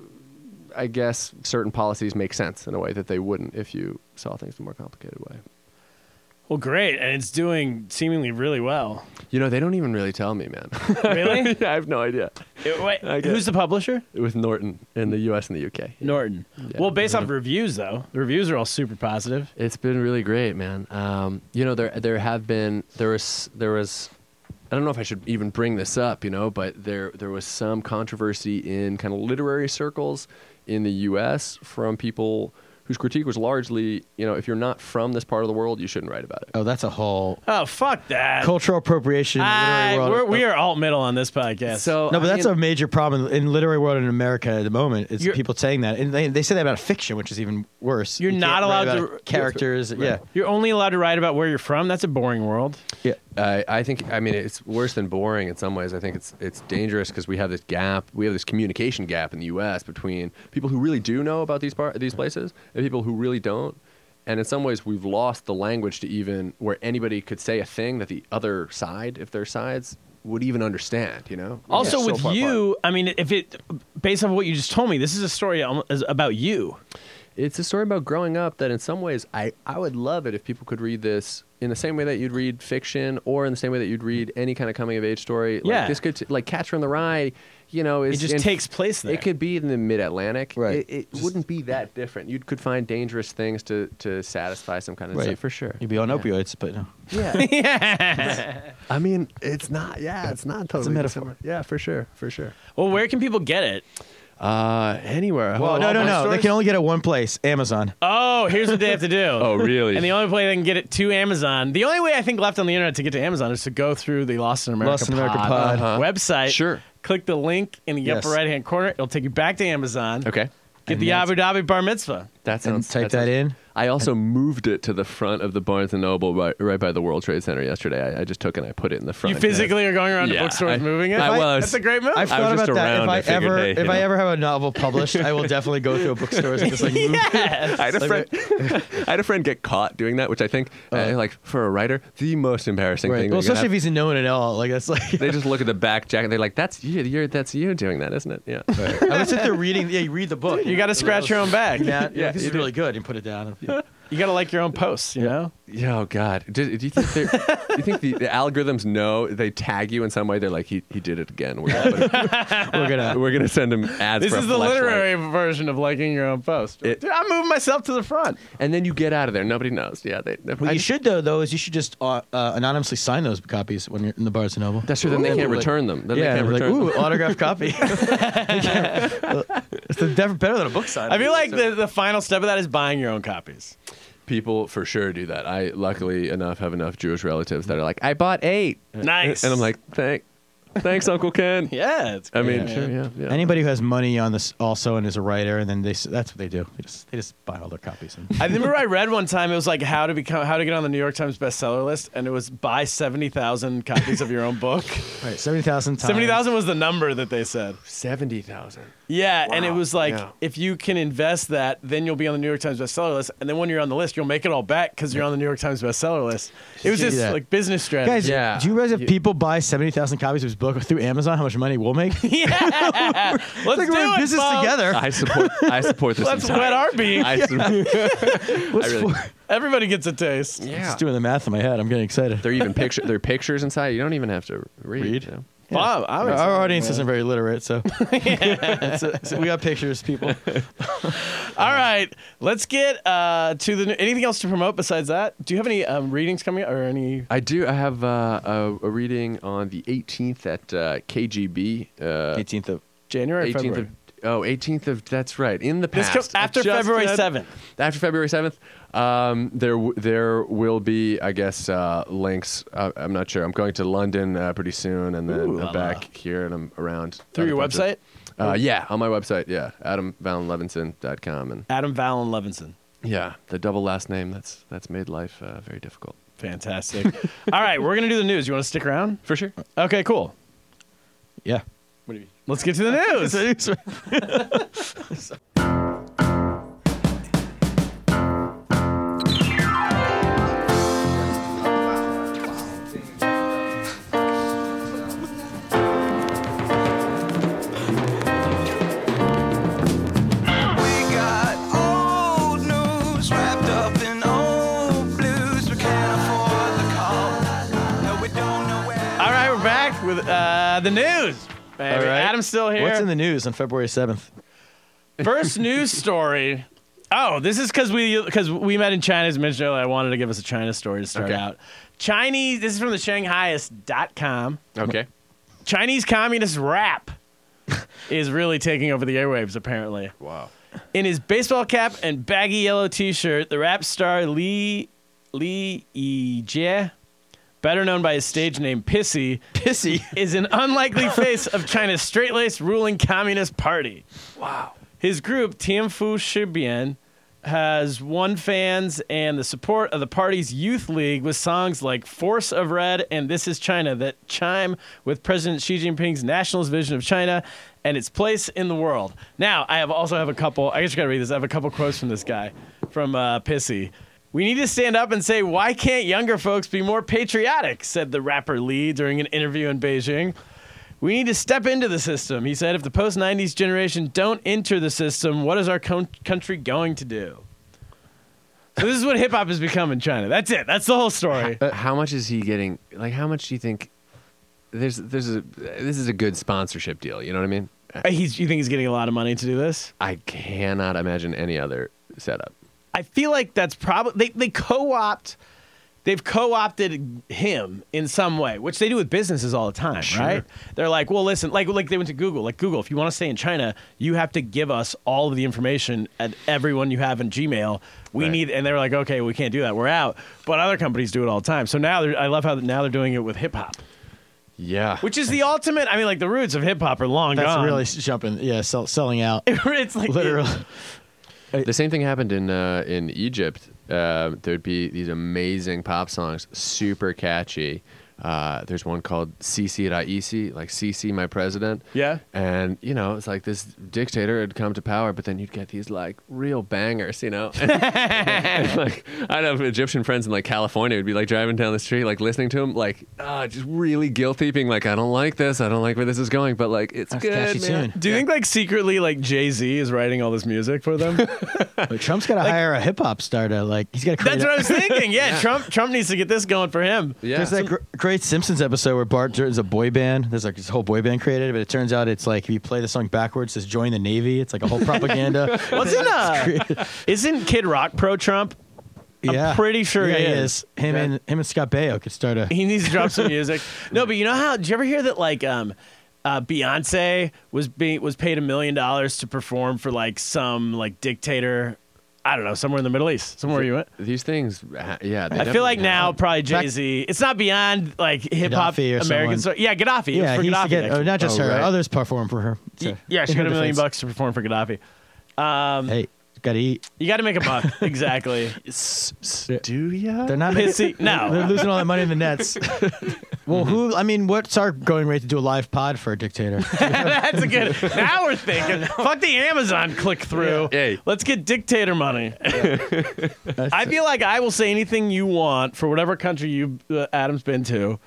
[SPEAKER 3] I guess certain policies make sense in a way that they wouldn't if you saw things in a more complicated way.
[SPEAKER 1] Well, great, and it's doing seemingly really well.
[SPEAKER 3] You know, they don't even really tell me, man.
[SPEAKER 1] Really?
[SPEAKER 3] I have no idea.
[SPEAKER 1] It- wait,
[SPEAKER 3] I get
[SPEAKER 1] who's the publisher?
[SPEAKER 3] With Norton in the U.S. and the U.K.
[SPEAKER 1] Norton. Well, based
[SPEAKER 3] Mm-hmm.
[SPEAKER 1] off reviews though, the reviews are all super positive.
[SPEAKER 3] It's been really great, man. Um, you know, there there have been there was there was I don't know if I should even bring this up, you know, but there there was some controversy in kind of literary circles in the U.S. from people whose critique was largely, you know, if you're not from this part of the world, you shouldn't write about it.
[SPEAKER 6] Oh, that's a whole
[SPEAKER 1] Oh, fuck that.
[SPEAKER 6] cultural appropriation. in the
[SPEAKER 1] I,
[SPEAKER 6] literary world.
[SPEAKER 1] Ah, we're, we are alt middle on this podcast.
[SPEAKER 3] Oh. So
[SPEAKER 6] No, but
[SPEAKER 3] I
[SPEAKER 6] that's a
[SPEAKER 3] mean,
[SPEAKER 6] major problem in literary world in America at the moment. It's
[SPEAKER 1] You're-
[SPEAKER 6] people saying that, and they, they say that about fiction, which is even worse.
[SPEAKER 1] You're
[SPEAKER 6] You
[SPEAKER 1] not
[SPEAKER 6] can't write
[SPEAKER 1] allowed
[SPEAKER 6] about
[SPEAKER 1] to-
[SPEAKER 6] characters. Yeah,
[SPEAKER 1] you're only allowed to write about where you're from. That's a boring world.
[SPEAKER 3] I, I think I mean it's worse than boring in some ways. I think it's it's dangerous because we have this gap, we have this communication gap in the U.S. between people who really do know about these par- these places and people who really don't. And in some ways, we've lost the language to even where anybody could say a thing that the other side, if their sides, would even understand. You know. We're
[SPEAKER 1] Also,
[SPEAKER 3] so
[SPEAKER 1] with
[SPEAKER 3] far apart.
[SPEAKER 1] you, I mean, if it based off of what you just told me, this is a story al- is about you.
[SPEAKER 3] it's a story about growing up that in some ways I, I would love it if people could read this in the same way that you'd read fiction or in the same way that you'd read any kind of coming of age story. Like
[SPEAKER 1] Yeah.
[SPEAKER 3] this could t- like Catcher in the Rye, you know, is
[SPEAKER 1] It just
[SPEAKER 3] in-
[SPEAKER 1] takes place there.
[SPEAKER 3] It could be in the mid Atlantic.
[SPEAKER 6] Right.
[SPEAKER 3] It, it wouldn't be that different. You could find dangerous things to, to satisfy some kind of
[SPEAKER 6] Right.
[SPEAKER 3] stuff for sure.
[SPEAKER 6] you'd be on opioids, but no.
[SPEAKER 3] I mean, it's not yeah, it's not totally
[SPEAKER 6] metaphor.
[SPEAKER 3] dissimilar. Yeah, for sure. For sure.
[SPEAKER 1] Well, where can people get it?
[SPEAKER 3] Uh anywhere.
[SPEAKER 6] Well, no,
[SPEAKER 3] all
[SPEAKER 6] no,
[SPEAKER 3] my
[SPEAKER 6] no. They
[SPEAKER 3] stories-
[SPEAKER 6] can only get it one place, Amazon.
[SPEAKER 1] Oh, here's what they have to do.
[SPEAKER 3] Oh really?
[SPEAKER 1] And the only way they can get it to Amazon, the only way I think left on the internet to get to Amazon is to go through the Lost in America,
[SPEAKER 6] Lost in America pod.
[SPEAKER 3] Uh-huh.
[SPEAKER 1] website.
[SPEAKER 3] Sure.
[SPEAKER 1] Click the link in the
[SPEAKER 6] Yes.
[SPEAKER 1] upper right hand corner. It'll take you back to Amazon.
[SPEAKER 3] okay.
[SPEAKER 1] Get the Abu Dhabi Bar Mitzvah.
[SPEAKER 3] That
[SPEAKER 6] And
[SPEAKER 3] sounds
[SPEAKER 6] type
[SPEAKER 3] that
[SPEAKER 6] that
[SPEAKER 3] sounds-
[SPEAKER 6] in.
[SPEAKER 3] I also moved it to the front of the Barnes and Noble right, right by the World Trade Center yesterday. I, I just took and I put it in the front.
[SPEAKER 1] You physically are going around
[SPEAKER 3] Yeah,
[SPEAKER 1] to bookstores
[SPEAKER 3] I-
[SPEAKER 1] moving it.
[SPEAKER 3] I was.
[SPEAKER 1] That's a great move.
[SPEAKER 6] I've
[SPEAKER 3] I was
[SPEAKER 6] thought
[SPEAKER 3] just
[SPEAKER 6] about that.
[SPEAKER 3] around,
[SPEAKER 6] If
[SPEAKER 3] I
[SPEAKER 6] I,
[SPEAKER 3] figured,
[SPEAKER 6] ever,
[SPEAKER 3] hey, you
[SPEAKER 6] if I
[SPEAKER 3] know.
[SPEAKER 6] ever have a novel published, I will definitely go through a bookstore and just like move.
[SPEAKER 3] I had, a friend, I had a friend get caught doing that, which I think, uh, like, for a writer, the most embarrassing
[SPEAKER 6] Right.
[SPEAKER 3] thing.
[SPEAKER 6] Well,
[SPEAKER 3] that can
[SPEAKER 6] especially if
[SPEAKER 3] happen.
[SPEAKER 6] he's known at all. Like that's like.
[SPEAKER 3] They just look at the back jacket. They're like, "That's you. You're, that's you doing that, isn't it?" Yeah.
[SPEAKER 6] I would sit there reading. Yeah, you read the book.
[SPEAKER 1] you got to scratch your own back.
[SPEAKER 6] Yeah, yeah, this
[SPEAKER 3] you
[SPEAKER 6] is really good, and put it down.
[SPEAKER 1] You got to like your own posts. You know.
[SPEAKER 3] Yeah, oh God. Do, do you think they're- do you think the, the algorithms know they tag you in some way? They're like, "He, he did it again. We're gonna,
[SPEAKER 6] We're gonna.
[SPEAKER 3] we're gonna send him ads."
[SPEAKER 1] This
[SPEAKER 3] for a
[SPEAKER 1] is the
[SPEAKER 3] fleshlight.
[SPEAKER 1] literary version of liking your own post.
[SPEAKER 3] It-
[SPEAKER 1] Dude, I'm moving myself to the front.
[SPEAKER 3] And then you get out of there. Nobody knows. Yeah. They,
[SPEAKER 6] What
[SPEAKER 3] I
[SPEAKER 6] you
[SPEAKER 3] just-
[SPEAKER 6] should though, though, is you should just uh, uh, anonymously sign those copies when you're in the Barnes and Noble.
[SPEAKER 3] That's true. Then they can't return them. Then
[SPEAKER 6] yeah,
[SPEAKER 3] they can't
[SPEAKER 6] they're like,
[SPEAKER 3] return them.
[SPEAKER 6] ooh, autograph copy. it's the def- better than a book sign.
[SPEAKER 1] I feel like the, the final step of that is buying your own copies.
[SPEAKER 3] people for sure do that. I luckily enough have enough Jewish relatives that are like, I bought eight.
[SPEAKER 1] Nice.
[SPEAKER 3] And I'm like, thank, thanks, Uncle Ken.
[SPEAKER 1] Yeah, it's
[SPEAKER 3] I mean,
[SPEAKER 6] Yeah.
[SPEAKER 3] sure, yeah, yeah.
[SPEAKER 6] Anybody who has money on this also and is a writer, and then they s- that's what they do. They just they just buy all their copies. And,
[SPEAKER 1] I remember I read one time it was like how to become how to get on the New York Times bestseller list, and it was buy seventy thousand copies of your own book.
[SPEAKER 6] right, seventy thousand times.
[SPEAKER 1] Seventy thousand was the number that they said.
[SPEAKER 3] seventy thousand.
[SPEAKER 1] Yeah, and it
[SPEAKER 3] Wow.
[SPEAKER 1] was like
[SPEAKER 3] Yeah.
[SPEAKER 1] if you can invest that, then you'll be on the New York Times bestseller list, and then when you're on the list, you'll make it all back because you're on the New York Times bestseller list. It was
[SPEAKER 6] See
[SPEAKER 1] just
[SPEAKER 6] that.
[SPEAKER 1] like business strategy.
[SPEAKER 6] Guys,
[SPEAKER 3] Yeah.
[SPEAKER 6] do you realize if people buy seventy thousand copies of his book through Amazon, how much money we'll make? It's
[SPEAKER 1] yeah, let's
[SPEAKER 6] like
[SPEAKER 1] do
[SPEAKER 6] we're in
[SPEAKER 1] it,
[SPEAKER 6] business
[SPEAKER 1] folks.
[SPEAKER 6] together.
[SPEAKER 3] I support. I support this.
[SPEAKER 1] Let's
[SPEAKER 3] entire-
[SPEAKER 1] wet our beak.
[SPEAKER 3] I, su- I really,
[SPEAKER 1] Everybody gets a taste.
[SPEAKER 3] yeah.
[SPEAKER 6] Just doing the math in my head. I'm getting excited.
[SPEAKER 3] They're even picture. They're pictures inside. You don't even have to read.
[SPEAKER 6] Read.
[SPEAKER 3] you know?
[SPEAKER 1] Bob, I'm
[SPEAKER 6] Our- Our
[SPEAKER 1] excited.
[SPEAKER 6] audience isn't very literate, so, So- so we got pictures, people.
[SPEAKER 1] All right, let's get uh, to the. Anything else to promote besides that? Do you have any um, readings coming up or any?
[SPEAKER 3] I do. I have uh, a, a reading on the 18th at uh, KGB. Uh,
[SPEAKER 6] 18th of
[SPEAKER 1] January,
[SPEAKER 3] 18th
[SPEAKER 1] February.
[SPEAKER 3] of oh 18th of that's right in the
[SPEAKER 1] This
[SPEAKER 3] past
[SPEAKER 1] co- after
[SPEAKER 3] I just
[SPEAKER 1] February
[SPEAKER 3] said-
[SPEAKER 1] 7th.
[SPEAKER 3] after February 7th um, there w- there will be I guess uh, links uh, I'm not sure I'm going to London uh, pretty soon and then
[SPEAKER 1] Ooh, la
[SPEAKER 3] I'm
[SPEAKER 1] la.
[SPEAKER 3] back here and I'm around
[SPEAKER 1] Through
[SPEAKER 3] other
[SPEAKER 1] your
[SPEAKER 3] places.
[SPEAKER 1] website?
[SPEAKER 3] uh, yeah on my website yeah adamvalenlevinson.com and
[SPEAKER 1] Adam Valen Levinson.
[SPEAKER 3] yeah the double last name that's that's made life uh, very difficult
[SPEAKER 1] Fantastic. All right, we're gonna do the news. You want to stick around?
[SPEAKER 3] for sure
[SPEAKER 1] Okay, cool.
[SPEAKER 6] yeah.
[SPEAKER 1] Let's get to the news.
[SPEAKER 7] got old news wrapped up in old blues. We can't afford
[SPEAKER 1] uh, the news. Baby.
[SPEAKER 6] All right.
[SPEAKER 1] Adam's still here.
[SPEAKER 6] What's in the news on February 7th?
[SPEAKER 1] First news story. Oh, this is because we because we met in China as mentioned earlier. I wanted to give us a China story to start out. Chinese. This is from the Shanghaiist.com.
[SPEAKER 3] Okay.
[SPEAKER 1] Chinese communist rap is really taking over the airwaves. Apparently,
[SPEAKER 3] Wow.
[SPEAKER 1] in his baseball cap and baggy yellow T-shirt, the rap star Li Li Yijie, better known by his stage name Pissy,
[SPEAKER 6] Pissy.
[SPEAKER 1] is an unlikely face of China's straight-laced ruling Communist Party. Wow. His group, Tianfu Shibian, has won fans and the support of the party's youth league with songs like Force of Red and This Is China that chime with President Xi Jinping's nationalist vision of China and its place in the world. Now, I have also have a couple, I guess you gotta read this, I have a couple quotes from this guy, from uh, Pissy. We need to stand up and say, why can't younger folks be more patriotic? said the rapper Lee during an interview in Beijing. We need to step into the system. He said, if the post 90s generation don't enter the system, what is our con- country going to do? So, this is what hip hop has become in China. That's it. That's the whole story.
[SPEAKER 3] Uh, how much is he getting? Like, how much do you think? There's, there's a, this is a good sponsorship deal. You know what I mean?
[SPEAKER 1] Uh, He's, you think he's getting a lot of money to do this?
[SPEAKER 3] I cannot imagine any other setup.
[SPEAKER 1] I feel like that's probably they, they co-opt they've co-opted him in some way, which they do with businesses all the time, right? They're like, "Well, listen, like like they went to Google, like Google, if you want to stay in China, you have to give us all of the information and everyone you have in Gmail. We
[SPEAKER 3] Right.
[SPEAKER 1] need and they're like, "Okay, we can't do that. We're out." But other companies do it all the time. So now they're, I love how now they're doing it with hip hop,
[SPEAKER 3] Yeah.
[SPEAKER 1] which is the ultimate. I mean, like the roots of hip hop are long
[SPEAKER 6] That's
[SPEAKER 1] gone.
[SPEAKER 6] really jumping. Yeah, sell, selling out.
[SPEAKER 1] it's like
[SPEAKER 6] Literally.
[SPEAKER 3] The same thing happened in uh, in Egypt. Uh, there'd be these amazing pop songs, super catchy. Uh, there's one called Sisi Raisi, like Sisi, my president.
[SPEAKER 1] Yeah.
[SPEAKER 3] And, you know, it's like this dictator had come to power, but then you'd get these like real bangers, you know? And, like, I'd have Egyptian friends in like California would be like driving down the street, like listening to him, like, ah, just really guilty, being like, I don't like this. I don't like where this is going, but like, it's
[SPEAKER 6] That's a
[SPEAKER 3] good.
[SPEAKER 6] catchy
[SPEAKER 3] man.
[SPEAKER 6] tune.
[SPEAKER 1] Do you think like secretly like Jay Z is writing all this music for them?
[SPEAKER 6] But Trump's got to hire a hip hop star to like. He's got to create.
[SPEAKER 1] That's
[SPEAKER 6] a-
[SPEAKER 1] what I was thinking. Yeah, Trump Trump needs to get this going for him.
[SPEAKER 3] Yeah.
[SPEAKER 6] There's that gr- great Simpsons episode where Bart is a boy band. There's like this whole boy band created, but it turns out it's like if you play the song backwards, it says join the Navy. It's like a whole propaganda.
[SPEAKER 1] Wasn't uh, isn't Kid Rock pro Trump?
[SPEAKER 6] yeah,
[SPEAKER 1] pretty sure
[SPEAKER 6] yeah,
[SPEAKER 1] he
[SPEAKER 6] he
[SPEAKER 1] is.
[SPEAKER 6] is. Him and him and Scott Baio could start a.
[SPEAKER 1] He needs to drop some music. No, but you know how? Did you ever hear that like um, uh, Beyonce was being was paid a million dollars to perform for like some like dictator? I don't know, somewhere in the Middle East, somewhere you went.
[SPEAKER 3] These things, uh, yeah. they
[SPEAKER 1] I feel like
[SPEAKER 3] definitely
[SPEAKER 1] now
[SPEAKER 3] happen.
[SPEAKER 1] probably Jay Z. It's not beyond like hip hop
[SPEAKER 6] Gaddafi or
[SPEAKER 1] American.
[SPEAKER 6] someone.
[SPEAKER 1] So, yeah, Gaddafi. It was
[SPEAKER 6] Yeah,
[SPEAKER 1] for
[SPEAKER 6] he used
[SPEAKER 1] Gaddafi,
[SPEAKER 6] to get.
[SPEAKER 1] actually.
[SPEAKER 6] Oh, not just
[SPEAKER 3] Oh,
[SPEAKER 6] her.
[SPEAKER 3] right.
[SPEAKER 6] Others perform for her. So,
[SPEAKER 1] yeah, she
[SPEAKER 6] in
[SPEAKER 1] got
[SPEAKER 6] her
[SPEAKER 1] a million
[SPEAKER 6] defense.
[SPEAKER 1] bucks to perform for Gaddafi.
[SPEAKER 6] Hey, got to eat.
[SPEAKER 1] You got to make a buck, exactly.
[SPEAKER 3] Do ya?
[SPEAKER 6] They're not making.
[SPEAKER 1] Pissy. No,
[SPEAKER 6] They're losing all that money in the nets. well, who? I mean, what's our going rate to do a live pod for a dictator?
[SPEAKER 1] That's a good. Now we're thinking. Fuck the Amazon click through.
[SPEAKER 3] Yeah. Hey.
[SPEAKER 1] Let's get dictator money. I feel like I will say anything you want for whatever country you uh, Adam's been to.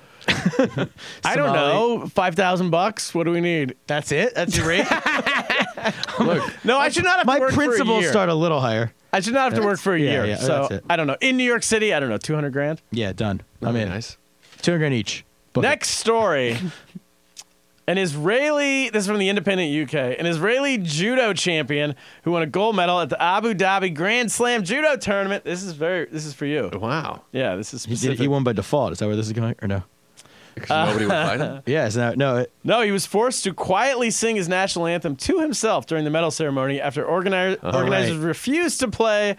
[SPEAKER 1] I don't know. Five thousand bucks. What do we need?
[SPEAKER 6] That's it. That's your rate.
[SPEAKER 3] Look,
[SPEAKER 1] No, I should not have
[SPEAKER 6] My
[SPEAKER 1] to work for a
[SPEAKER 6] principles
[SPEAKER 1] year.
[SPEAKER 6] start a little higher.
[SPEAKER 1] I should not have to work for a
[SPEAKER 6] yeah,
[SPEAKER 1] year.
[SPEAKER 6] yeah,
[SPEAKER 1] so
[SPEAKER 6] that's it.
[SPEAKER 1] I don't know. In New York City, I don't know, two hundred grand.
[SPEAKER 6] Yeah, done.
[SPEAKER 3] I
[SPEAKER 6] I'm
[SPEAKER 3] mean,
[SPEAKER 6] in.
[SPEAKER 3] nice.
[SPEAKER 6] Two hundred grand each. Book it.
[SPEAKER 1] Next story. An Israeli, this is from the Independent UK, an Israeli judo champion who won a gold medal at the Abu Dhabi Grand Slam judo tournament. This is very, this is for you.
[SPEAKER 3] Wow.
[SPEAKER 1] Yeah, this is
[SPEAKER 6] He, did,
[SPEAKER 1] specific.
[SPEAKER 6] he won by default. Is that where this is going? Or no?
[SPEAKER 3] Because
[SPEAKER 1] Uh,
[SPEAKER 3] nobody would fight him.
[SPEAKER 6] Yeah, it's not. No, uh, it,
[SPEAKER 1] no, he was forced to quietly sing his national anthem to himself during the medal ceremony after organi- organizers refused to play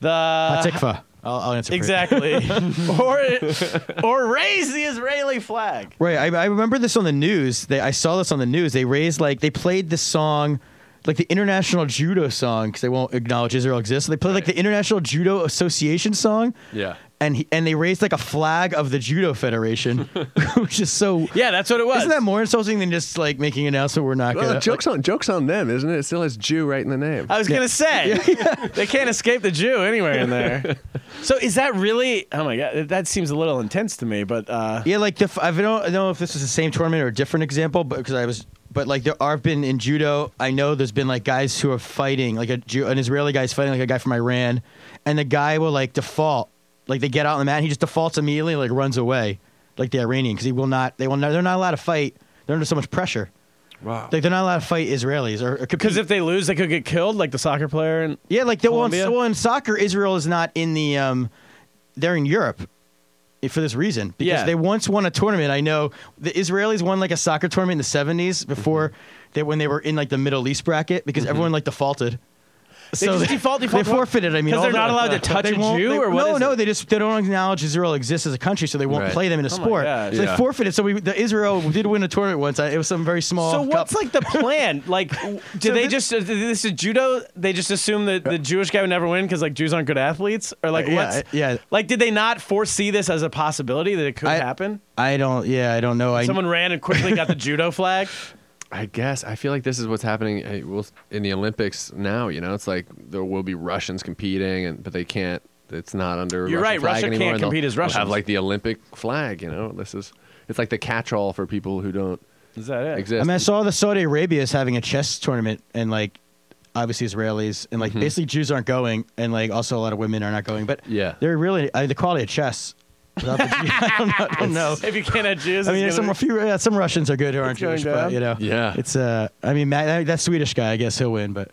[SPEAKER 1] the
[SPEAKER 6] Hatikva. I'll, I'll answer. for you.
[SPEAKER 1] exactly or or raise the Israeli flag.
[SPEAKER 6] Right. I, I remember this on the news. They, I saw this on the news. They raised like they played this song, like the international judo song, because they won't acknowledge Israel exists. So they played like the international judo association song.
[SPEAKER 3] Yeah.
[SPEAKER 6] And he, and they raised like a flag of the judo federation, which is so.
[SPEAKER 1] Yeah, that's what it was.
[SPEAKER 6] Isn't that more insulting than just like making an announcement we're not
[SPEAKER 3] Well,
[SPEAKER 6] gonna?
[SPEAKER 3] jokes on jokes on them, isn't it? It still has Jew right in the name.
[SPEAKER 1] I was gonna say they can't escape the Jew anywhere in there. so is that really? Oh my god, that seems a little intense to me. But uh,
[SPEAKER 6] Yeah, like the f- I don't I don't know if this is the same tournament or a different example, but because I was, but like there are been in judo, I know there's been like guys who are fighting, like a Jew, an Israeli guy's fighting like a guy from Iran, and the guy will like default, like they get out on the mat, and he just defaults immediately, like runs away, like the Iranian, because he will not, they will not, they're not allowed to fight. They're under so much pressure.
[SPEAKER 1] Wow.
[SPEAKER 6] Like they're not allowed to fight Israelis or
[SPEAKER 1] Because if they lose, they could get killed, like the soccer player. And
[SPEAKER 6] yeah, like the one
[SPEAKER 1] Colombia?
[SPEAKER 6] well in soccer, Israel is not in the um, they're in Europe eh, for this reason because
[SPEAKER 1] Yeah.
[SPEAKER 6] they once won a tournament. I know the Israelis won like a soccer tournament in the seventies before
[SPEAKER 1] Mm-hmm.
[SPEAKER 6] they when they were in like the Middle East bracket because everyone like defaulted.
[SPEAKER 1] They just default,
[SPEAKER 6] they
[SPEAKER 1] default, default.
[SPEAKER 6] forfeited. I mean,
[SPEAKER 1] 'Cause
[SPEAKER 6] all
[SPEAKER 1] they're
[SPEAKER 6] the-
[SPEAKER 1] not allowed to touch
[SPEAKER 6] they
[SPEAKER 1] a
[SPEAKER 6] won't-
[SPEAKER 1] Jew,
[SPEAKER 6] they-
[SPEAKER 1] or what
[SPEAKER 6] no,
[SPEAKER 1] is
[SPEAKER 6] no,
[SPEAKER 1] it?
[SPEAKER 6] they just they don't acknowledge Israel exists as a country, so they won't
[SPEAKER 3] Right.
[SPEAKER 6] play them in a
[SPEAKER 1] Oh my
[SPEAKER 6] sport.
[SPEAKER 1] God.
[SPEAKER 6] So
[SPEAKER 3] Yeah.
[SPEAKER 6] they forfeited. So we, the Israel did win a tournament once. I- It was something very small.
[SPEAKER 1] so
[SPEAKER 6] cup.
[SPEAKER 1] what's like the plan? Like, w- do
[SPEAKER 6] So
[SPEAKER 1] they
[SPEAKER 6] thi-
[SPEAKER 1] just uh, this is judo? They just assume that the Jewish guy would never win because like Jews aren't good athletes, or like
[SPEAKER 6] Uh, yeah,
[SPEAKER 1] what's
[SPEAKER 6] uh, yeah.
[SPEAKER 1] Like, did they not foresee this as a possibility that it could
[SPEAKER 6] I-
[SPEAKER 1] happen?
[SPEAKER 6] I don't. Yeah, I don't know. I
[SPEAKER 1] Someone ran and quickly got the judo flag.
[SPEAKER 3] I guess I feel like this is what's happening eh, we'll- in the Olympics now. You know, it's like there will be Russians competing, and but they can't. It's not under.
[SPEAKER 1] You're right,
[SPEAKER 3] Russian Flag
[SPEAKER 1] Russia
[SPEAKER 3] anymore,
[SPEAKER 1] can't
[SPEAKER 3] and they'll-
[SPEAKER 1] compete as
[SPEAKER 3] they'll Have
[SPEAKER 1] Russians.
[SPEAKER 3] like the Olympic flag. You know, this is it's like the catch-all for people who don't
[SPEAKER 1] Is that it?
[SPEAKER 3] exist.
[SPEAKER 6] I mean, I saw the Saudi Arabia is having a chess tournament, and like obviously Israelis and like
[SPEAKER 3] Mm-hmm.
[SPEAKER 6] basically Jews aren't going, and like also a lot of women are not going. But
[SPEAKER 3] Yeah.
[SPEAKER 6] they're really I, the quality of chess. without the Jew- I don't know. I don't know.
[SPEAKER 1] If you can't have Jews,
[SPEAKER 6] I mean,
[SPEAKER 1] it's
[SPEAKER 6] there's some
[SPEAKER 1] gonna
[SPEAKER 6] a few yeah, some Russians are good who aren't
[SPEAKER 1] It's going
[SPEAKER 6] Jewish, but
[SPEAKER 1] down.
[SPEAKER 6] you know,
[SPEAKER 3] Yeah.
[SPEAKER 6] it's uh, I mean, Matt, that, that Swedish guy, I guess he'll win, but.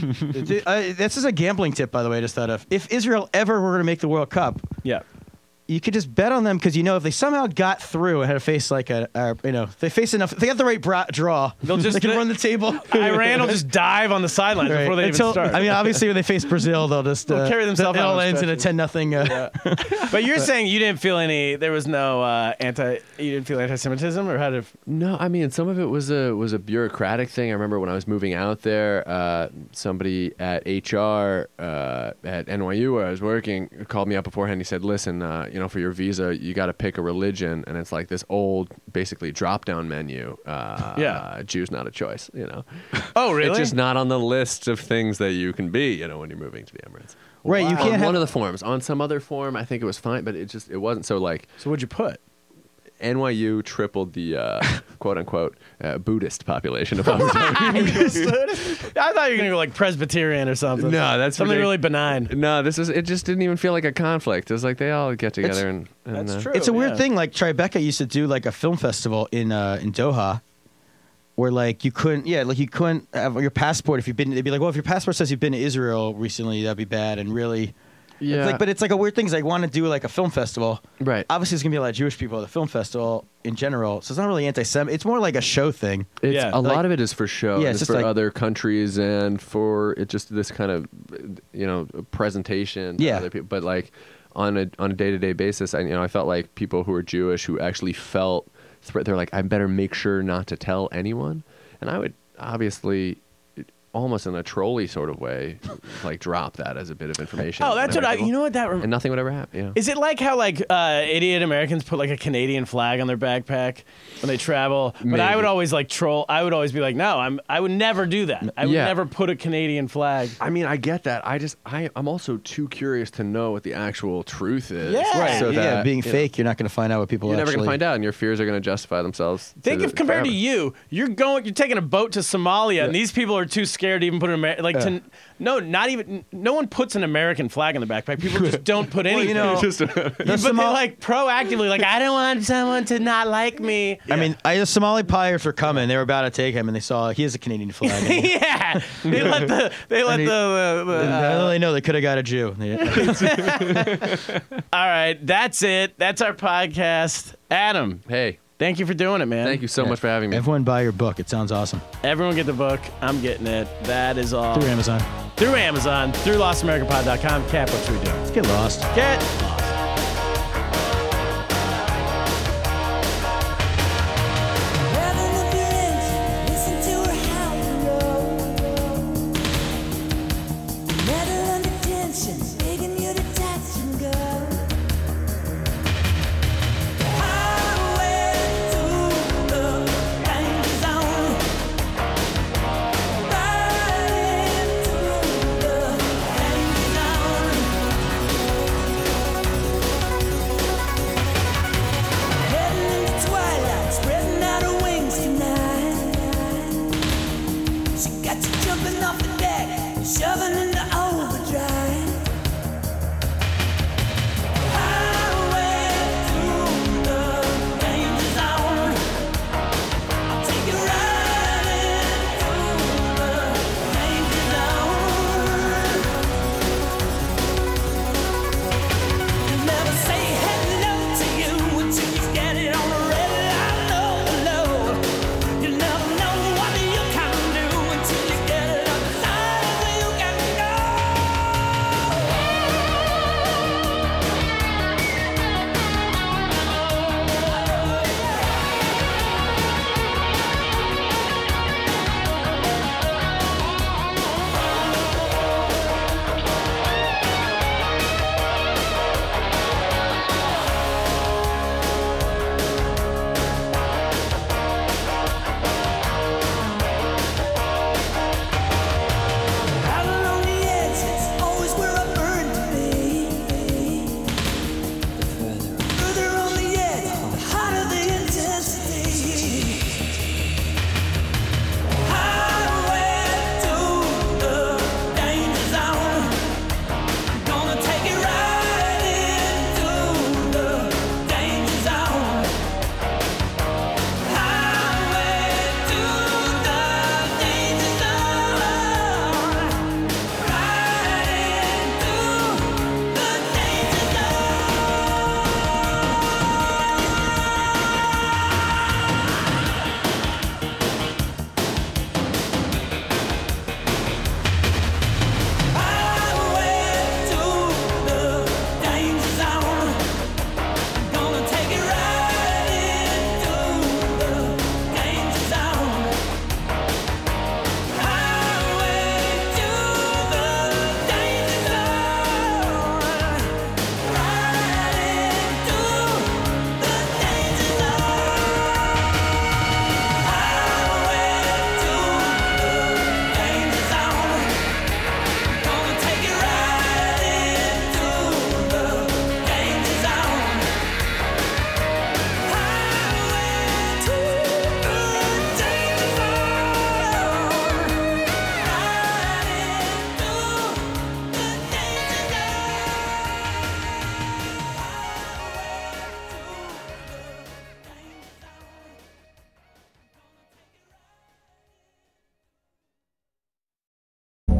[SPEAKER 6] uh, this is a gambling tip, by the way. I just thought of if Israel ever were to make the World Cup,
[SPEAKER 1] be- yeah.
[SPEAKER 6] you could just bet on them because you know if they somehow got through and had to face like a, uh, you know, if they face enough, if they got the right bra- draw,
[SPEAKER 1] They'll just-
[SPEAKER 6] they can
[SPEAKER 1] they-
[SPEAKER 6] run the table.
[SPEAKER 1] Iran will just dive on the sidelines
[SPEAKER 6] Right.
[SPEAKER 1] before they
[SPEAKER 6] Until-
[SPEAKER 1] even start.
[SPEAKER 6] I mean, obviously when they face Brazil, they'll just
[SPEAKER 1] They'll
[SPEAKER 6] uh,
[SPEAKER 1] carry themselves
[SPEAKER 6] It
[SPEAKER 1] out
[SPEAKER 6] all
[SPEAKER 1] on
[SPEAKER 6] ends in a
[SPEAKER 1] stretches.
[SPEAKER 6] ten nothing. Uh,
[SPEAKER 1] but you're saying you didn't feel any. There was no uh, anti. You didn't feel anti-Semitism, or how did?
[SPEAKER 3] No, I mean some of it was a was a bureaucratic thing. I remember when I was moving out there, uh, somebody at HR uh, at NYU where I was working called me up beforehand. He said, "Listen, uh, you know, for your visa, you got to pick a religion, and it's like this old, basically drop down menu. Uh,
[SPEAKER 1] Yeah.
[SPEAKER 3] Jews not a choice. You know,
[SPEAKER 1] Oh, really?
[SPEAKER 3] It's just not on the list of things that you can be. You know, when you're moving to the Emirates,
[SPEAKER 6] Right, you
[SPEAKER 3] On
[SPEAKER 6] can't have-
[SPEAKER 3] one of the forms. On some other form, I think it was fine, but it just it wasn't. So like,
[SPEAKER 1] so what'd you put?
[SPEAKER 3] NYU tripled the uh, quote unquote uh, Buddhist population of Abu Dhabi.
[SPEAKER 1] I thought you were gonna go like Presbyterian or something.
[SPEAKER 3] No, that's
[SPEAKER 1] something
[SPEAKER 3] ridic-
[SPEAKER 1] really benign.
[SPEAKER 3] No, this is it. Just didn't even feel like a conflict. It was like they all get together
[SPEAKER 6] It's-
[SPEAKER 3] and, and
[SPEAKER 1] that's
[SPEAKER 3] uh,
[SPEAKER 1] true.
[SPEAKER 6] it's a weird
[SPEAKER 1] Oh, yeah.
[SPEAKER 6] thing. Like Tribeca used to do like a film festival in uh, in Doha, where like you couldn't, yeah, like you couldn't have your passport if you've been. They'd be like, well, if your passport says you've been to Israel recently, that'd be bad. And really,
[SPEAKER 3] Yeah,
[SPEAKER 6] It's like, but it's like a weird thing. Is like want to do like a film festival,
[SPEAKER 3] Right.
[SPEAKER 6] Obviously, there's gonna be a lot of Jewish people at the film festival in general, so it's not really anti-Semitic. It's more like a show thing.
[SPEAKER 3] it's,
[SPEAKER 1] yeah,
[SPEAKER 3] a
[SPEAKER 6] like-
[SPEAKER 3] lot of it is for show. and
[SPEAKER 6] Yeah, it's
[SPEAKER 3] it's
[SPEAKER 6] just
[SPEAKER 3] for
[SPEAKER 6] like-
[SPEAKER 3] other countries and for it just this kind of you know presentation. to
[SPEAKER 6] Yeah.
[SPEAKER 3] other people. but like on a on a day to day basis, I you know I felt like people who are Jewish who actually felt threat. They're like, I better make sure not to tell anyone. And I would obviously. Almost in a trolley sort of way, like drop that as a bit of information.
[SPEAKER 1] Oh, that's what I.
[SPEAKER 3] People-
[SPEAKER 1] You know what that. Rem-
[SPEAKER 3] and nothing would ever happen. You know?
[SPEAKER 1] Is it like how like uh, idiot Americans put like a Canadian flag on their backpack when they travel? But I
[SPEAKER 3] Maybe.
[SPEAKER 1] would always like troll. I would always be like, no, I'm. I would never do that. I would
[SPEAKER 3] Yeah.
[SPEAKER 1] never put a Canadian flag.
[SPEAKER 3] I mean, I get that. I just, I, I'm also too curious to know what the actual truth is.
[SPEAKER 1] Yeah. Right.
[SPEAKER 3] So
[SPEAKER 6] yeah,
[SPEAKER 3] that
[SPEAKER 6] being
[SPEAKER 3] you know,
[SPEAKER 6] fake, you're not gonna find out what people.
[SPEAKER 3] you're never
[SPEAKER 6] actually,
[SPEAKER 3] gonna find out, and your fears are gonna justify themselves. to
[SPEAKER 1] Think
[SPEAKER 3] the-
[SPEAKER 1] if compared to
[SPEAKER 3] forever.
[SPEAKER 1] you, you're going, you're taking a boat to Somalia, and these people are too scared to even put an Amer- like to no, not even no one puts an American flag in the backpack. People just don't put any.
[SPEAKER 6] you know,
[SPEAKER 3] Just-
[SPEAKER 1] but they like proactively like I don't want someone to not like me.
[SPEAKER 6] I mean, I, the Somali pirates were coming. They were about to take him, and they saw he has a Canadian flag. and
[SPEAKER 1] yeah, they let the they let
[SPEAKER 6] And he-
[SPEAKER 1] the. Uh, the
[SPEAKER 6] now they know they could have got a Jew. They-
[SPEAKER 1] all right, that's it. That's our podcast. Adam,
[SPEAKER 3] hey,
[SPEAKER 1] thank you for doing it, man.
[SPEAKER 3] thank you so much for having me.
[SPEAKER 6] Everyone buy your book. It sounds awesome.
[SPEAKER 1] Everyone get the book. I'm getting it. That is all
[SPEAKER 6] Through Amazon.
[SPEAKER 1] through Amazon, through LostAmericaPod.com. Cap, what should we do?
[SPEAKER 6] Get lost.
[SPEAKER 1] Get.
[SPEAKER 7] Spreading out her wings tonight. She got you jumping off the deck, shoving into overdrive. Highway through the danger zone. I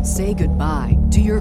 [SPEAKER 8] Say goodbye to your